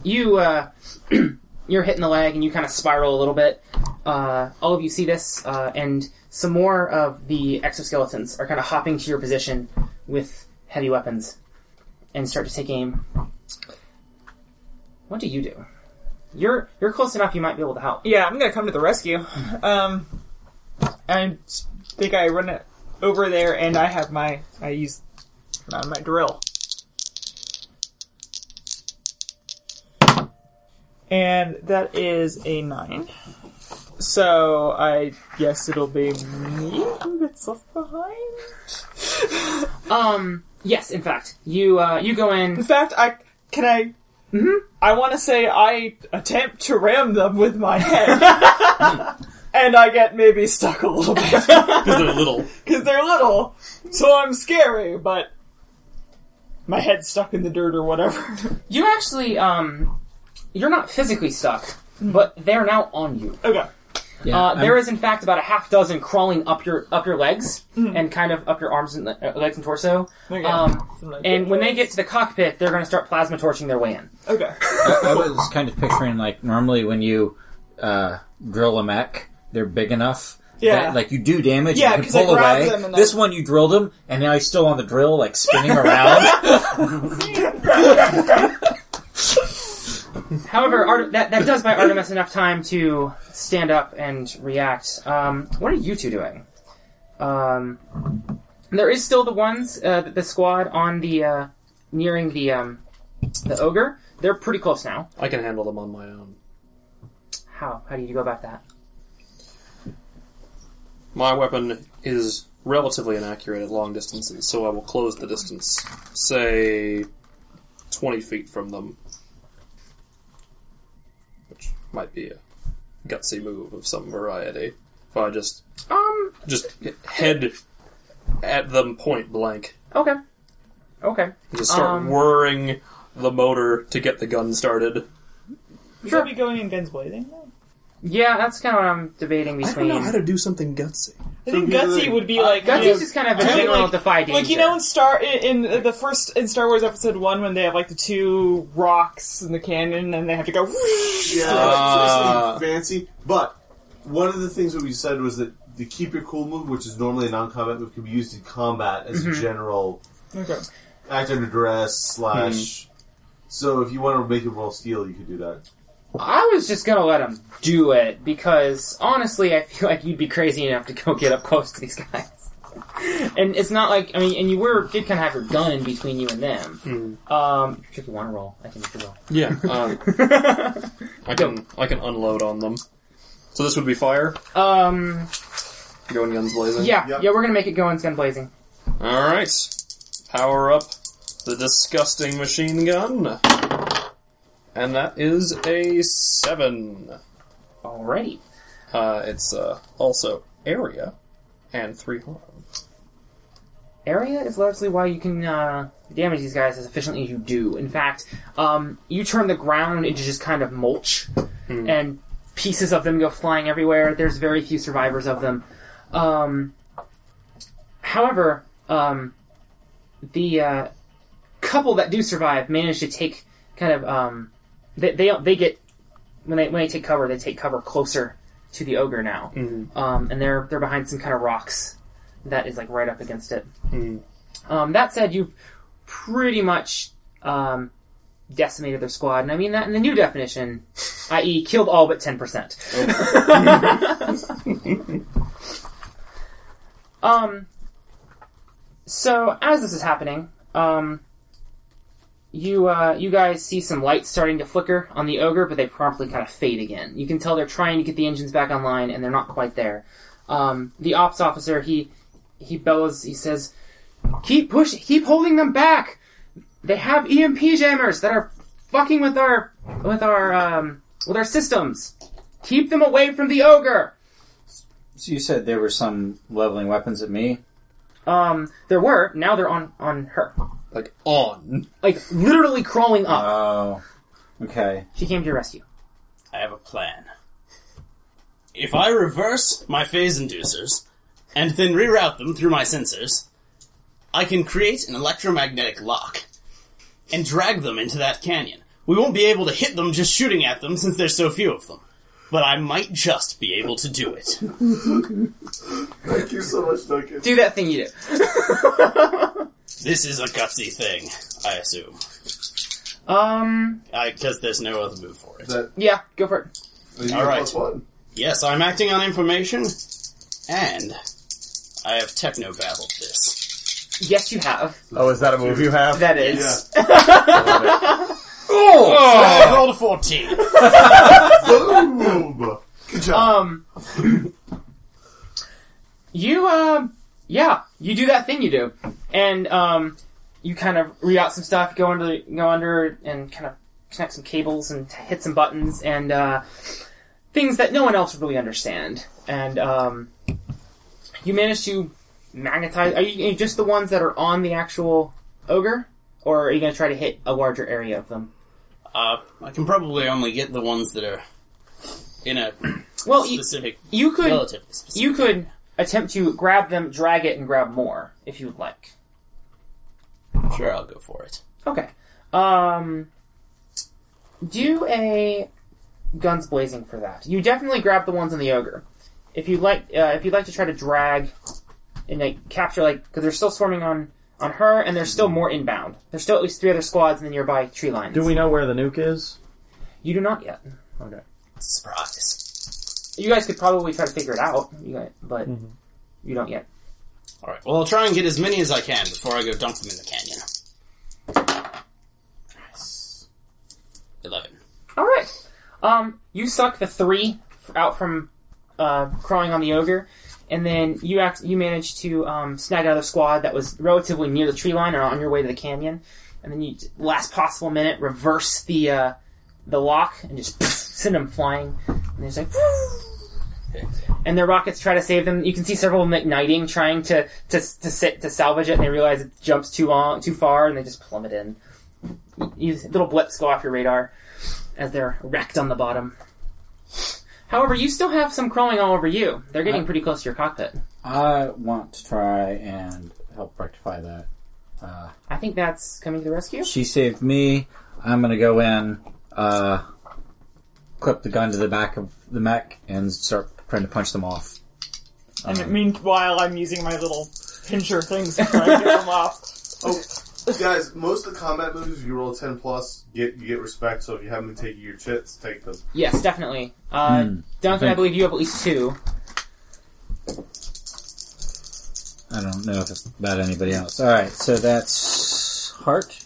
you, uh, you're hitting the leg and you kind of spiral a little bit. Uh, all of you see this, uh, and some more of the exoskeletons are kind of hopping to your position with heavy weapons and start to take aim. What do you do? You're you're close enough. You might be able to help. Yeah, I'm gonna come to the rescue. Um, I s- think I run it over there, and I have my I use uh, my drill. And that is a nine. So I guess it'll be me who gets left behind. Um. Yes, in fact, you uh, you go In in. fact, I can I. I want to say I attempt to ram them with my head, and I get maybe stuck a little bit Because they're little. because they're little, so I'm scary. But my head's stuck in the dirt or whatever. You actually um, you're not physically stuck, but they're now on you. okay, Yeah, Uh, I'm- there is in fact about a half dozen crawling up your up your legs and kind of up your arms and le- uh, legs and torso. Okay. Um, Something like and that. when they get to the cockpit, they're going to start plasma torching their way in. okay, I was kind of picturing like normally when you uh, drill a mech, they're big enough. Yeah. that, like you do damage. you Yeah, can 'cause I pull grabbed away. them and This I- one you drilled him, and now he's still on the drill, like spinning around. However, Art- that, that does buy Artemis enough time to stand up and react. Um, what are you two doing? Um, there is still the ones, uh, the squad on the, uh, nearing the, um, the ogre. They're pretty close now. I can handle them on my own. How? How do you go about that? My weapon is relatively inaccurate at long distances, so I will close the distance, say, 20 feet from them. Which might be a gutsy move of some variety. If I just, Um, just head at them point blank okay. Okay. and just start Um. whirring the motor to get the gun started. Should I be going in guns blazing? though? Yeah, that's kind of what I'm debating I don't between. know how to do something gutsy. I here's think the gutsy thing. would be like Gutsy's you know, just kind of a uh, kinda general defy danger. Like you know, in Star in, in the first in Star Wars Episode One, when they have like the two rocks in the cannon, and they have to go. Yeah, Ah. it's nice and fancy. But one of the things that we decided was that the keep your cool move, which is normally a non-combat move, can be used in combat as a general Okay. act under duress slash. So if you want to make it roll steel, you could do that. I was just gonna let him do it because honestly, I feel like you'd be crazy enough to go get up close to these guys. And it's not like I mean, and you were did kind of have your gun in between you and them. Um, if you want to roll, I can make you roll. Yeah, uh, I can I can unload on them. So this would be fire, Um, going guns blazing. yeah, Yep. yeah, we're gonna make it go in gun blazing. All right, power up the disgusting machine gun, and that is a seven. Alrighty. Uh, it's uh, also area and three harm. area is largely why you can uh, damage these guys as efficiently as you do. In fact, um, you turn the ground into just kind of mulch, and pieces of them go flying everywhere. There's very few survivors of them. Um, however, um, the uh, couple that do survive manage to take kind of um, they, they they get when they when they take cover, they take cover closer to the ogre now, um, and they're they're behind some kind of rocks that is like right up against it. Um, that said, you've pretty much um, decimated their squad, and I mean that in the new definition, i.e., killed all but ten percent. um, so as this is happening, um, you uh, you guys see some lights starting to flicker on the ogre, but they promptly kind of fade again. You can tell they're trying to get the engines back online, and they're not quite there. Um, the ops officer he he bellows. He says, "Keep push, keep holding them back. They have EMP jammers that are fucking with our with our um, with our systems. Keep them away from the ogre." so you said there were some leveling weapons at me. Um, there were now they're on on her, Like on. like literally crawling up. Oh, okay. She came to your rescue. I have a plan. If I reverse my phase inducers and then reroute them through my sensors, I can create an electromagnetic lock and drag them into that canyon. We won't be able to hit them just shooting at them since there's so few of them. But I might just be able to do it. Thank you so much, Duncan. Do that thing you do. This is a gutsy thing, I assume. Um, Because there's no other move for it. That yeah, go for it. all right. right. One. Yes, I'm acting on information, and I have techno battled this. Yes, you have. Oh, is that a move you have? That is. I rolled a 14. Boom. Good job. Um, you, uh, yeah, you do that thing you do, and um, you kind of root out some stuff, go under, go under, and kind of connect some cables and hit some buttons and uh, things that no one else would really understand. And um, you manage to magnetize. Are you, are you just the ones that are on the actual ogre, or are you going to try to hit a larger area of them? Uh, I can probably only get the ones that are in a Well, you, specific, you could relatively specific. You could attempt to grab them, drag it, and grab more if you would like. Sure, I'll go for it. Okay. Um, do a guns blazing for that. You definitely grab the ones in the ogre. if you'd like, uh, if you'd like to try to drag and like capture, like because they're still swarming on on her, and there's still more inbound. There's still at least three other squads in the nearby tree lines. Do we know where the nuke is? You do not yet. Okay. Surprise. You guys could probably try to figure it out, you guys, but Mm-hmm. you don't yet. Alright, well, I'll try and get as many as I can before I go dump them in the canyon. Nice. 11. All right. Um, you suck the three f- out from uh, crawling on the ogre, and then you act- you manage to um, snag another squad that was relatively near the tree line or on your way to the canyon, and then you last possible minute reverse the uh, the lock and just send them flying, and they're just like. And their rockets try to save them. You can see several of them igniting, trying to to to, sit, to salvage it, and they realize it jumps too long, too far, and they just plummet in. You, little blips go off your radar as they're wrecked on the bottom. However, you still have some crawling all over you. They're getting pretty close to your cockpit. I want to try and help rectify that. I think that's coming to the rescue. She saved me. I'm gonna go in, uh, clip the gun to the back of the mech and start trying to punch them off. And meanwhile, I'm using my little pincher things to try and get them off. Oh, guys, most of the combat moves, if you roll a 10 plus, get you get respect, so if you haven't been taking your chits, take them. Yes, definitely. Uh, Duncan, I Thank- believe you have at least two. I don't know if it's about anybody else. Alright, so that's heart.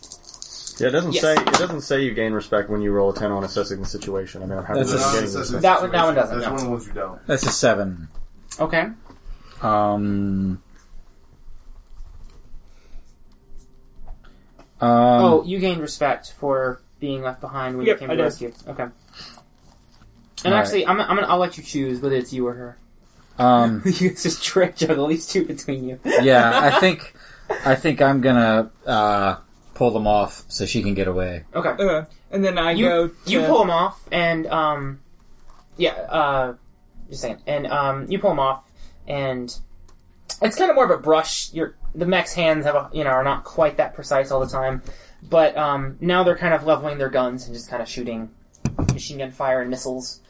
Yeah, it doesn't Yes. say it doesn't say you gain respect when you roll a ten on assessing the situation. I mean, I'm happy That's with a- getting That's- that's- respect. That one- that one doesn't, That's no. one of the ones you don't. That's a seven. Okay. Um. um, oh, you gained respect for being left behind when Yep, you came I to did. rescue. Okay. And All actually, I'm, I'm gonna, I'll let you choose whether it's you or her. um, you guys just trick juggle these two between you. yeah, I think, I think I'm gonna uh, pull them off so she can get away. Okay. Okay. Uh, And then I You- go. To, you pull him off, and um, yeah, uh, just saying, and um, you pull him off, and it's kind of more of a brush. Your the mech's hands have a you know are not quite that precise all the time, but um, now they're kind of leveling their guns and just kind of shooting machine gun fire and missiles.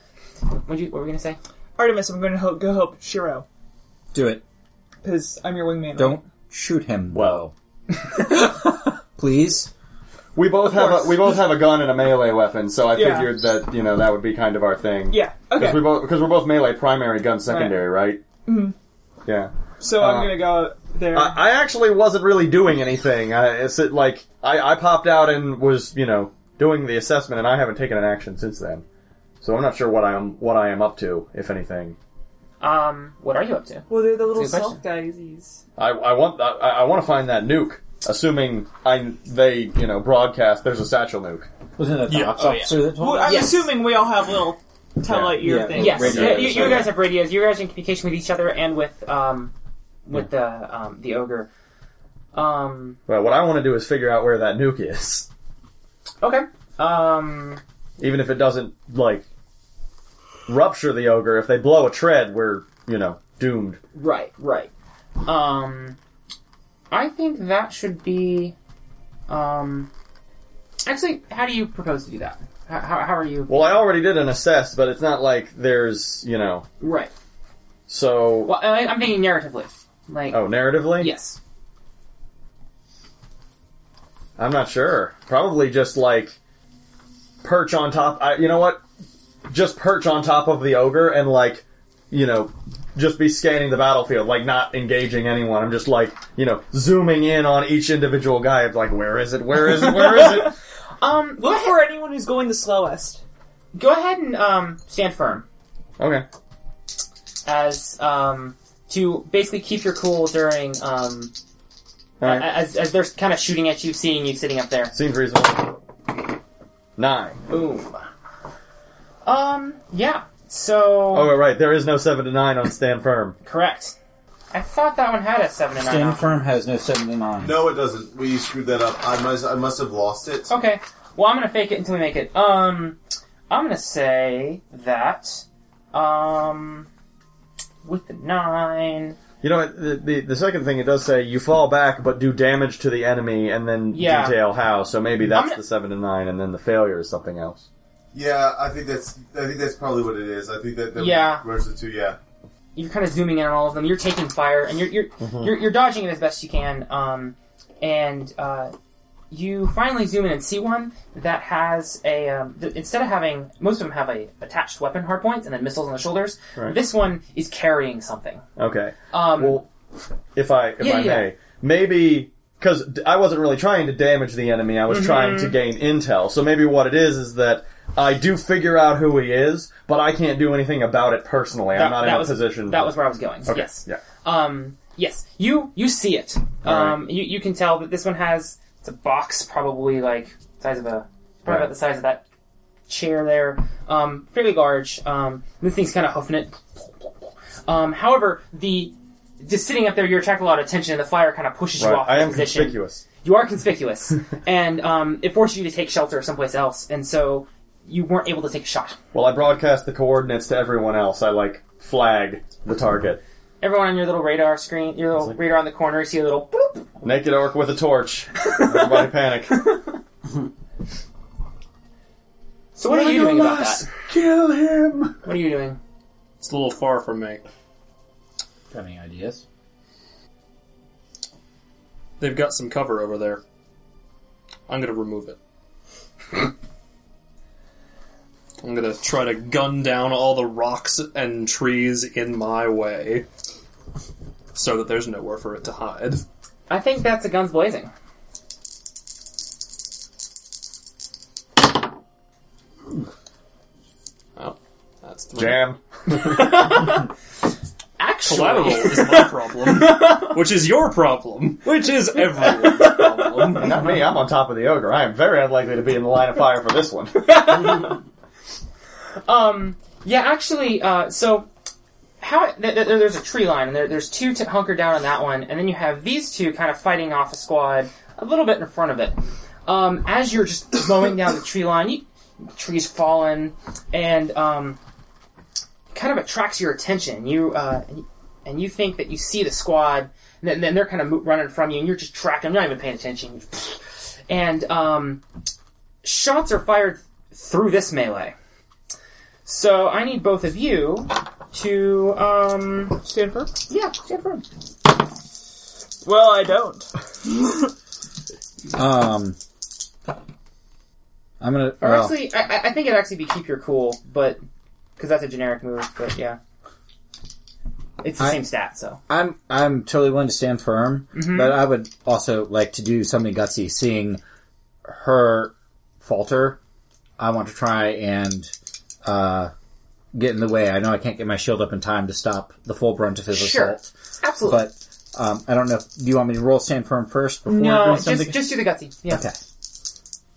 What you what were you gonna say? Artemis. I'm going to help, go help Shiro Do it. because I'm your wingman. Don't shoot him. Well, please. We both have a, we both have a gun and a melee weapon, so I Yeah. figured that you know that would be kind of our thing. Yeah. Because Okay. we both because we're both melee primary, gun secondary, right? Mm-hmm. Yeah. so uh, I'm going to go there. uh, I, I actually wasn't really doing anything. I, it's it, like I, I popped out and was you know doing the assessment, and I haven't taken an action since then. So I'm not sure what I'm what I am up to, if anything. Um, what are you up to? well, they're the little Good question. self guys. I, I want I, I want to find that nuke. Assuming I they you know broadcast there's a satchel nuke. Wasn't it the Yeah. ops Oh, yeah. officer that told Well, I'm Yes. assuming we all have little tele ear Yeah. things. Yes, Radios. you, you guys have radios. You guys are in communication with each other and with um, with the um, the ogre. Um, Well, what I want to do is figure out where that nuke is, Okay. Um. even if it doesn't like rupture the ogre. If they blow a tread, we're you know doomed. Right. Right. Um. I think that should be. Um. Actually, how do you propose to do that? How, how, how are you? Well, I already did an assess, but it's not like there's you know Right. so. Well, I, I'm thinking narratively. Like. Oh, narratively? Yes. I'm not sure. Probably just like perch on top. I, you know what? Just perch on top of the ogre and like, you know, just be scanning the battlefield, like not engaging anyone. I'm just like, you know, zooming in on each individual guy. It's like, where is it? Where is it? Where is it? Um. Go Look ahead, for anyone who's going the slowest. go ahead and um stand firm Okay. as um to basically keep your cool during um All right. as as they're kind of shooting at you, seeing you sitting up there. Seems reasonable. Nine. Boom. Um. Yeah. So. Oh, right. There is no seven to nine on stand firm. Correct. I thought that one had a seven and nine. Stand on it. firm has no seven to nine. No, it doesn't. We screwed that up. I must, I must have lost it. Okay. Well, I'm gonna fake it until we make it. Um, I'm gonna say that, um, with the nine. You know, what? the, the the second thing it does say you fall back but do damage to the enemy and then Yeah. detail how. So maybe that's gonna- the seven to nine, and then the failure is something else. Yeah, I think that's, I think that's probably what it is. I think that, that Yeah. where's the two, yeah. you're kind of zooming in on all of them. You're taking fire, and you're you're Mm-hmm. you're, you're dodging it as best you can. Um, and uh, you finally zoom in and see one that has a um, th- instead of having most of them have a attached weapon hardpoints and then missiles on the shoulders. This one is carrying something. Okay. Um, Well, if I if Yeah, I yeah. may, maybe because I wasn't really trying to damage the enemy. I was Mm-hmm. trying to gain intel. So maybe what it is is that I do figure out who he is, but I can't do anything about it personally. I'm that, not that in a was, position. That was where I was going. Okay. Yes. Yeah. Um, yes, you you see it. right. Um, you, you can tell that this one has it's a box, probably like size of a probably Right. about the size of that chair there. Um, fairly large. Um, this thing's kind of hoofing it. Um, however, the just sitting up there, you're attracting a lot of attention, and the fire kind of pushes you Right. off. I your am position. conspicuous. You are conspicuous, and um, it forces you to take shelter someplace else, and so you weren't able to take a shot. Well, I broadcast the coordinates to everyone else. I like flag the target. Everyone on your little radar screen, your little radar on the corner, you see a little bloop, Naked orc with a torch. Everybody panic. So what are you doing about that? Kill him. What are you doing? It's a little far from me. Got any ideas? They've got some cover over there. I'm gonna remove it. I'm gonna try to gun down all the rocks and trees in my way so that there's nowhere for it to hide. I think that's a guns blazing. Oh, that's three. Jam. Collateral Actually, is my problem, which is your problem, which is everyone's problem. Not me. I'm on top of the ogre. I am very unlikely to be in the line of fire for this one. um, yeah, actually, uh, so how th- th- there's a tree line, and there, there's two to hunker down on that one, and then you have these two kind of fighting off a squad a little bit in front of it. Um, as you're just mowing down the tree line, you, trees fallen, and um, kind of attracts your attention. You uh, and you- and you think that you see the squad, and then, then they're kind of mo- running from you, and you're just tracking. You're not even paying attention. And um, shots are fired through this melee. So I need both of you to um Stand firm? yeah stand firm. Well, I don't. Um, I'm gonna. Or well, actually, I, I- I think it'd actually be keep your cool, but because that's a generic move. But yeah, it's the I- same stat. So I'm I'm totally willing to stand firm, Mm-hmm. but I would also like to do something gutsy. Seeing her falter, I want to try and uh, get in the way. I know I can't get my shield up in time to stop the full brunt of his Sure. assault, absolutely. but um, I don't know. if- Do you want me to roll stand firm first before no, doing something? just just do the gutsy. Yeah.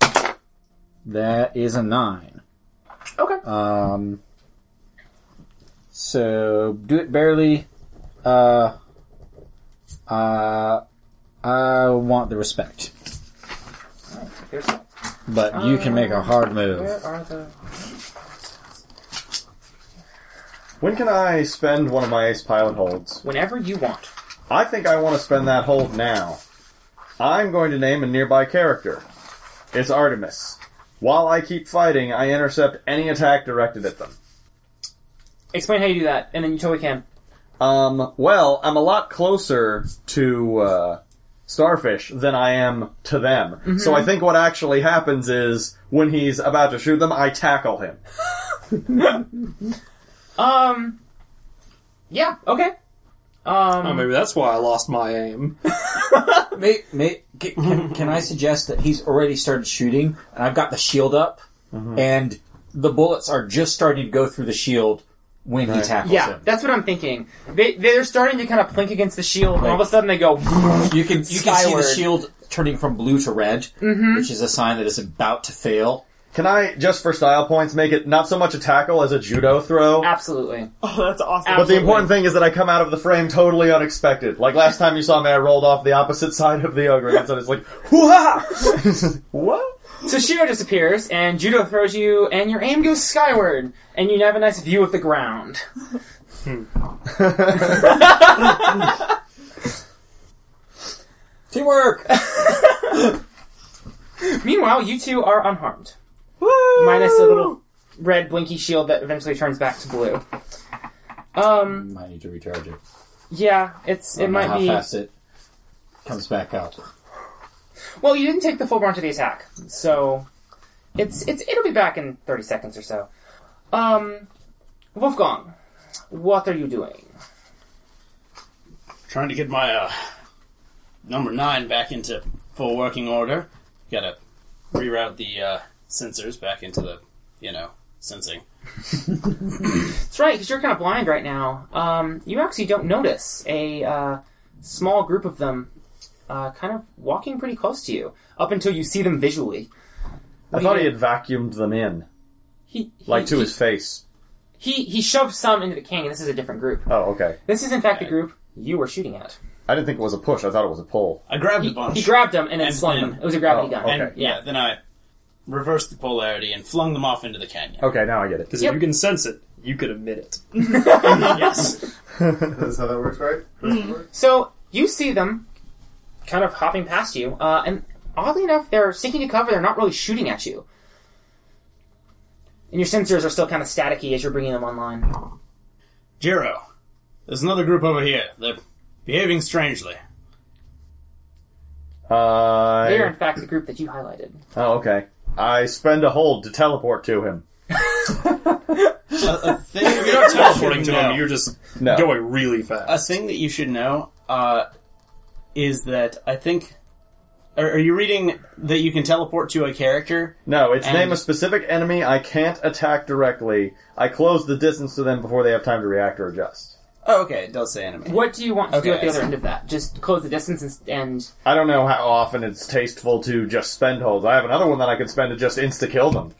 okay. That is a nine. Okay. Um, so do it barely. Uh, uh, I want the respect, Here's- but you can make a hard move. where are the? When can I spend one of my ace pilot holds? Whenever you want. I think I want to spend that hold now. I'm going to name a nearby character. It's Artemis. While I keep fighting, I intercept any attack directed at them. Explain how you do that, and then you totally can. Um, well, I'm a lot closer to uh, Starfish than I am to them. So I think what actually happens is when he's about to shoot them, I tackle him. Um. Yeah. Okay. Oh, Um. maybe that's why I lost my aim. May, may, ca- can, can I suggest that he's already started shooting, and I've got the shield up, and the bullets are just starting to go through the shield when he tackles Yeah, him. that's what I'm thinking. They they're starting to kind of plink against the shield, and all of a sudden they go. You can you can Skyward. see the shield turning from blue to red, which is a sign that it's about to fail. Can I, just for style points, make it not so much a tackle as a judo throw? Absolutely. Oh, that's awesome. But the important thing is that I come out of the frame totally unexpected. Like last time you saw me, I rolled off the opposite side of the ogre, and so it's like, hoo what? So Shiro disappears, and Judo throws you, and your aim goes skyward, and you have a nice view of the ground. Teamwork. Meanwhile, you two are unharmed, Woo! minus a little red blinky shield that eventually turns back to blue. Um, You might need to recharge it. yeah, it's I it don't know might how be. fast it comes back up. Well, you didn't take the full brunt of the attack, so it's it's it'll be back in thirty seconds or so. Um, Wolfgang, what are you doing? Trying to get my uh, number nine back into full working order. Gotta reroute the uh, sensors back into the, you know, sensing. That's right, because you're kind of blind right now. Um, you actually don't notice a uh, small group of them uh, kind of walking pretty close to you up until you see them visually. I thought he had vacuumed them in, He, he like to his face. he he shoved some into the canyon. This is a different group. Oh, okay. This is in fact the group you were shooting at. I didn't think it was a push. I thought it was a pull. I grabbed a He, bunch. he grabbed them and then And slung then- them. It was a gravity Oh, gun. okay. and, yeah, then I reversed the polarity and flung them off into the canyon. Okay, now I get it. Because Yep. if you can sense it, you could admit it. yes. That's That's how that works, right? So you see them kind of hopping past you, uh, and oddly enough, they're seeking to cover. They're not really shooting at you. And your sensors are still kind of staticky as you're bringing them online. Jiro, there's another group over here. They're behaving strangely. I- They are, in fact, the group that you highlighted. Oh, okay. I spend a hold to teleport to him. a, a thing you're You're not teleporting to them, you're just No. going really a fast. thing that you should know uh, is that I think. Are, are you reading that you can teleport to a character? No, it's And- name a specific enemy I can't attack directly. I close the distance to them before they have time to react or adjust. Oh, okay, it does say enemy. What do you want to Okay, do at the I other see. end of that? Just close the distance and, and I don't know how often it's tasteful to just spend holds. I have another one that I could spend to just insta kill them.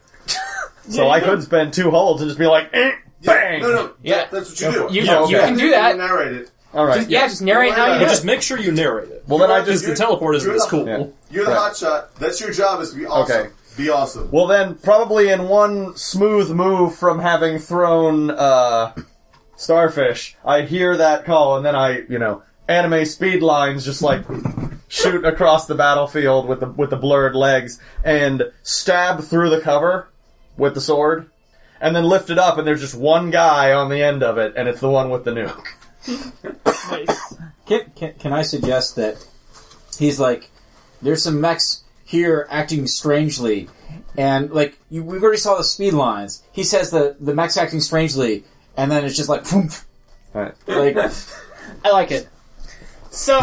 so I could spend two holds and just be like, eh, bang! No, no. Yeah. That, that's what you do. you, Yeah, you okay. can do that. Narrate it. All right. Just, yeah, just narrate how you But do just it. Uh, make sure you narrate it. Well, then I You're just. The teleport isn't as cool. Yeah. You're the Right. hot shot. That's your job is to be awesome. Okay. Be awesome. Well, then probably in one smooth move from having thrown uh, starfish, I hear that call and then I, you know, anime speed lines just like shoot across the battlefield with the with the blurred legs and stab through the cover with the sword. And then lift it up, and there's just one guy on the end of it, and it's the one with the nuke. Can, can, can I suggest that he's like, there's some mechs here acting strangely, and like you, we've already saw the speed lines. He says the the mechs acting strangely, and then it's just like, "Phoomp." Right. like I like it. So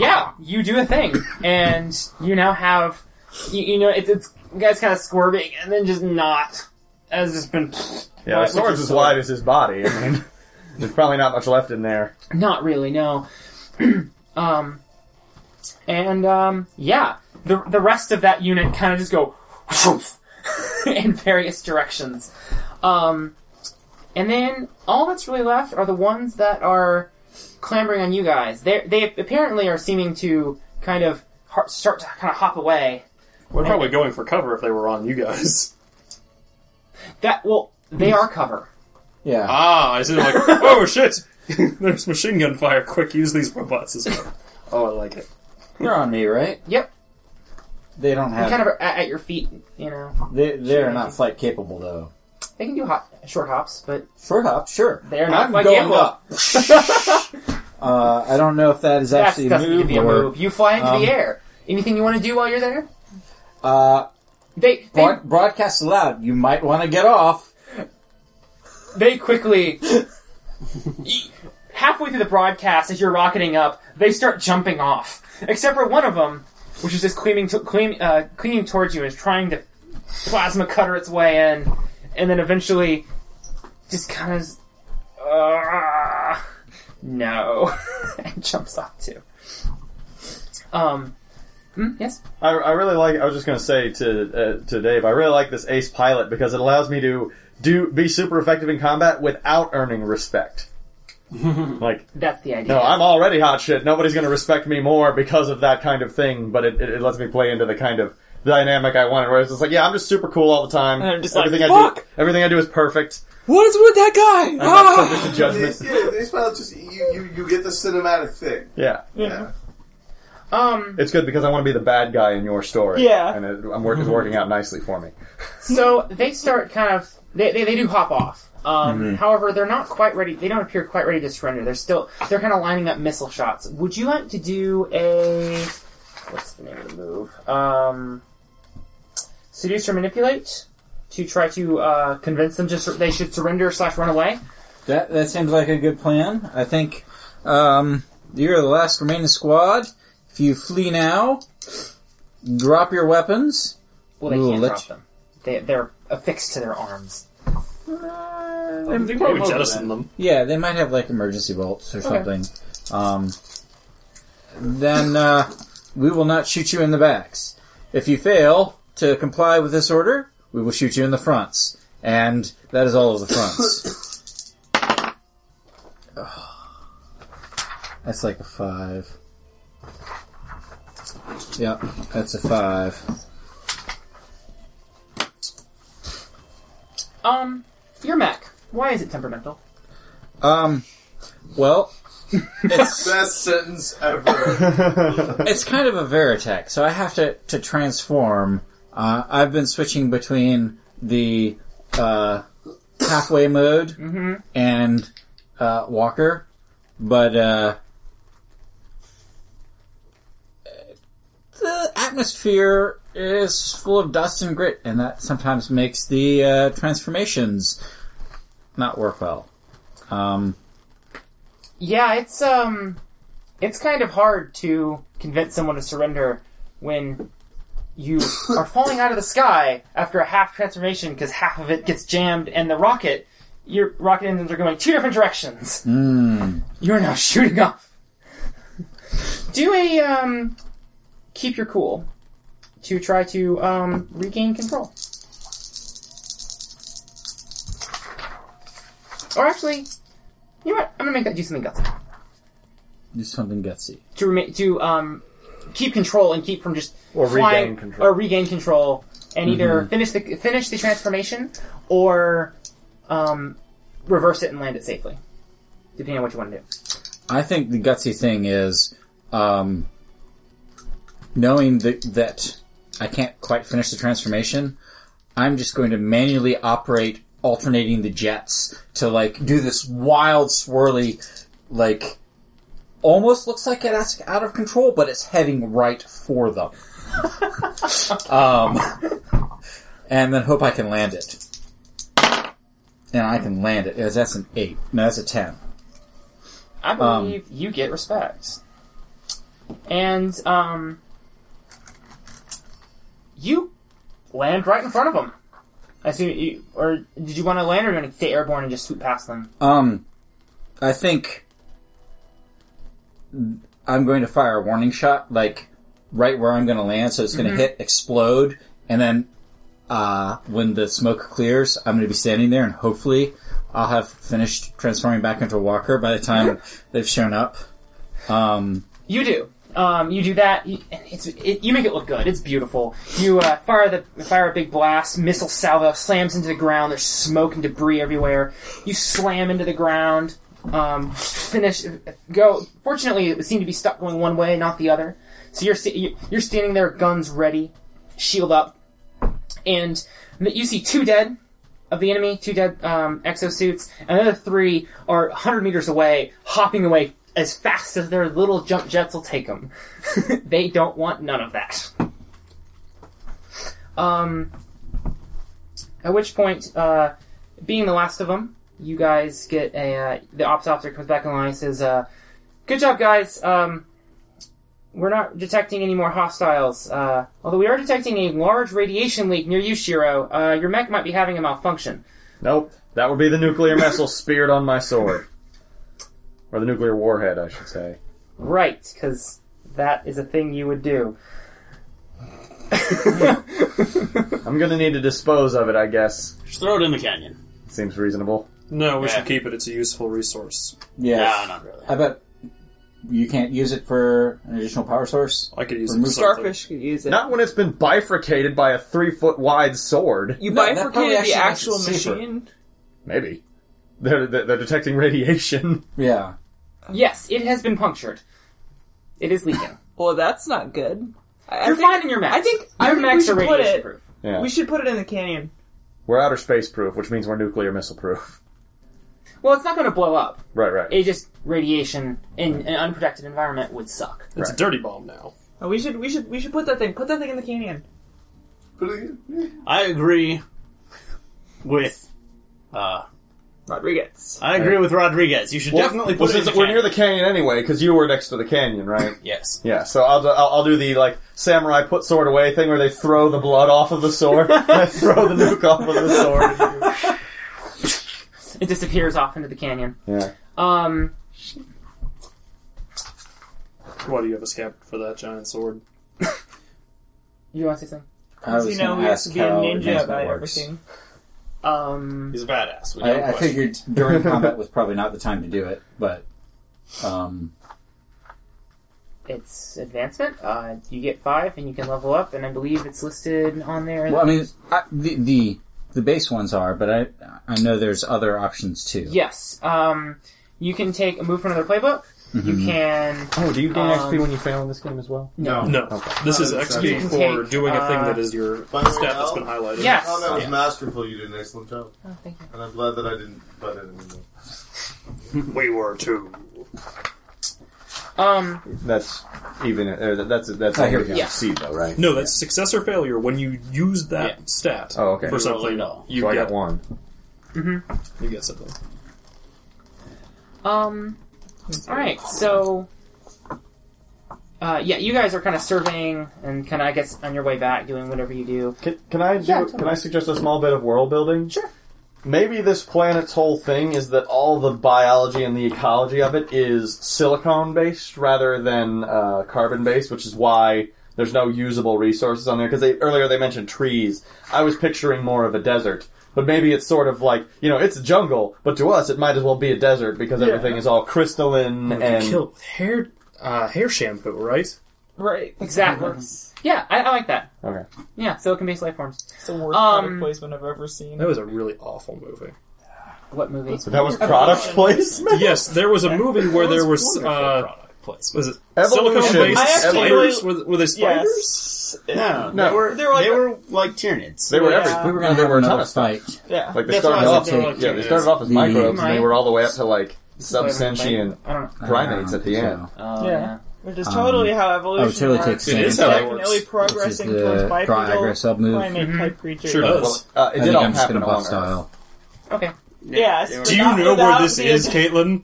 yeah, you do a thing, and you now have you, you know it's, it's you guys kind of squirming, and then just not has just been Yeah, the Right, sword's which as is- wide as his body. I mean, there's probably not much left in there. not really no. um, and um, yeah, the the rest of that unit kind of just go in various directions. Um, and then all that's really left are the ones that are clambering on you guys. They they apparently are seeming to kind of har- start to kind of hop away. We're probably going for cover if they were on you guys. That well, they are cover. yeah. Ah, I see. Like, oh shit! There's machine gun fire. Quick, use these robots as well. Oh, I like it. They're on me, right? Yep, They don't They're have. kind of at, at your feet. You know, they they're not flight capable though. they can do hot short hops, but Short hop, sure. They're not I'm like going antelope. up. uh, I don't know if that is that actually a doesn't move give you a or- move. You fly into um, the air. Anything you want to do while you're there? Uh, They they, broad- broadcast aloud. You might want to get off. they quickly halfway through the broadcast as you're rocketing up, they start jumping off. Except for one of them, which is just cleaning to, clean, uh, cleaning towards you and is trying to plasma cutter its way in, and then eventually just kind of uh, no and jumps off too. Um, hmm, yes. I, I really like. I was just going to say to uh, to Dave. I really like this Ace Pilot because it allows me to do be super effective in combat without earning respect. like, That's the idea. no, I'm already hot shit. Nobody's going to respect me more because of that kind of thing. But it, it, it lets me play into the kind of dynamic I wanted. Where it's just like, yeah, I'm just super cool all the time. I'm just like, everything I do, fuck! everything I do is perfect. What is with that guy? Ah. I'm not subject to It's, judgment. yeah, it's about just you, you. You get the cinematic thing. Yeah, Yeah. um. it's good because I want to be the bad guy in your story. Yeah. and it, I'm work, it's working out nicely for me. So they start kind of they, they, they do hop off. Um, However, they're not quite ready. They don't appear quite ready to surrender. They're still they're kind of lining up missile shots. Would you like to do a what's the name of the move? Um, seduce or manipulate to try to uh, convince them to sur- they should surrender slash run away. That that seems like a good plan. I think um, you're the last remaining squad. If you flee now, drop your weapons. Well, they We'll can't let drop you- them. They, they're affixed to their arms. They probably jettisoned them. Yeah, they might have like emergency bolts or something. Um, then uh, we will not shoot you in the backs. If you fail to comply with this order, we will shoot you in the fronts, and that is all of the fronts. that's like a five. Yep, that's a five. Um, your mech. Why is it temperamental? Um, well, Best sentence ever. it's kind of a Veritech, so I have to, to transform. Uh, I've been switching between the uh, halfway mode Mm-hmm. and uh, Walker, but uh, the atmosphere is full of dust and grit, and that sometimes makes the uh, transformations not work well. Um, Yeah, it's um, it's kind of hard to convince someone to surrender when you are falling out of the sky after a half transformation because half of it gets jammed and the rocket, your rocket engines are going two different directions. You're now shooting off. Do a um, keep your cool to try to um, regain control. Or actually, you know what? I'm gonna make that do something gutsy. do something gutsy. to remain to um, keep control and keep from just or regain control. Mm-hmm. or regain control and either finish the finish the transformation or um, reverse it and land it safely, depending on what you want to do. I think the gutsy thing is um, knowing that, that I can't quite finish the transformation. I'm just going to manually operate alternating the jets to like do this wild swirly, like almost looks like it's out of control, but it's heading right for them. um, and then hope I can land it. And I can land it. Yes, That's an eight. No, that's a ten. I Um, believe you get respect, and um, you land right in front of them. I see. You, or did you want to land, or do you want to stay airborne and just swoop past them? Um, I think I'm going to fire a warning shot, like right where I'm going to land. So it's going to Mm-hmm. hit, explode, and then uh, when the smoke clears, I'm going to be standing there, and hopefully, I'll have finished transforming back into a walker by the time they've shown up. Um, You do. Um, you do that. You, and it's it, you make it look good. It's beautiful. You uh, fire the fire a big blast. Missile salvo slams into the ground. There's smoke and debris everywhere. You slam into the ground. Um, finish. Go. Fortunately, it seemed to be stuck going one way, not the other. So you're sta- you- you're standing there, guns ready, shield up, and you see two dead of the enemy, two dead um, exosuits, and the other three are 100 meters away, hopping away as fast as their little jump jets will take them. they don't want none of that. Um, at which point, uh, being the last of them, you guys get a. Uh, the ops officer comes back online and says, uh, Good job, guys. Um, we're not detecting any more hostiles. Uh, although we are detecting a large radiation leak near you, Shiro. Uh, your mech might be having a malfunction. Nope. That would be the nuclear missile speared on my sword. Or the nuclear warhead, I should say. Right, because that is a thing you would do. I'm gonna need to dispose of it, I guess. Just throw it in the canyon. Seems reasonable. No, we Yeah. should keep it. It's a useful resource. No, not really. I bet you can't use it for an additional power source. I could use it Remove for something. Starfish could use it. Not when it's been bifurcated by a three foot wide sword. you No, that probably bifurcated actually the makes it actual safer. machine. Maybe. They're, they're they're detecting radiation. Yeah. Yes, it has been punctured. It is leaking. Well, that's not good. I, I You're think- fine in your mech. I think I your think we mechs are should put radiation it. proof. Yeah. We should put it in the canyon. We're outer space proof, which means we're nuclear missile proof. Well, it's not going to blow up. Right, right. It just radiation in an unprotected environment would suck. It's a dirty bomb now. Oh, we should we should we should put that thing put that thing in the canyon. Put it in. Yeah. I agree with. Uh, Rodriguez. I agree with Rodriguez. You should Well, definitely well, put it in since the we're can. near the canyon anyway, because you were next to the canyon, right? Yes. yeah. So I'll, do- I'll I'll do the like samurai put sword away thing where they throw the blood off of the sword, and I throw the nuke off of the sword. It disappears off into the canyon. Yeah. Um, Why do you have a scab for that giant sword? you want to say something? I was you know, gonna he has ask to be a how ninja enhancement about works. everything. Um, He's a badass. We don't I, I question. figured during combat was probably not the time to do it, but um, it's advancement. Uh, you get five, and you can level up, and I believe it's listed on there. well, I mean, I, the, the the base ones are, but I I know there's other options too. yes. Um, you can take a move from another playbook. You can. Oh, do you gain Um, XP when you fail in this game as well? No. No, this is No, it's XP not. for Take, doing a thing uh, that is your By the way, stat that's Al? been highlighted. Yes. Oh, that was Yeah. masterful. You did an excellent job, Oh, thank you. and I'm glad that I didn't butt in anymore. we were too. Um, That's even. Uh, that- that's that's I all hear you you. can Yeah. see though, right? No, that's success or failure. When you use that Yeah. stat Oh, okay. for So something, it all. you I get got one. You get something. um, all right. So, uh, yeah, you guys are kind of surveying and kind of, I guess, on your way back, doing whatever you do. Can, can I do, Yeah, can I suggest a small bit of world building? Sure. Maybe this planet's whole thing is that all the biology and the ecology of it is silicon based rather than uh, carbon based, which is why there's no usable resources on there. Because they, earlier they mentioned trees. I was picturing more of a desert, but maybe it's sort of like you know it's a jungle, but to us it might as well be a desert because everything is all crystalline and Kill with hair uh, hair shampoo, right? Right. Exactly. It's Yeah, I, I like that. okay. Yeah, silicon-based life forms. the worst Um, product placement I've ever seen. That was a really awful movie. What movie? So that was product placement. yes, there was a movie where there was Wonderful uh, product placement. was it Evolution. silicon I based actually spiders? Were, were they spiders? yes. No, No. They were, They were like- they were like Tyranids. They were Yeah. everything. We We're gonna They have were a ton another of stuff. fight. Yeah. Like they That's started why I off, said yeah, they Tyranids. started off as The- microbes, and they Right. were all the way up to like subsentient I don't know. primates at the I don't end. know. Oh, Yeah. yeah. Which is totally how evolution totally works. takes It is It's how it definitely works. This is progressing towards the Viagra bipedal sub move. primate type creatures. Sure does. Well, uh, it I did think all I'm just happen gonna on bust Earth. style. Okay. Yes. Do but Do you not know where without this the is, Caitlin?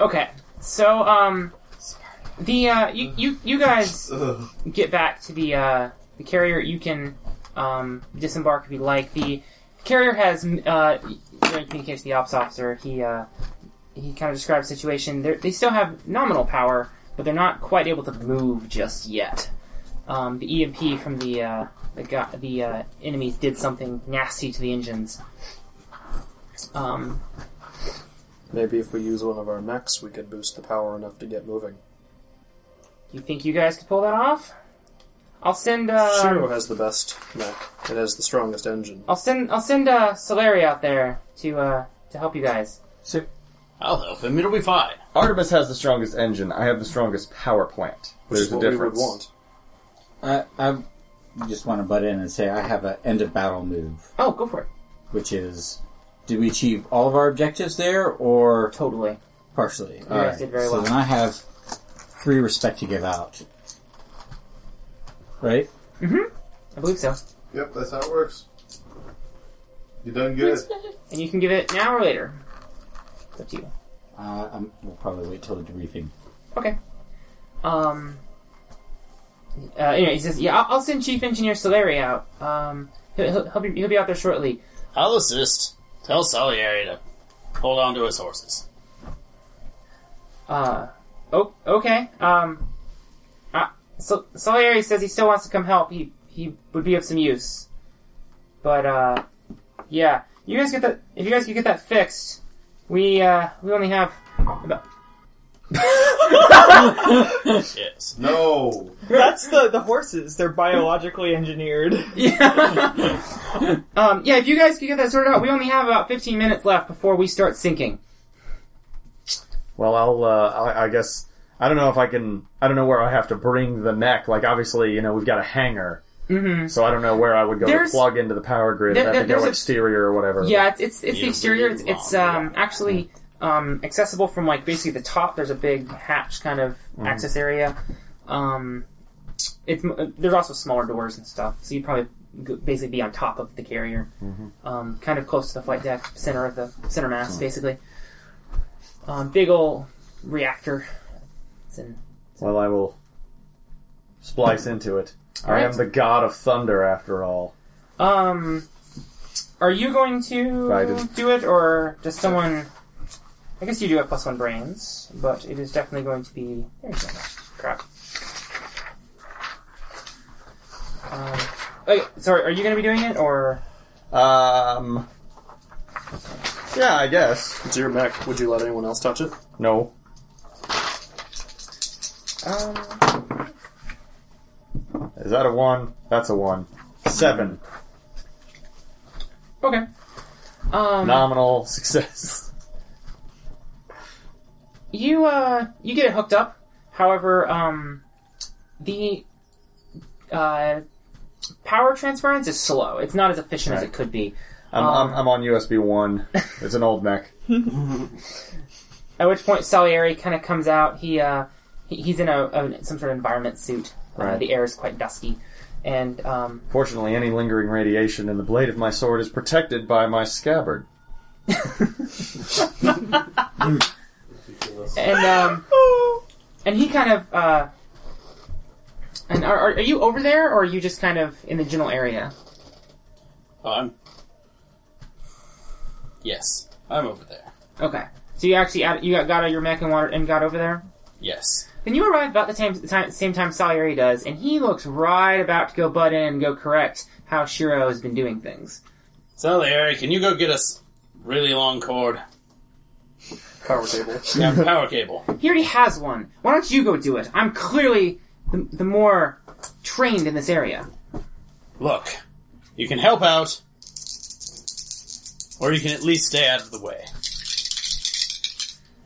Okay. So, um, the uh, you, you you guys get back to the uh, the carrier. You can um, disembark if you like. The carrier has uh, during communication to the ops officer. He uh, he kind of describes the situation. They're, they still have nominal power, but they're not quite able to move just yet. Um, the EMP from the uh, the gu the uh, enemies did something nasty to the engines. Um, Maybe if we use one of our mechs, we could boost the power enough to get moving. You think you guys could pull that off? I'll send Um, uh Shiro has the best mech. It has the strongest engine. I'll send I'll send uh Solari out there to uh to help you guys. I'll help him. It'll be fine. Artemis has the strongest engine. I have the strongest power plant. Which There's is what a we would difference. want. I, I just want to butt in and say I have an end of battle move, Oh, go for it. which is: did we achieve all of our objectives there, or Totally. partially? You guys did very so well. then I have free respect to give out, right? I believe so. Yep, that's how it works. You done good. And you can give it now or later. It's up to you. Uh, I'm, we'll probably wait till the debriefing. Okay. Um uh, anyway, he says, "Yeah, I'll, I'll send Chief Engineer Solari out. Um, he'll, he'll, he'll, be, he'll be out there shortly. I'll assist. Tell Salieri to hold on to his horses. Uh, oh, okay. Um, uh, so Solieri says he still wants to come help. He he would be of some use. But uh, yeah, you guys get that. If you guys could get that fixed, we uh we only have about Yes. No. That's the, the horses. They're biologically engineered. yeah. um, yeah. If you guys could get that sorted out, we only have about fifteen minutes left before we start sinking. Well, I'll. Uh, I, I guess I don't know if I can. I don't know where I have to bring the mech. Like obviously, you know, we've got a hangar. So I don't know where I would go There's- to plug into the power grid. There- I'd have to there- go there's a- exterior or whatever. Yeah, it's it's, it's the Yeah, exterior. It's, really it's long, um, actually um, accessible from like basically the top. There's a big hatch kind of access area. Um, it's m- uh, there's also smaller doors and stuff, so you'd probably g- basically be on top of the carrier, um, kind of close to the flight deck, center of the center mass, basically. Um, big old reactor. It's in, Well, I will splice into it. I am Alright. the god of thunder, after all. um, are you going to Raiden. do it or just someone? I guess you do have plus one brains, but it is definitely going to be. There's not much crap. Um, okay, sorry, are you going to be doing it or? Um. Yeah, I guess. It's your mech. Would you let anyone else touch it? No. Um, Is that a one? That's a one. Seven. okay. Um, Nominal success. you uh, you get it hooked up. However, um, the uh, power transference is slow. It's not as efficient as Right. it could be. I'm, Um. I'm, I'm on USB one. It's an old mech. At which point, Salieri kind of comes out. He, uh, he he's in a, a some sort of environment suit. Uh, Right. the air is quite dusty, and um, Fortunately, any lingering radiation in the blade of my sword is protected by my scabbard. and um, and he kind of. Uh, and are, are are you over there, or are you just kind of in the general area? Oh, I'm. Yes, I'm over there. Okay, so you actually out, you got, got out of your mech and, water, and got over there. Yes. Then you arrive about the time, time, same time Salieri does, and he looks right about to go butt in and go correct how Shiro has been doing things. So, Larry, can you go get us really long cord? Power table. Yeah, power cable. He already has one. Why don't you go do it? I'm clearly the, the more trained in this area. Look, you can help out, or you can at least stay out of the way.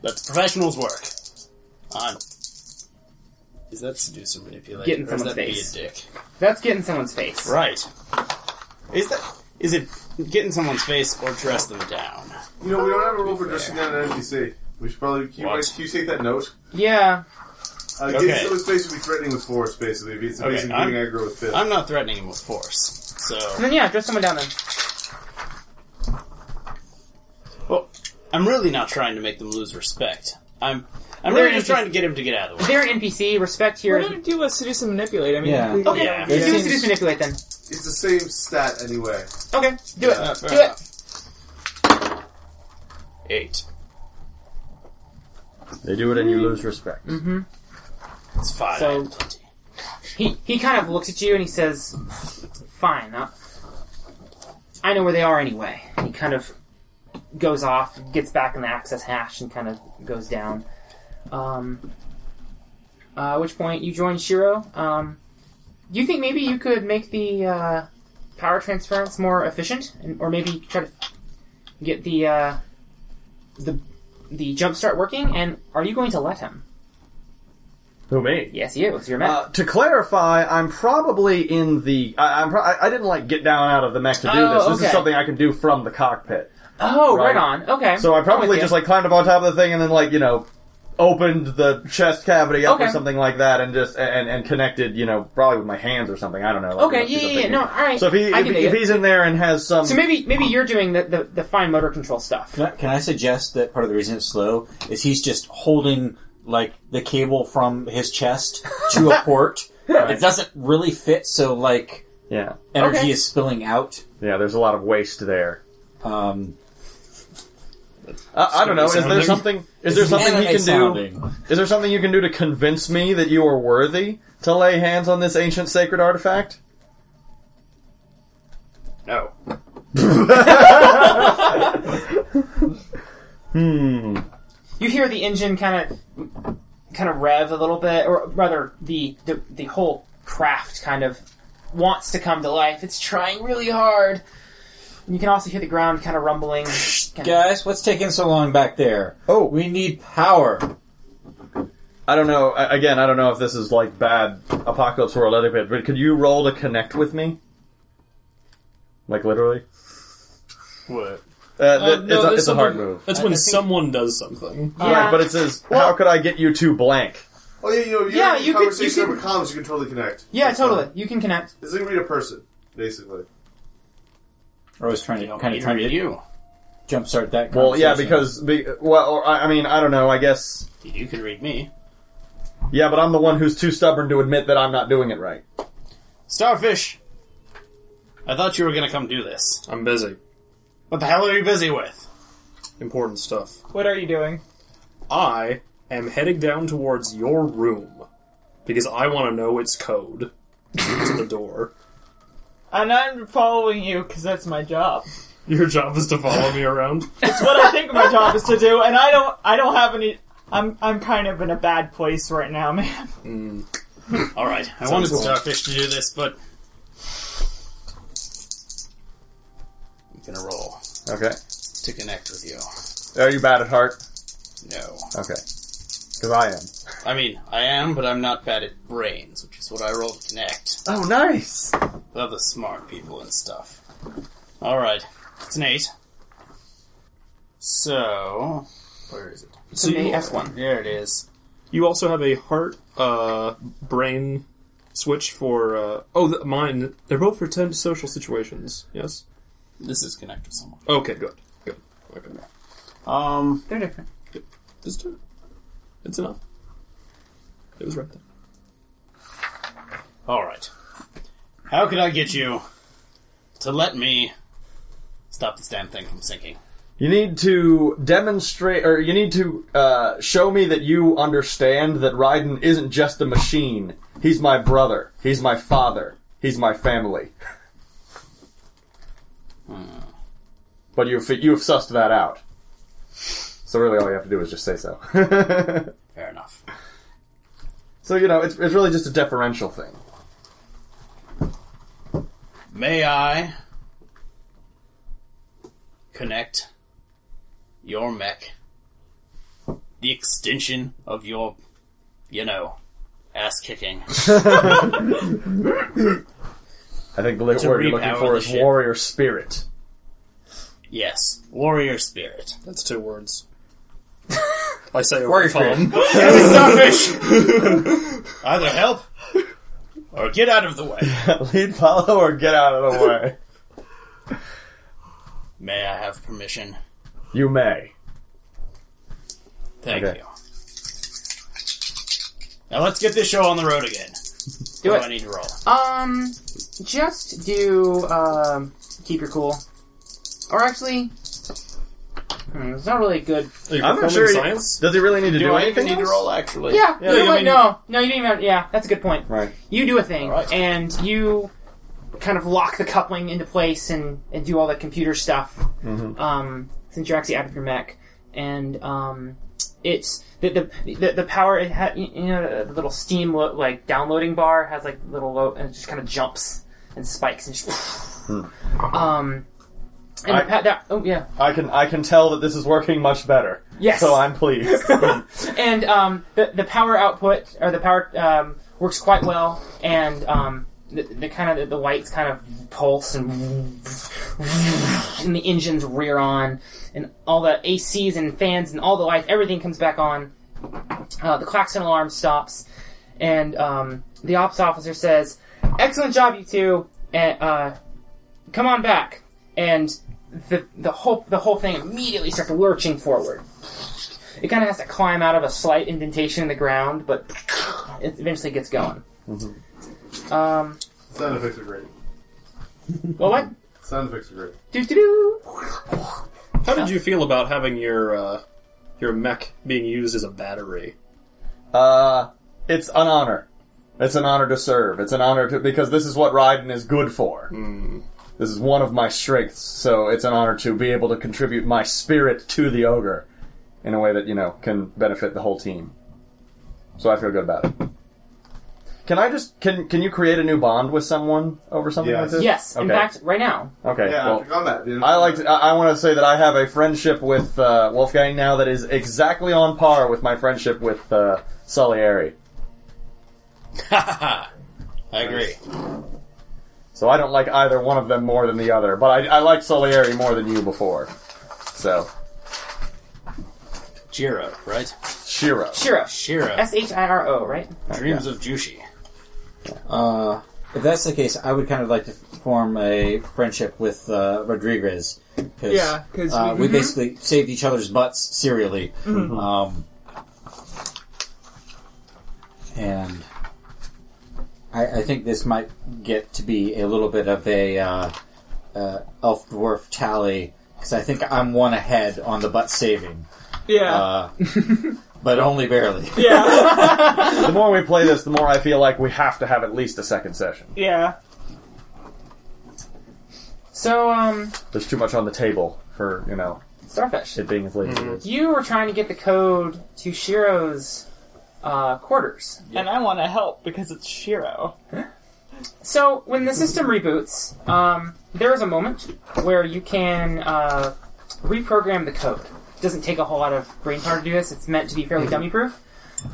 Let the professionals work. I'm. Is that seducer manipulation? Get in or is someone's that be face. a dick? That's getting someone's face. Right. Is that? Is it get in someone's face or dress them down? You know, we don't have a rule for dressing down an NPC. We should probably. Can you, What? guys- can you take that note? Yeah. Uh, Okay. It's, it's basically threatening with force, basically. If It's Okay, basically I'm- doing aggro with fist. I'm not threatening him with force. So, And then yeah, dress someone down then. well, I'm really not trying to make them lose respect. I'm. I'm They're really just NPC. trying to get him to get out of the way. They're an NPC. Respect We're here. gonna do a seduce and manipulate. I mean, Yeah. we- Okay. Yeah. Do It a seduce manipulate then. It's the same stat anyway. Okay. Do it. Uh, fair do it. enough. Eight. They do it and you lose respect. Mm-hmm. It's five. So- I have plenty. He he kind of looks at you and he says, "Fine, uh, I know where they are anyway." He kind of goes off, gets back in the access hash, and kind of goes down. Um, uh, at which point you join Shiro. Um, you think maybe you could make the uh, power transference more efficient, and, or maybe try to get the uh, the the jump start working? And are you going to let him? Who me? Yes, you. It's your mech. Uh, to clarify, I'm probably in the. I, I'm. Pro- I, I didn't like get down out of the mech to do Oh, this. This okay. is something I can do from the cockpit. oh, right. right. on. Okay. So I'm I with probably you. just like climbed up on top of the thing and then like you know opened the chest cavity up Okay. or something like that and just and and connected you know probably with my hands or something. I don't know. Like, Okay, it must be yeah, yeah, something- yeah, no, alright. So if he I if, can dig if it. he's in there and has some So maybe maybe you're doing the, the, the fine motor control stuff. Can I, can I suggest that part of the reason it's slow is he's just holding like the cable from his chest to a port. It doesn't really fit, so like yeah energy Okay. is spilling out. yeah, there's a lot of waste there. Um, Uh, I don't know. Is there Sounding. something? Is there something he anime can do? sounding. Is there something you can do to convince me that you are worthy to lay hands on this ancient sacred artifact? No. Hmm. You hear the engine kind of kind of rev a little bit, or rather, the, the the whole craft kind of wants to come to life. It's trying really hard. And you can also hear the ground kind of rumbling. Kind of- Guys, what's taking so long back there? Oh, We need power. I don't know. I- Again, I don't know if this is like bad apocalypse world etiquette, but could you roll to connect with me? Like literally. What? Uh, th- Uh, no, it's, a, that's it's a hard something- move. That's when someone does something. All right, but it says, "How could I get you to blank?" Oh yeah, you know, you Yeah, have a you could- conversation you could- over comms, you can totally connect. Yeah, That's totally. fine. You can connect. It's like read a person, basically. Or I was trying to kind of trying to you. jumpstart that. Well, yeah, conversation. because be, well, or, I I mean, I don't know. I guess You can read me. yeah, but I'm the one who's too stubborn to admit that I'm not doing it right. Starfish! I thought you were gonna come do this. I'm busy. What the hell are you busy with? Important stuff. What are you doing? I am heading down towards your room because I want to know its code to the door. And I'm following you because that's my job. Your job is to follow me around. It's what I think my job is to do, and I don't. I don't have any. I'm. I'm kind of in a bad place right now, man. Alright, I wanted Starfish to do this, but. I'm gonna roll Okay, to connect with you. are you bad at heart? No. Okay, because I am. I mean, I am, but I'm not bad at brains, which is what I roll to connect. Oh, nice. with Other smart people and stuff. Alright, it's an 8. So. Where is it? It's an eight, that's one. There it is. You also have a heart uh, brain switch for. Uh, oh, th- mine. They're both for 10 social situations. Yes? This is connect with someone. Okay, good. Good. Okay. Um. They're different. Just do it. It's enough. It was right there. All right. How could I get you to let me stop this damn thing from sinking? You need to demonstrate, or you need to uh, show me that you understand that Raiden isn't just a machine. He's my brother. He's my father. He's my family. Hmm. But you've you've sussed that out. So really, all you have to do is just say so. Fair enough. so you know, it's it's really just a deferential thing. May I connect your mech, the extension of your, you know, ass kicking, I think the word To you're looking repower for the is ship. warrior spirit. yes, warrior spirit, That's two words. I say over Warrior the phone. starfish. Either help or get out of the way. Lead, follow, or get out of the way. May I have permission? you may. Thank Okay. you. Now let's get this show on the road again. Do What do I it. need to roll? Um, just do um, keep your cool, or actually, hmm, it's not really good. I'm not sure. he- Science? Does he really need to do, Do I even anything? need to else? roll actually? Yeah, you know I what? mean- no, no, you don't even. Have, yeah, that's a good point. Right. You do a thing, Alright. and you kind of lock the coupling into place and, and do all the computer stuff. Mm-hmm. Um, since you're actually out of your mech, and um, it's the the the, the power. It ha- you know, the little Steam lo- like downloading bar has like little low, and it just kind of jumps and spikes and. Just, Um, and Hmm. I- the pa- that, oh yeah. I can I can tell that this is working much better. Yes. So I'm pleased. and um, the the power output or the power um, works quite well, and um, the, the kind of the, the lights kind of pulse and and the engines rear on, and all the ACs and fans and all the lights, everything comes back on. Uh, the klaxon alarm stops, and um, the ops officer says, "Excellent job, you two. And, uh, come on back." And the the whole the whole thing immediately starts lurching forward it kind of has to climb out of a slight indentation in the ground, but it eventually gets going. Um, Sound effects are great. well, what? Sound effects are great. Do do do. How did you feel about having your uh, your mech being used as a battery? uh, it's an honor. It's an honor to serve. It's an honor to because this is what Raiden is good for. This is one of my strengths. So it's an honor to be able to contribute my spirit to the ogre in a way that you know can benefit the whole team. So I feel good about it. Can I just can can you create a new bond with someone over something Yes. like this? Yes, in Okay. fact, right now. Okay. Yeah, well, I forgot that. Dude. I like. To, I, I want to say that I have a friendship with uh, Wolfgang now that is exactly on par with my friendship with uh, Salieri. I agree. So I don't like either one of them more than the other, but I, I like Salieri more than you before. So Jiro, right? Shiro. Shiro. Shiro. S H I R O, right? Dreams of Jushi. Uh, if that's the case, I would kind of like to form a friendship with uh, Rodriguez. 'cause, Yeah, 'cause mm-hmm. uh, we- we basically saved each other's butts serially. Mm-hmm. Um, and I, I think this might get to be a little bit of a uh, uh, elf dwarf tally because I think I'm one ahead on the butt saving, Yeah. uh, but only barely. yeah. The more we play this, the more I feel like we have to have at least a second session. Yeah. So, um, There's too much on the table for you know Starfish, it being as late as Mm-hmm. it is. you were trying to get the code to Shiro's uh, quarters. And I want to help because it's Shiro. So when the system reboots, um, there is a moment where you can uh, reprogram the code. It doesn't take a whole lot of brain power to do this. It's meant to be Mm-hmm. fairly dummy proof.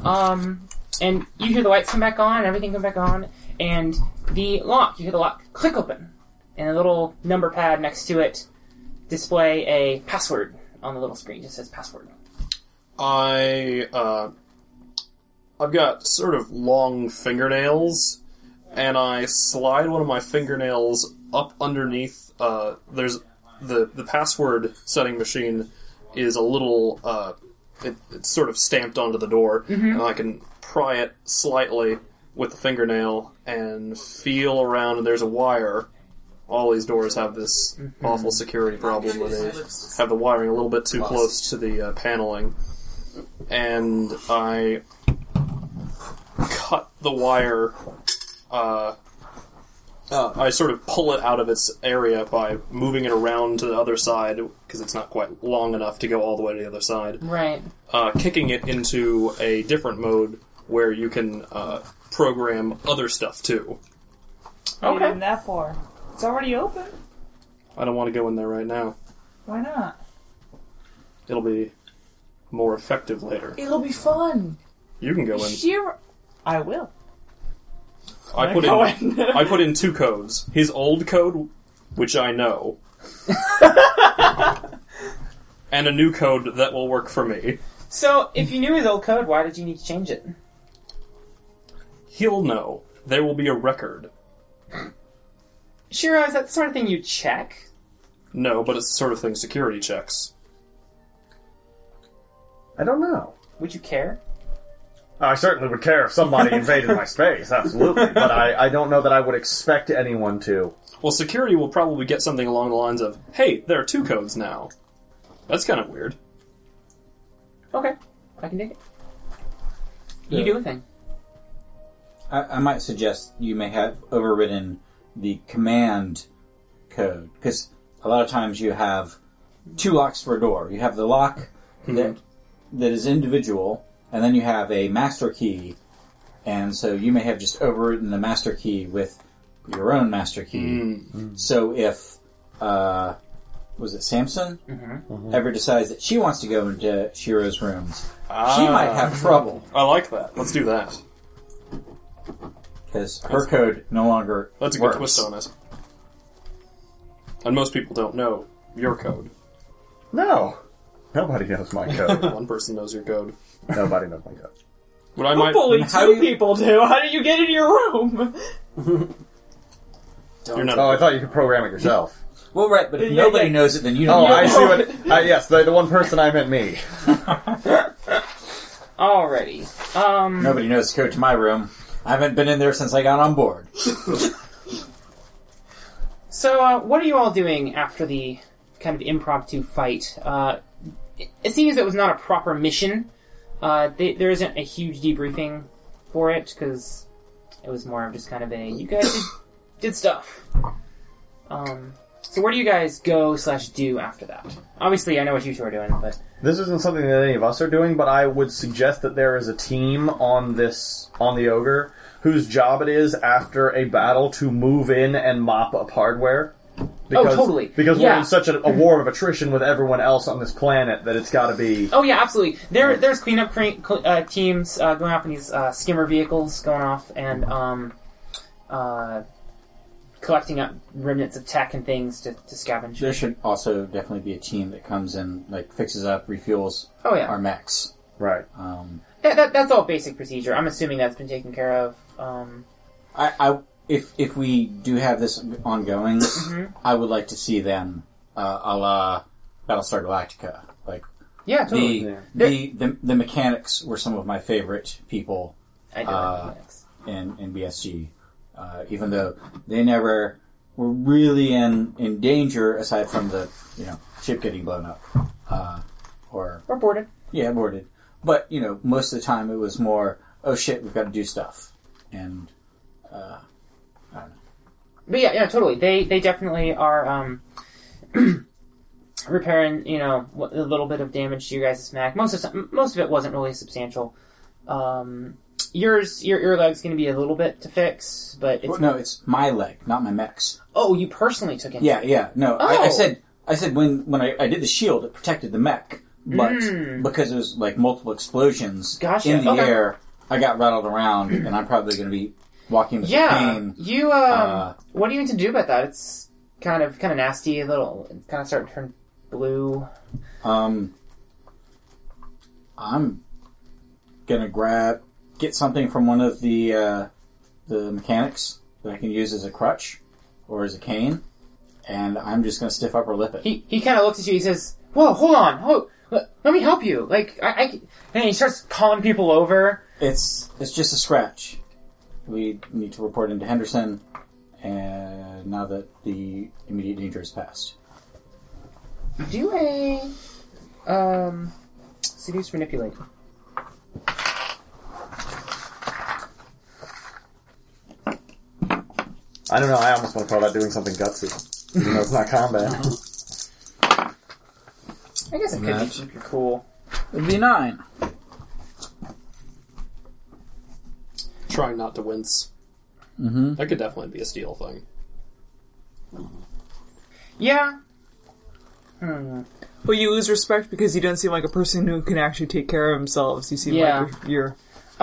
Um, and you hear the lights come back on, everything come back on, and the lock. You hear the lock click open, and a little number pad next to it display a password on the little screen. It just says password. I uh, I've got sort of long fingernails, and I slide one of my fingernails up underneath. Uh, there's the the password setting machine is a little uh, it, it's sort of stamped onto the door, and I can pry it slightly with the fingernail and feel around. And there's a wire. All these doors have this awful security problem where they have the wiring a little bit too close to the uh, paneling and I cut the wire. Uh, uh, I sort of pull it out of its area by moving it around to the other side because it's not quite long enough to go all the way to the other side. Right. Uh, kicking it into a different mode where you can uh, program other stuff too. What are you doing that for? It's already open. I don't want to go in there right now. Why not? It'll be more effective later. It'll be fun. You can go in. Shiro. I will. I put go in in. I put in two codes. His old code, which I know, and a new code that will work for me. So if you knew his old code, why did you need to change it? He'll know. There will be a record. Shiro, is that the sort of thing you check? No, but it's the sort of thing security checks. I don't know. Would you care? I certainly would care if somebody invaded my space, absolutely. But I, I don't know that I would expect anyone to. Well, security will probably get something along the lines of, "Hey, there are two codes now." That's kind of weird. Okay, I can dig it. You Yeah. do a thing. I, I might suggest you may have overridden the command code because a lot of times you have two locks for a door. You have the lock Mm-hmm. that that is individual, and then you have a master key, and so you may have just overridden the master key with your own master key. Mm-hmm. So if uh, was it Samson Mm-hmm. ever decides that she wants to go into Shiro's rooms, Ah. she might have trouble I like that. Let's do that. because her code no longer That's a works. good twist on it. And most people don't know your code. No. Nobody knows my code. One person knows your code. Nobody knows my code. But I might. Only How do two you- people do. How do you get in your room? You're not. Oh, I thought you could program it yourself. Well, right, but if Yeah, nobody yeah. knows it, then you Oh, don't. know I it. see what. Uh, yes, the, the one person I meant me. Alrighty. Um, Nobody knows the code to my room. I haven't been in there since I got on board. so uh, what are you all doing after the kind of impromptu fight? Uh, it, it seems it was not a proper mission. Uh, th there isn't a huge debriefing for it because it was more of just kind of a you guys did, did stuff. Um, So where do you guys go slash do after that? Obviously, I know what you two are doing, but This isn't something that any of us are doing, but I would suggest that there is a team on this on the ogre whose job it is after a battle to move in and mop up hardware. Because, Oh, totally. Because we're Yeah. in such a, a war of attrition with everyone else on this planet that it's got to be. oh yeah, absolutely. There, there's cleanup cre- cl- uh, teams uh, going off in these uh, skimmer vehicles going off and um, uh, collecting up remnants of tech and things to, to scavenge. There should also definitely be a team that comes in, like fixes up, refuels oh yeah, our max. Right. Um, That- that- that's all basic procedure. I'm assuming that's been taken care of. Um, I, I if if we do have this ongoing, I would like to see them uh, a la Battlestar Galactica. Like yeah, the, totally. the the the mechanics were some of my favorite people I do uh, like mechanics. in in BSG, uh, even though they never were really in in danger aside from the you know ship getting blown up uh, or Or boarded. yeah, boarded. But you know, most of the time it was more, oh shit, we've got to do stuff, and But yeah, yeah, totally. They they definitely are um, repairing, you know, wh- a little bit of damage to your guys' smack. Most of some, most of it wasn't really substantial. Um, yours, your your leg's going to be a little bit to fix, but it's well, no, it's my leg, not my mech's. oh, you personally took it. Yeah, yeah, no, I, I Oh. said, I said when when I, I did the shield, it protected the mech, but because it was like multiple explosions Hmm. Gotcha, in the okay. air, I got rattled around, and I'm probably going to be walking with yeah. pain. You um, Uh, what do you need to do about that? It's kind of kind of nasty. A little, it's kind of starting to turn blue. Um, I'm gonna grab get something from one of the uh, the mechanics that I can use as a crutch or as a cane, and I'm just gonna stiff upper lip it. he he kind of looks at you. He says, "Whoa, hold on, hold, let, let me help you." Like I, I c- and he starts calling people over. It's it's just a scratch. We need to report into Henderson, and now that the immediate danger is past. Do a um seduce manipulate. I don't know. I almost want to call that doing something gutsy. Even though it's not combat. I guess it could Matt. be keep you cool. It'd be nine. Trying not to wince. Mm-hmm. That could definitely be a steal thing. Yeah. Hmm. Well, you lose respect because you don't seem like a person who can actually take care of themselves. You seem Yeah. like you're, you're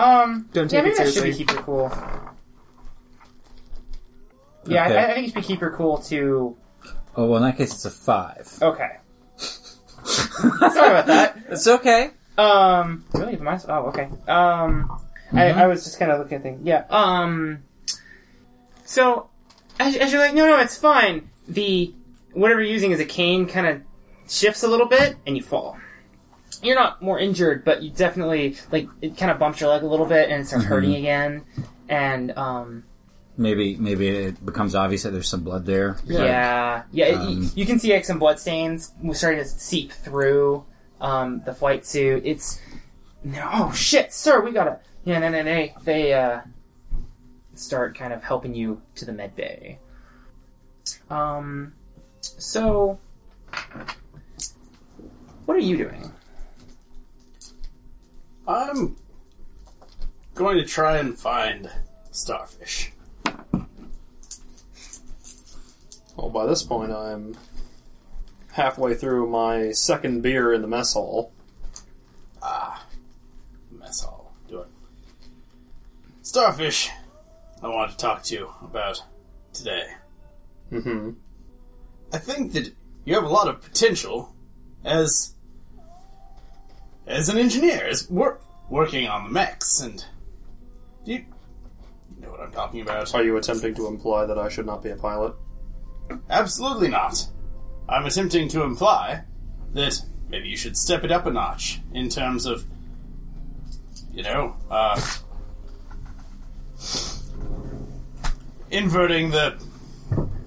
Um. Don't yeah, take maybe it that should be seriously. keep you cool. Yeah, Okay. I, I think it should be keep her cool to. Oh well, in that case, it's a five. Okay. Sorry about that. It's okay. Um, really? Am I? Oh, okay. Um, I, I was just kind of looking at things. Yeah. Um, so as, as you're like, no, no, it's fine. The whatever you're using as a cane kind of shifts a little bit, and you fall. You're not more injured, but you definitely like it kind of bumps your leg a little bit, and it starts hurting again. And um, Maybe maybe it becomes obvious that there's some blood there. yeah, yeah, it- Um, you, you can see like some blood stains starting to seep through um, the flight suit. It's no, oh shit, sir, we gotta. Yeah, no, no, no. They uh, start kind of helping you to the med bay. Um, so what are you doing? I'm going to try and find starfish. Well, by this point, I'm halfway through my second beer in the mess hall. Mess hall. Do it. Starfish, I want to talk to you about today. hmm I think that you have a lot of potential as as an engineer, as wor- working on the mechs, and you, you know what I'm talking about. Are you attempting to imply that I should not be a pilot? Absolutely not. I'm attempting to imply that maybe you should step it up a notch in terms of, you know, uh, inverting the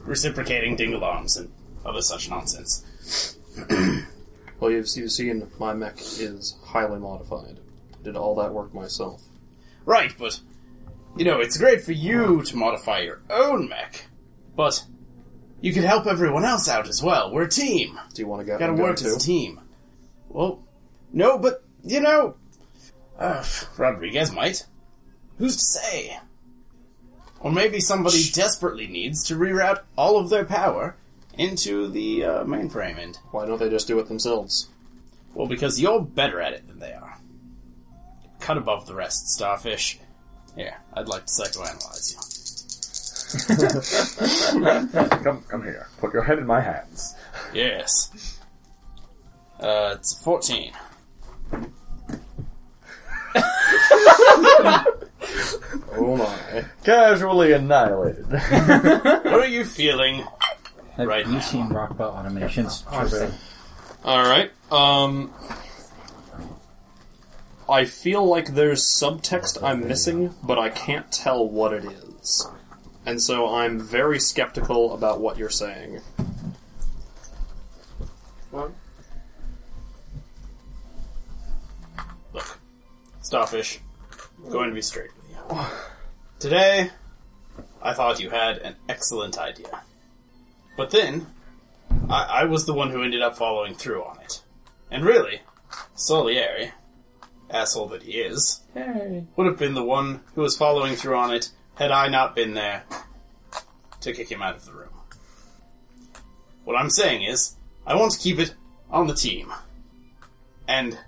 reciprocating ding-alongs and other such nonsense. Well, you've, you've seen my mech is highly modified. Did all that work myself. Right, but you know, it's great for you to modify your own mech, but You can help everyone else out as well. We're a team. Do you want to go? Gotta and go work too? as a team. Well, no, but, you know, uh, Rodriguez might. Who's to say? Or maybe somebody desperately needs to reroute all of their power into the uh, mainframe end. Why don't they just do it themselves? Well, because you're better at it than they are. Cut above the rest, starfish. Here, I'd like to psychoanalyze you. Come, come here. Put your head in my hands. Yes. Uh, it's 14. Oh my. Casually annihilated. What are you feeling? Have Right you now. seen Rockbot Automation's Alright, um. I feel like there's subtext I'm missing, but I can't tell what it is. And so I'm very skeptical about what you're saying. Look, starfish, I'm going to be straight with you. Today, I thought you had an excellent idea. But then, I, I was the one who ended up following through on it. And really, Solieri, asshole that he is, would have been the one who was following through on it had I not been there to kick him out of the room. What I'm saying is, I want to keep it on the team. And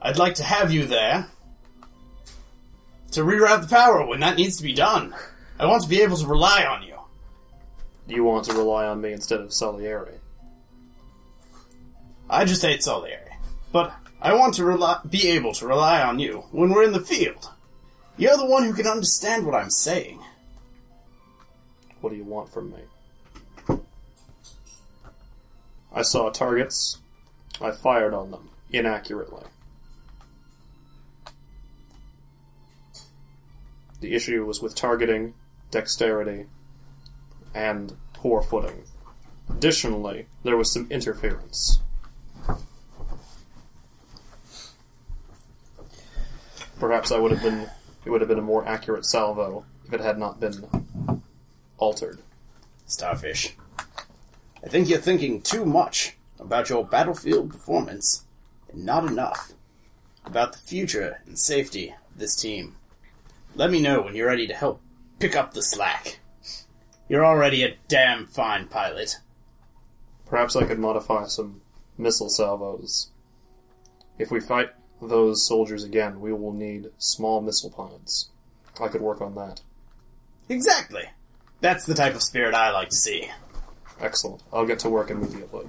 I'd like to have you there to reroute the power when that needs to be done. I want to be able to rely on you. You want to rely on me instead of Salieri. I just hate Solieri, but I want to rely, be able to rely on you when we're in the field. You're the one who can understand what I'm saying. What do you want from me? I saw targets. I fired on them inaccurately. The issue was with targeting, dexterity, and poor footing. Additionally, there was some interference. Perhaps I would have been it would have been a more accurate salvo if it had not been altered. Starfish, I think you're thinking too much about your battlefield performance and not enough about the future and safety of this team. Let me know when you're ready to help pick up the slack. You're already a damn fine pilot. Perhaps I could modify some missile salvos. If we fight those soldiers again, we will need small missile pods. I could work on that. Exactly. That's the type of spirit I like to see. Excellent. I'll get to work immediately.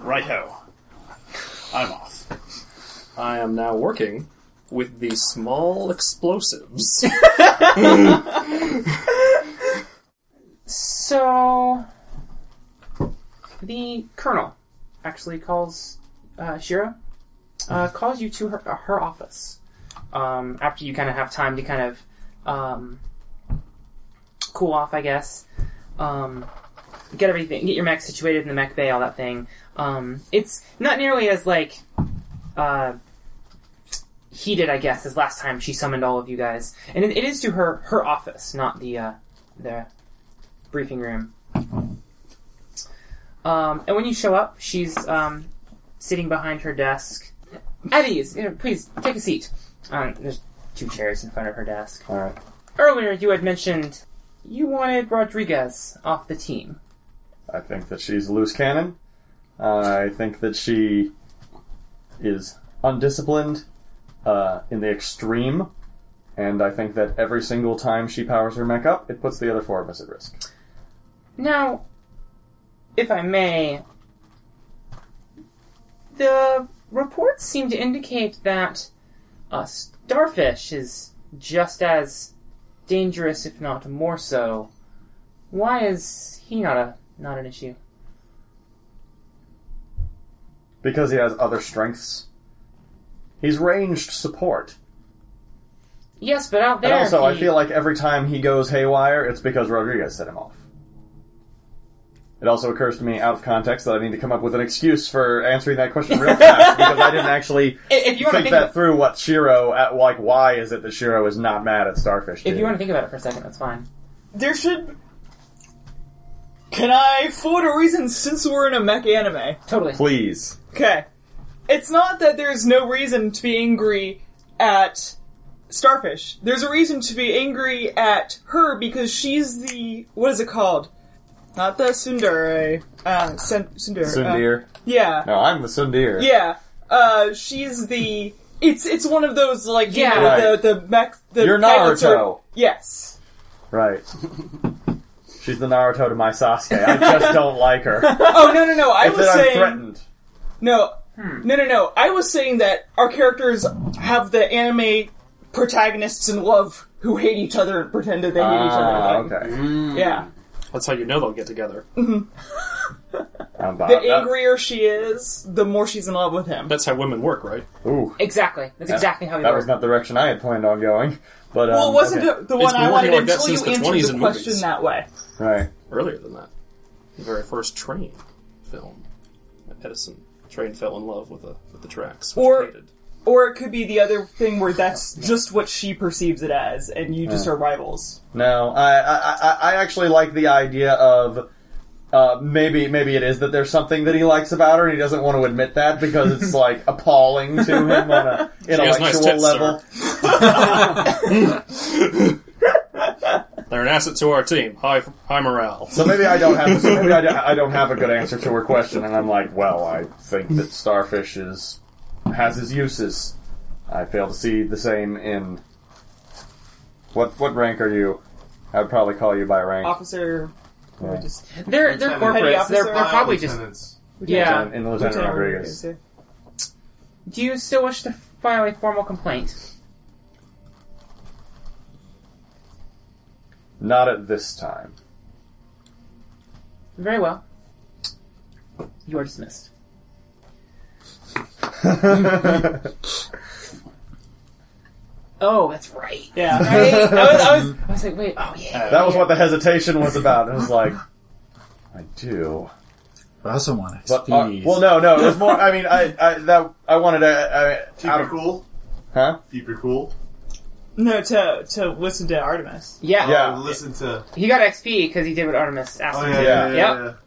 Right ho. I'm off. I am now working with the small explosives. So, the colonel actually calls uh, Shira, uh, calls you to her uh, her office um, after you kind of have time to kind of um, cool off, I guess. Um, get everything, get your mech situated in the mech bay, all that thing. Um, it's not nearly as like uh, heated, I guess, as last time she summoned all of you guys, and it, it is to her her office, not the uh, the briefing room. Um, and when you show up, she's um, sitting behind her desk. At ease, you know, please take a seat. Um, there's two chairs in front of her desk. All right. Earlier, you had mentioned you wanted Rodriguez off the team. I think that she's a loose cannon. I think that she is undisciplined uh, in the extreme. And I think that every single time she powers her mech up, it puts the other four of us at risk. Now, if I may, the reports seem to indicate that a starfish is just as dangerous, if not more so. Why is he not a not an issue? Because he has other strengths. He's ranged support. Yes, but out there. And also, I he- feel like every time he goes haywire, it's because Rodriguez set him off. It also occurs to me out of context that I need to come up with an excuse for answering that question real fast because I didn't actually if you want to think think, that through. What Shiro at like? Why is it that Shiro is not mad at Starfish? if dude? you want to think about it for a second, that's fine. There should Can I, for a reason, since we're in a mech anime? Totally. Please. Okay. It's not that there's no reason to be angry at Starfish. There's a reason to be angry at her because she's the what is it called? Not the Sundere. Uh, sun, Sundere. uh, Sundir. yeah. No, I'm the Sundir. Yeah. Uh, she's the. It's it's one of those like you Yeah. know, the the mech. The You're pilots are- Naruto. yes. Right. She's the Naruto to my Sasuke. I just don't like her. I Oh no no no! I was that I'm saying threatened. no Hmm. no no no. I was saying that our characters have the anime protagonists in love who hate each other and pretend that they hate each Ah, other. Mm-hmm. thing. okay. Ah, Yeah. That's how you know they'll get together. I'm The about that. angrier she is, the more she's in love with him. That's how women work, right? Ooh, Exactly. That's exactly how we that work. was not the direction I had planned on going. But um, Well, it wasn't okay. the- the one been I working wanted like that until you since the answered 20s the in question movies. that way. right. Earlier than that. The very first train film. Edison. Train fell in love with the with the tracks. Which Or- he hated. Or it could be the other thing where that's just what she perceives it as, and you just are rivals. No, I, I, I- I actually like the idea of uh, maybe maybe it is that there's something that he likes about her and he doesn't want to admit that because it's like appalling to him on a has nice intellectual tits, level. They're an asset to our team. High high morale. So maybe I don't have so maybe I don't, I don't have a good answer to her question, and I'm like, well, I think that starfish is has his uses. I fail to see the same in what what rank are you? I'd probably call you by rank Officer, Yeah. just They're they're Lieutenant. Petty corporates. They're, officer. they're Wow, probably just Lieutenants. yeah. in, in Lieutenant Rodriguez. Do you still wish to file a formal complaint? Not at this time. Very well. You are dismissed. Oh, that's right. Yeah. Right? I, was, I was I was like, wait, oh yeah. That was what the hesitation was about. It was like, I do. I also want But, XP. uh, well, no, no. It was more. I mean, I, I that I wanted to. I, Keep out it of, cool. huh? Keep it cool. No, to to listen to Artemis. yeah. Yeah. Listen to. He got XP because he did what Artemis asked Oh him yeah, to. Yeah. yeah, yeah. yeah, Yep.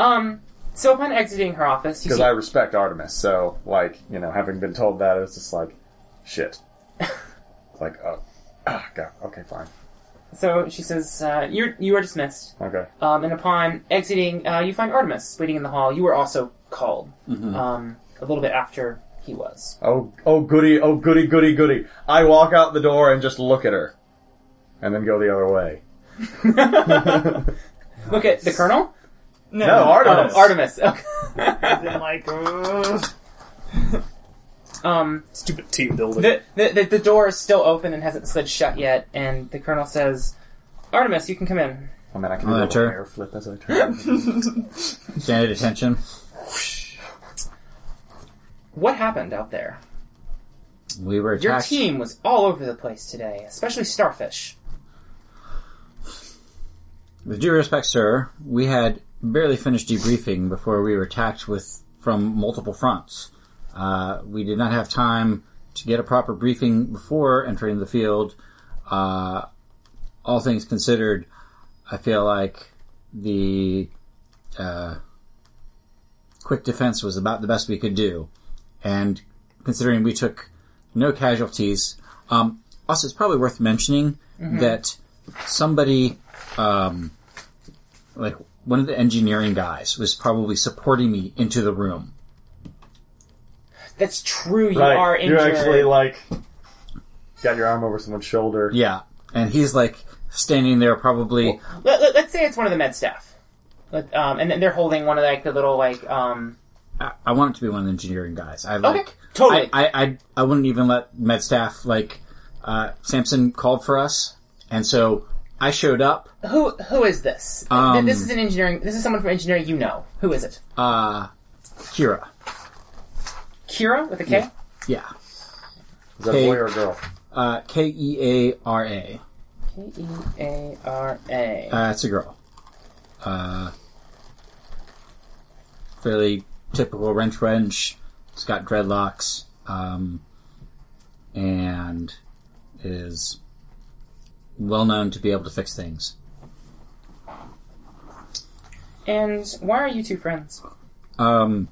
yeah. Um. So upon exiting her office, you Because see, I respect Artemis, so like you know, having been told that, it's just like, shit. It's like, oh, ah, God. Okay, fine. so she says, uh, "You're you are dismissed." Okay. Um, and upon exiting, uh, you find Artemis waiting in the hall. You were also called um, a little bit after he was. Oh, oh, goody, oh, goody, goody, goody. I walk out the door and just look at her, and then go the other way. Look at the colonel. No, No, Artemis. Oh, Artemis. Then, like, ugh. um, Stupid team building. the, the, the the door is still open and hasn't slid shut yet. And the colonel says, "Artemis, you can come in." Oh man, I can Oh, do a that's her. little hair flip as I turn. Standard attention. What happened out there? We were Your attacked. team was all over the place today, especially Starfish. With due respect, sir, we had barely finished debriefing before we were attacked with from multiple fronts. Uh, we did not have time to get a proper briefing before entering the field. Uh, all things considered, I feel like the uh, quick defense was about the best we could do, and considering we took no casualties. Um, also, it's probably worth mentioning that somebody um, like one of the engineering guys was probably supporting me into the room. That's true. You right. are You injured. actually like got your arm over someone's shoulder. Yeah, and he's like standing there, probably Let, let, us say it's one of the med staff, Let- um, and then they're holding one of like the little like um, I, I want it to be one of the engineering guys. I Okay, like totally. I, I I I wouldn't even let med staff like uh, Samson called for us, and so I showed up. who who is this? Um, this is an engineering. This is someone from engineering. You know who is it? Uh, Kira, Kira with a K. yeah, Is that a Hey. boy or a girl? uh, K E A R A. K e a r a. Uh, it's a girl. Uh, fairly typical wrench wrench. It's got dreadlocks, um, and is well known to be able to fix things. And why are you two friends? Um,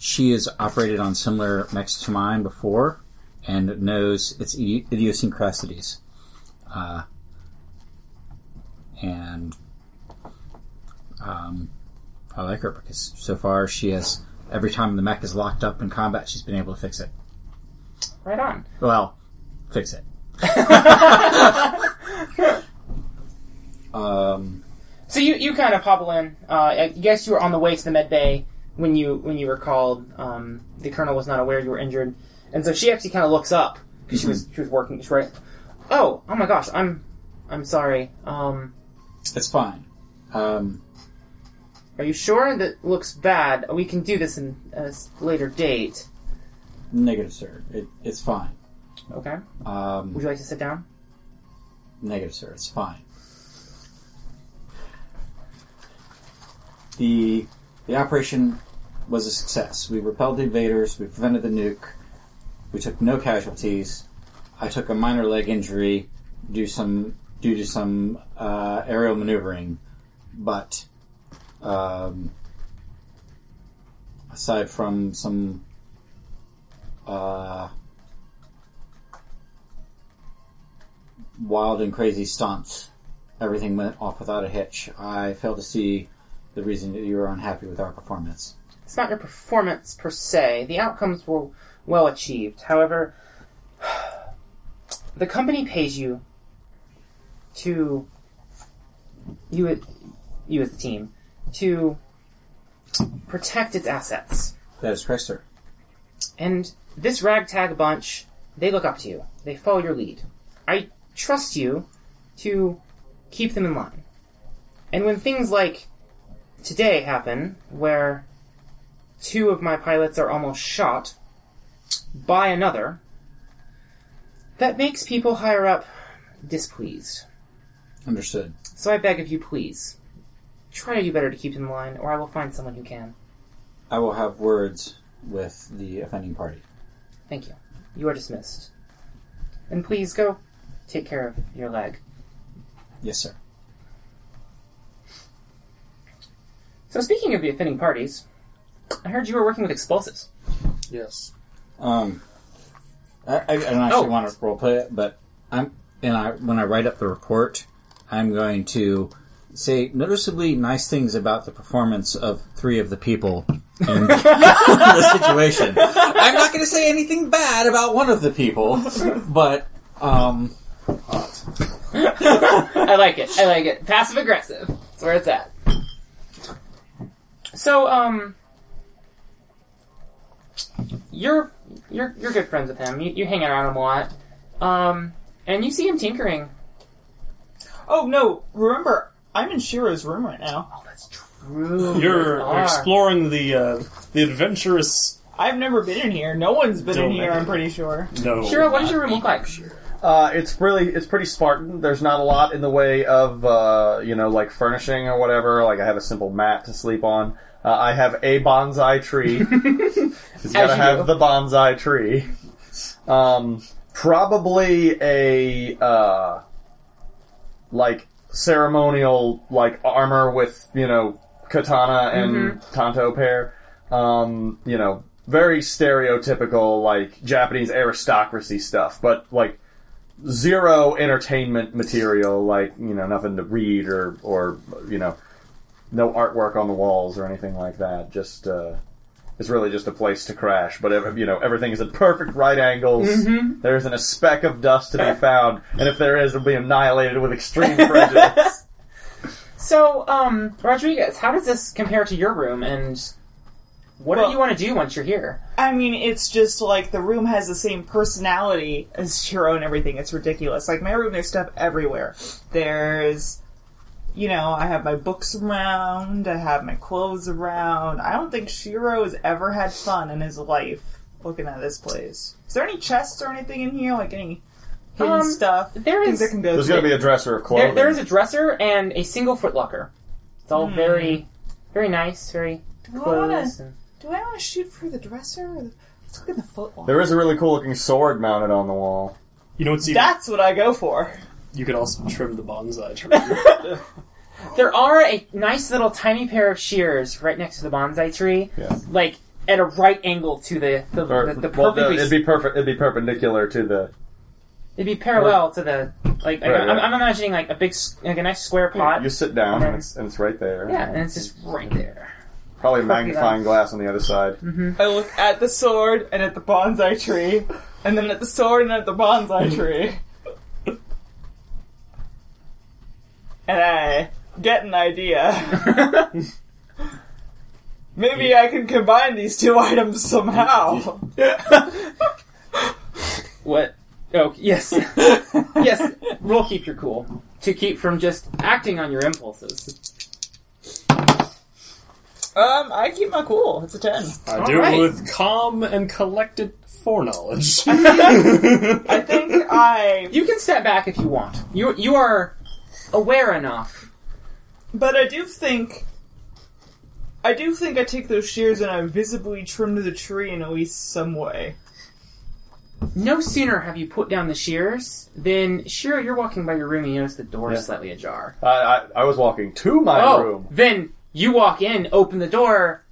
she has operated on similar mechs to mine before and knows its idi- idiosyncrasies. Uh, and um, I like her because so far she has, every time the mech is locked up in combat, she's been able to fix it. Right on. Well, fix it. um, So you, you kind of hobble in. Uh, I guess you were on the way to the med bay when you when you were called. Um, the colonel was not aware you were injured, and so she actually kind of looks up because she was she was working. She right. Oh, oh my gosh, I'm I'm sorry. Um, it's fine. Um, are you sure that looks bad? We can do this in a s- later date. negative, sir. It, it's fine. Okay. Um, Would you like to sit down? Negative, sir. It's fine. The the operation was a success. We repelled the invaders. We prevented the nuke. We took no casualties. I took a minor leg injury due some due to some uh, aerial maneuvering, but um, aside from some uh, wild and crazy stunts. Everything went off without a hitch. I fail to see the reason that you were unhappy with our performance. It's not your performance per se. The outcomes were well achieved. However, the company pays you to you you as a team to protect its assets. That is correct, sir. And this ragtag bunch, they look up to you. They follow your lead. I trust you to keep them in line. And when things like today happen, where two of my pilots are almost shot by another, that makes people higher up displeased. Understood. So I beg of you, please, try to do better to keep them in line, or I will find someone who can. I will have words with the offending party. Thank you. You are dismissed. And please go take care of your leg. Yes, sir. So speaking of the offending parties, I heard you were working with explosives. Yes. Um, I, I, I don't actually Oh. want to roleplay it, but I'm and I when I write up the report, I'm going to say noticeably nice things about the performance of three of the people in the situation. I'm not going to say anything bad about one of the people, but um, I like it. I like it. Passive aggressive. That's where it's at. So, um, you're you're you're good friends with him. You, you hang around him a lot, um, and you see him tinkering. Oh no! Remember, I'm in Shiro's room right now. Rude. You're Ah. exploring the uh, the adventurous. I've never been in here. No one's been in Don't here. make- I'm pretty sure. No. Shiro, what does your room look like? Uh, it's really it's pretty Spartan. There's not a lot in the way of uh, you know like furnishing or whatever. Like I have a simple mat to sleep on. Uh, I have a bonsai tree. Just gotta you have do. the bonsai tree. Um, probably a uh, like ceremonial like armor with you know katana and Mm-hmm. tanto pair. Um, you know, very stereotypical like Japanese aristocracy stuff, but like zero entertainment material, like you know, nothing to read or or you know, no artwork on the walls or anything like that. Just uh, it's really just a place to crash. But ev- you know, everything is at perfect right angles. Mm-hmm. There isn't a speck of dust to be found, and if there is, it'll be annihilated with extreme prejudice. So, um, Rodriguez, how does this compare to your room, and what Well- do you want to do once you're here? I mean, it's just like the room has the same personality as Shiro and everything. It's ridiculous. Like my room, there's stuff everywhere. There's, you know, I have my books around. I have my clothes around. I don't think Shiro has ever had fun in his life looking at this place. Is there any chests or anything in here? Like any hidden Um, stuff? there Things is- that can go. There's gonna be a dresser of There, clothing. there is a dresser and a single footlocker. It's all very, very nice, very Do Hmm. I wanna- close. and- Do I want to shoot for the dresser? Or the, let's look at the footlocker. there is a really cool looking sword mounted on the wall. You know what's even? That's what I go for. You could also trim the bonsai tree. There are a nice little tiny pair of shears right next to the bonsai tree, Yeah. like at a right angle to the the, Or, the, the well, no, perfectly it'd be perfect. It'd be perpendicular to the. It'd be parallel to the like. I- Right, I'm, right. I'm imagining like a big, s- like a nice square pot. You sit down Okay. and it's, and it's right there. yeah, and it's just right there. Probably a magnifying glass on the other side. I look at the sword and at the bonsai tree, and then at the sword and at the bonsai tree. and I get an idea. Maybe I can combine these two items somehow. What? Oh yes, yes. Roll keep your cool to keep from just acting on your impulses. Um, I keep my cool. It's a ten. I do right. it with calm and collected foreknowledge. I think I, You can step back if you want. You you are aware enough. but I do think, I do think I take those shears and I visibly trim the tree in at least some way. No sooner have you put down the shears than Shiro, you're walking by your room and you notice the door is Yeah. slightly ajar. I, I, I was walking to my oh, room. then you walk in, open the door,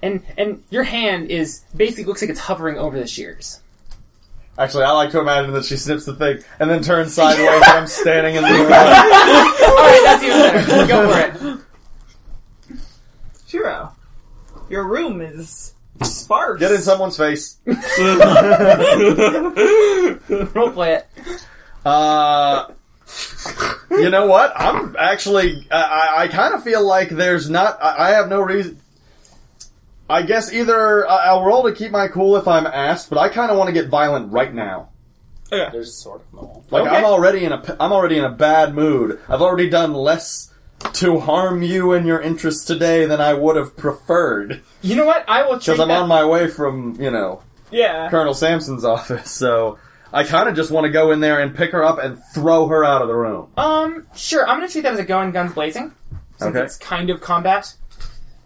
and and your hand is basically looks like it's hovering over the shears. Actually, I like to imagine that she snips the thing and then turns sideways and I'm standing in the room. All right, that's even better. Go for it. Shiro, your room is sparse. Get in someone's face. Role play it. Uh, you know what? I'm actually. I, I, I kind of feel like there's not. I, I have no reason. I guess either I- I'll roll to keep my cool if I'm asked, but I kind of want to get violent right now. There's a sword on the wall. Like Okay. I'm already in a. p- I'm already in a bad mood. I've already done less to harm you and your interests today than I would have preferred You know what? I will because treat I'm that. on my way from you know yeah. Colonel Sampson's office, so I kind of just want to go in there and pick her up and throw her out of the room. um, sure. I'm gonna treat that as a go and guns blazing, since Okay. it's kind of combat.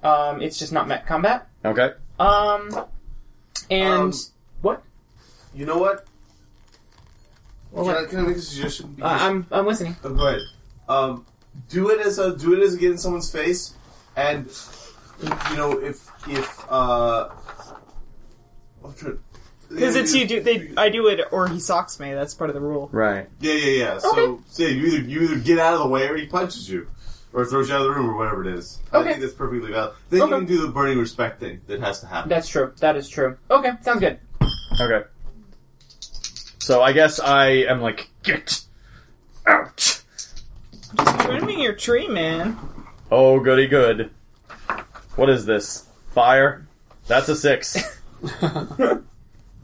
Um, it's just not met combat. Okay. Um, Um, and what? You know what? Well, Can I, what? can I make a suggestion? Uh, I'm I'm listening. Oh, go ahead. Um, do it as a do it as a get in someone's face, and you know if if uh, Because because it's you do they I do it or he socks me. That's part of the rule. Right. Yeah, yeah, yeah. So, say you either you either get out of the way or he punches you, or throws you out of the room or whatever it is. I Okay. think that's perfectly valid. Then Okay. you can do the burning respect thing that has to happen. That's true. That is true. Okay, sounds good. Okay. So I guess I am like, get out. Just trimming your tree, man. Oh, goody good. What is this? Fire? That's a six.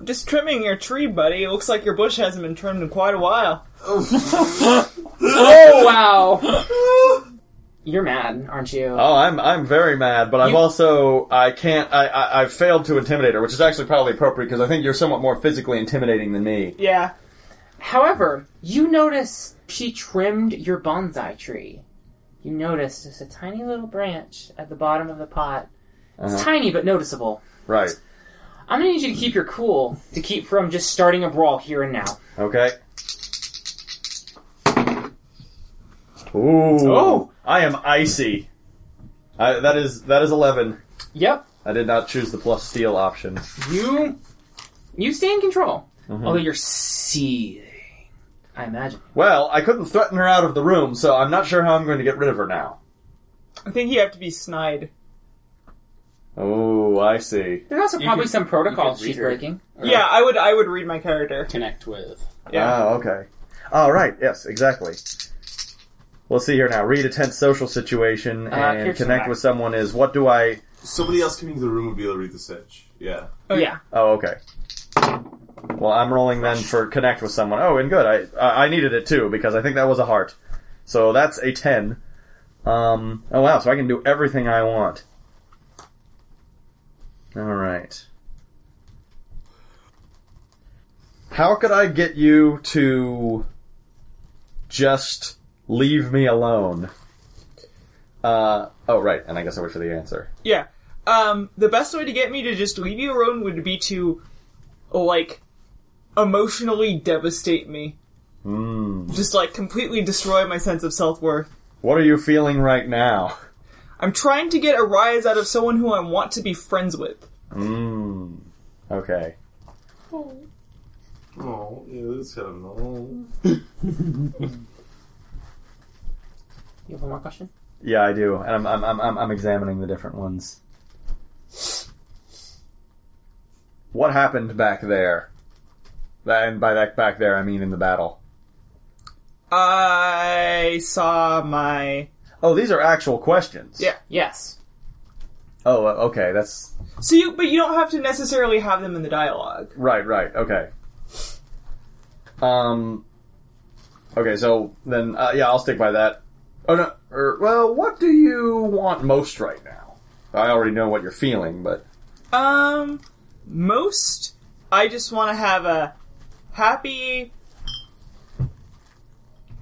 Just trimming your tree, buddy. It looks like your bush hasn't been trimmed in quite a while. Oh wow! You're mad, aren't you? oh, I'm I'm very mad, but I've You- also I can't I, I I failed to intimidate her, which is actually probably appropriate because I think you're somewhat more physically intimidating than me. Yeah. However, you notice she trimmed your bonsai tree. You notice just a tiny little branch at the bottom of the pot. It's tiny but noticeable. Right. I'm gonna need you to keep your cool to keep from just starting a brawl here and now. Okay. Ooh. Oh. I am icy. I, that is that is eleven. Yep, I did not choose the plus steel option. you you stay in control. Mm-hmm. Although you're seething, I imagine. Well, I couldn't threaten her out of the room, so I'm not sure how I'm going to get rid of her now. I think you have to be snide. Oh, I see. There's also You probably could- some protocols you could she's read her. breaking. Yeah, I would I would read my character. Connect with. Yeah. Oh, okay. All right. Yes, exactly. We'll see here now. Read a tense social situation and Uh, here's connect some- with someone is what do I? Somebody else coming into the room would be able to read the sitch. Yeah. Yeah. Oh, okay. Well, I'm rolling then for connect with someone. Oh, and good. I I I needed it too because I think that was a heart. So that's a ten. Um. Oh wow. So I can do everything I want. All right. How could I get you to just leave me alone? Uh. Oh right. And I guess I wait for the answer. Yeah. Um the best way to get me to just leave you alone would be to like emotionally devastate me. Hmm. Just like completely destroy my sense of self worth. What are you feeling right now? I'm trying to get a rise out of someone who I want to be friends with. Mmm. Okay. Oh, yeah, that's kind of normal. You have one more question? Yeah, I do. And I'm, I'm, I'm- I'm, I'm examining the different ones. What happened back there? That- And by that back there, I mean in the battle. I saw my. Oh, these are actual questions. Yeah. Yes. Oh, uh, okay. That's So you, but you don't have to necessarily have them in the dialogue. right. Right. Okay. Um. Okay. So then, uh, yeah, I'll stick by that. Oh no. Or, well, what do you want most right now? I already know what you're feeling, but Um, most I just want to have a happy.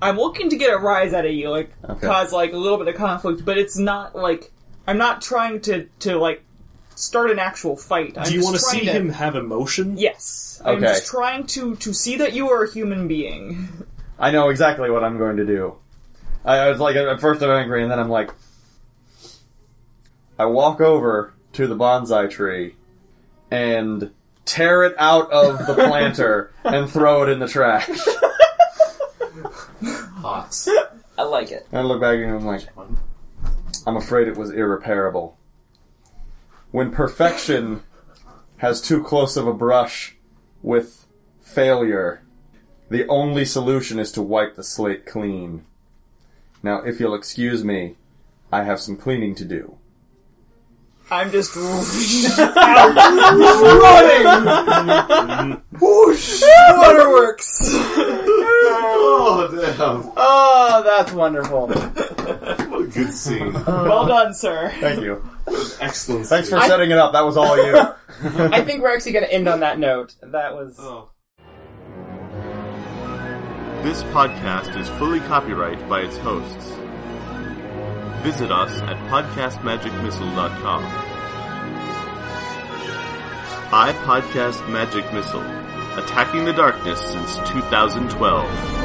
I'm looking to get a rise out of you, like Okay. cause like a little bit of conflict, but it's not like I'm not trying to to like start an actual fight. I'm Do you just want to trying see him have emotion? Yes, I'm Okay. just trying to to see that you are a human being. I know exactly what I'm going to do. I, I was like, at first I'm angry, and then I'm like, I walk over to the bonsai tree and tear it out of the planter and throw it in the trash. Hot. I like it. And I look back and I'm like, I'm afraid it was irreparable. When perfection has too close of a brush with failure, the only solution is to wipe the slate clean. Now, if you'll excuse me, I have some cleaning to do. I'm just waterworks. Oh, Oh, that's wonderful. damn. What a good scene. well done, sir. Thank you. Excellent Thanks for scene. setting it up. That was all you. I think we're actually going to end on that note. That was. Oh. This podcast is fully copyrighted by its hosts. Visit us at podcastmagicmissile.com. I Podcast Magic Missile, attacking the darkness since 2012.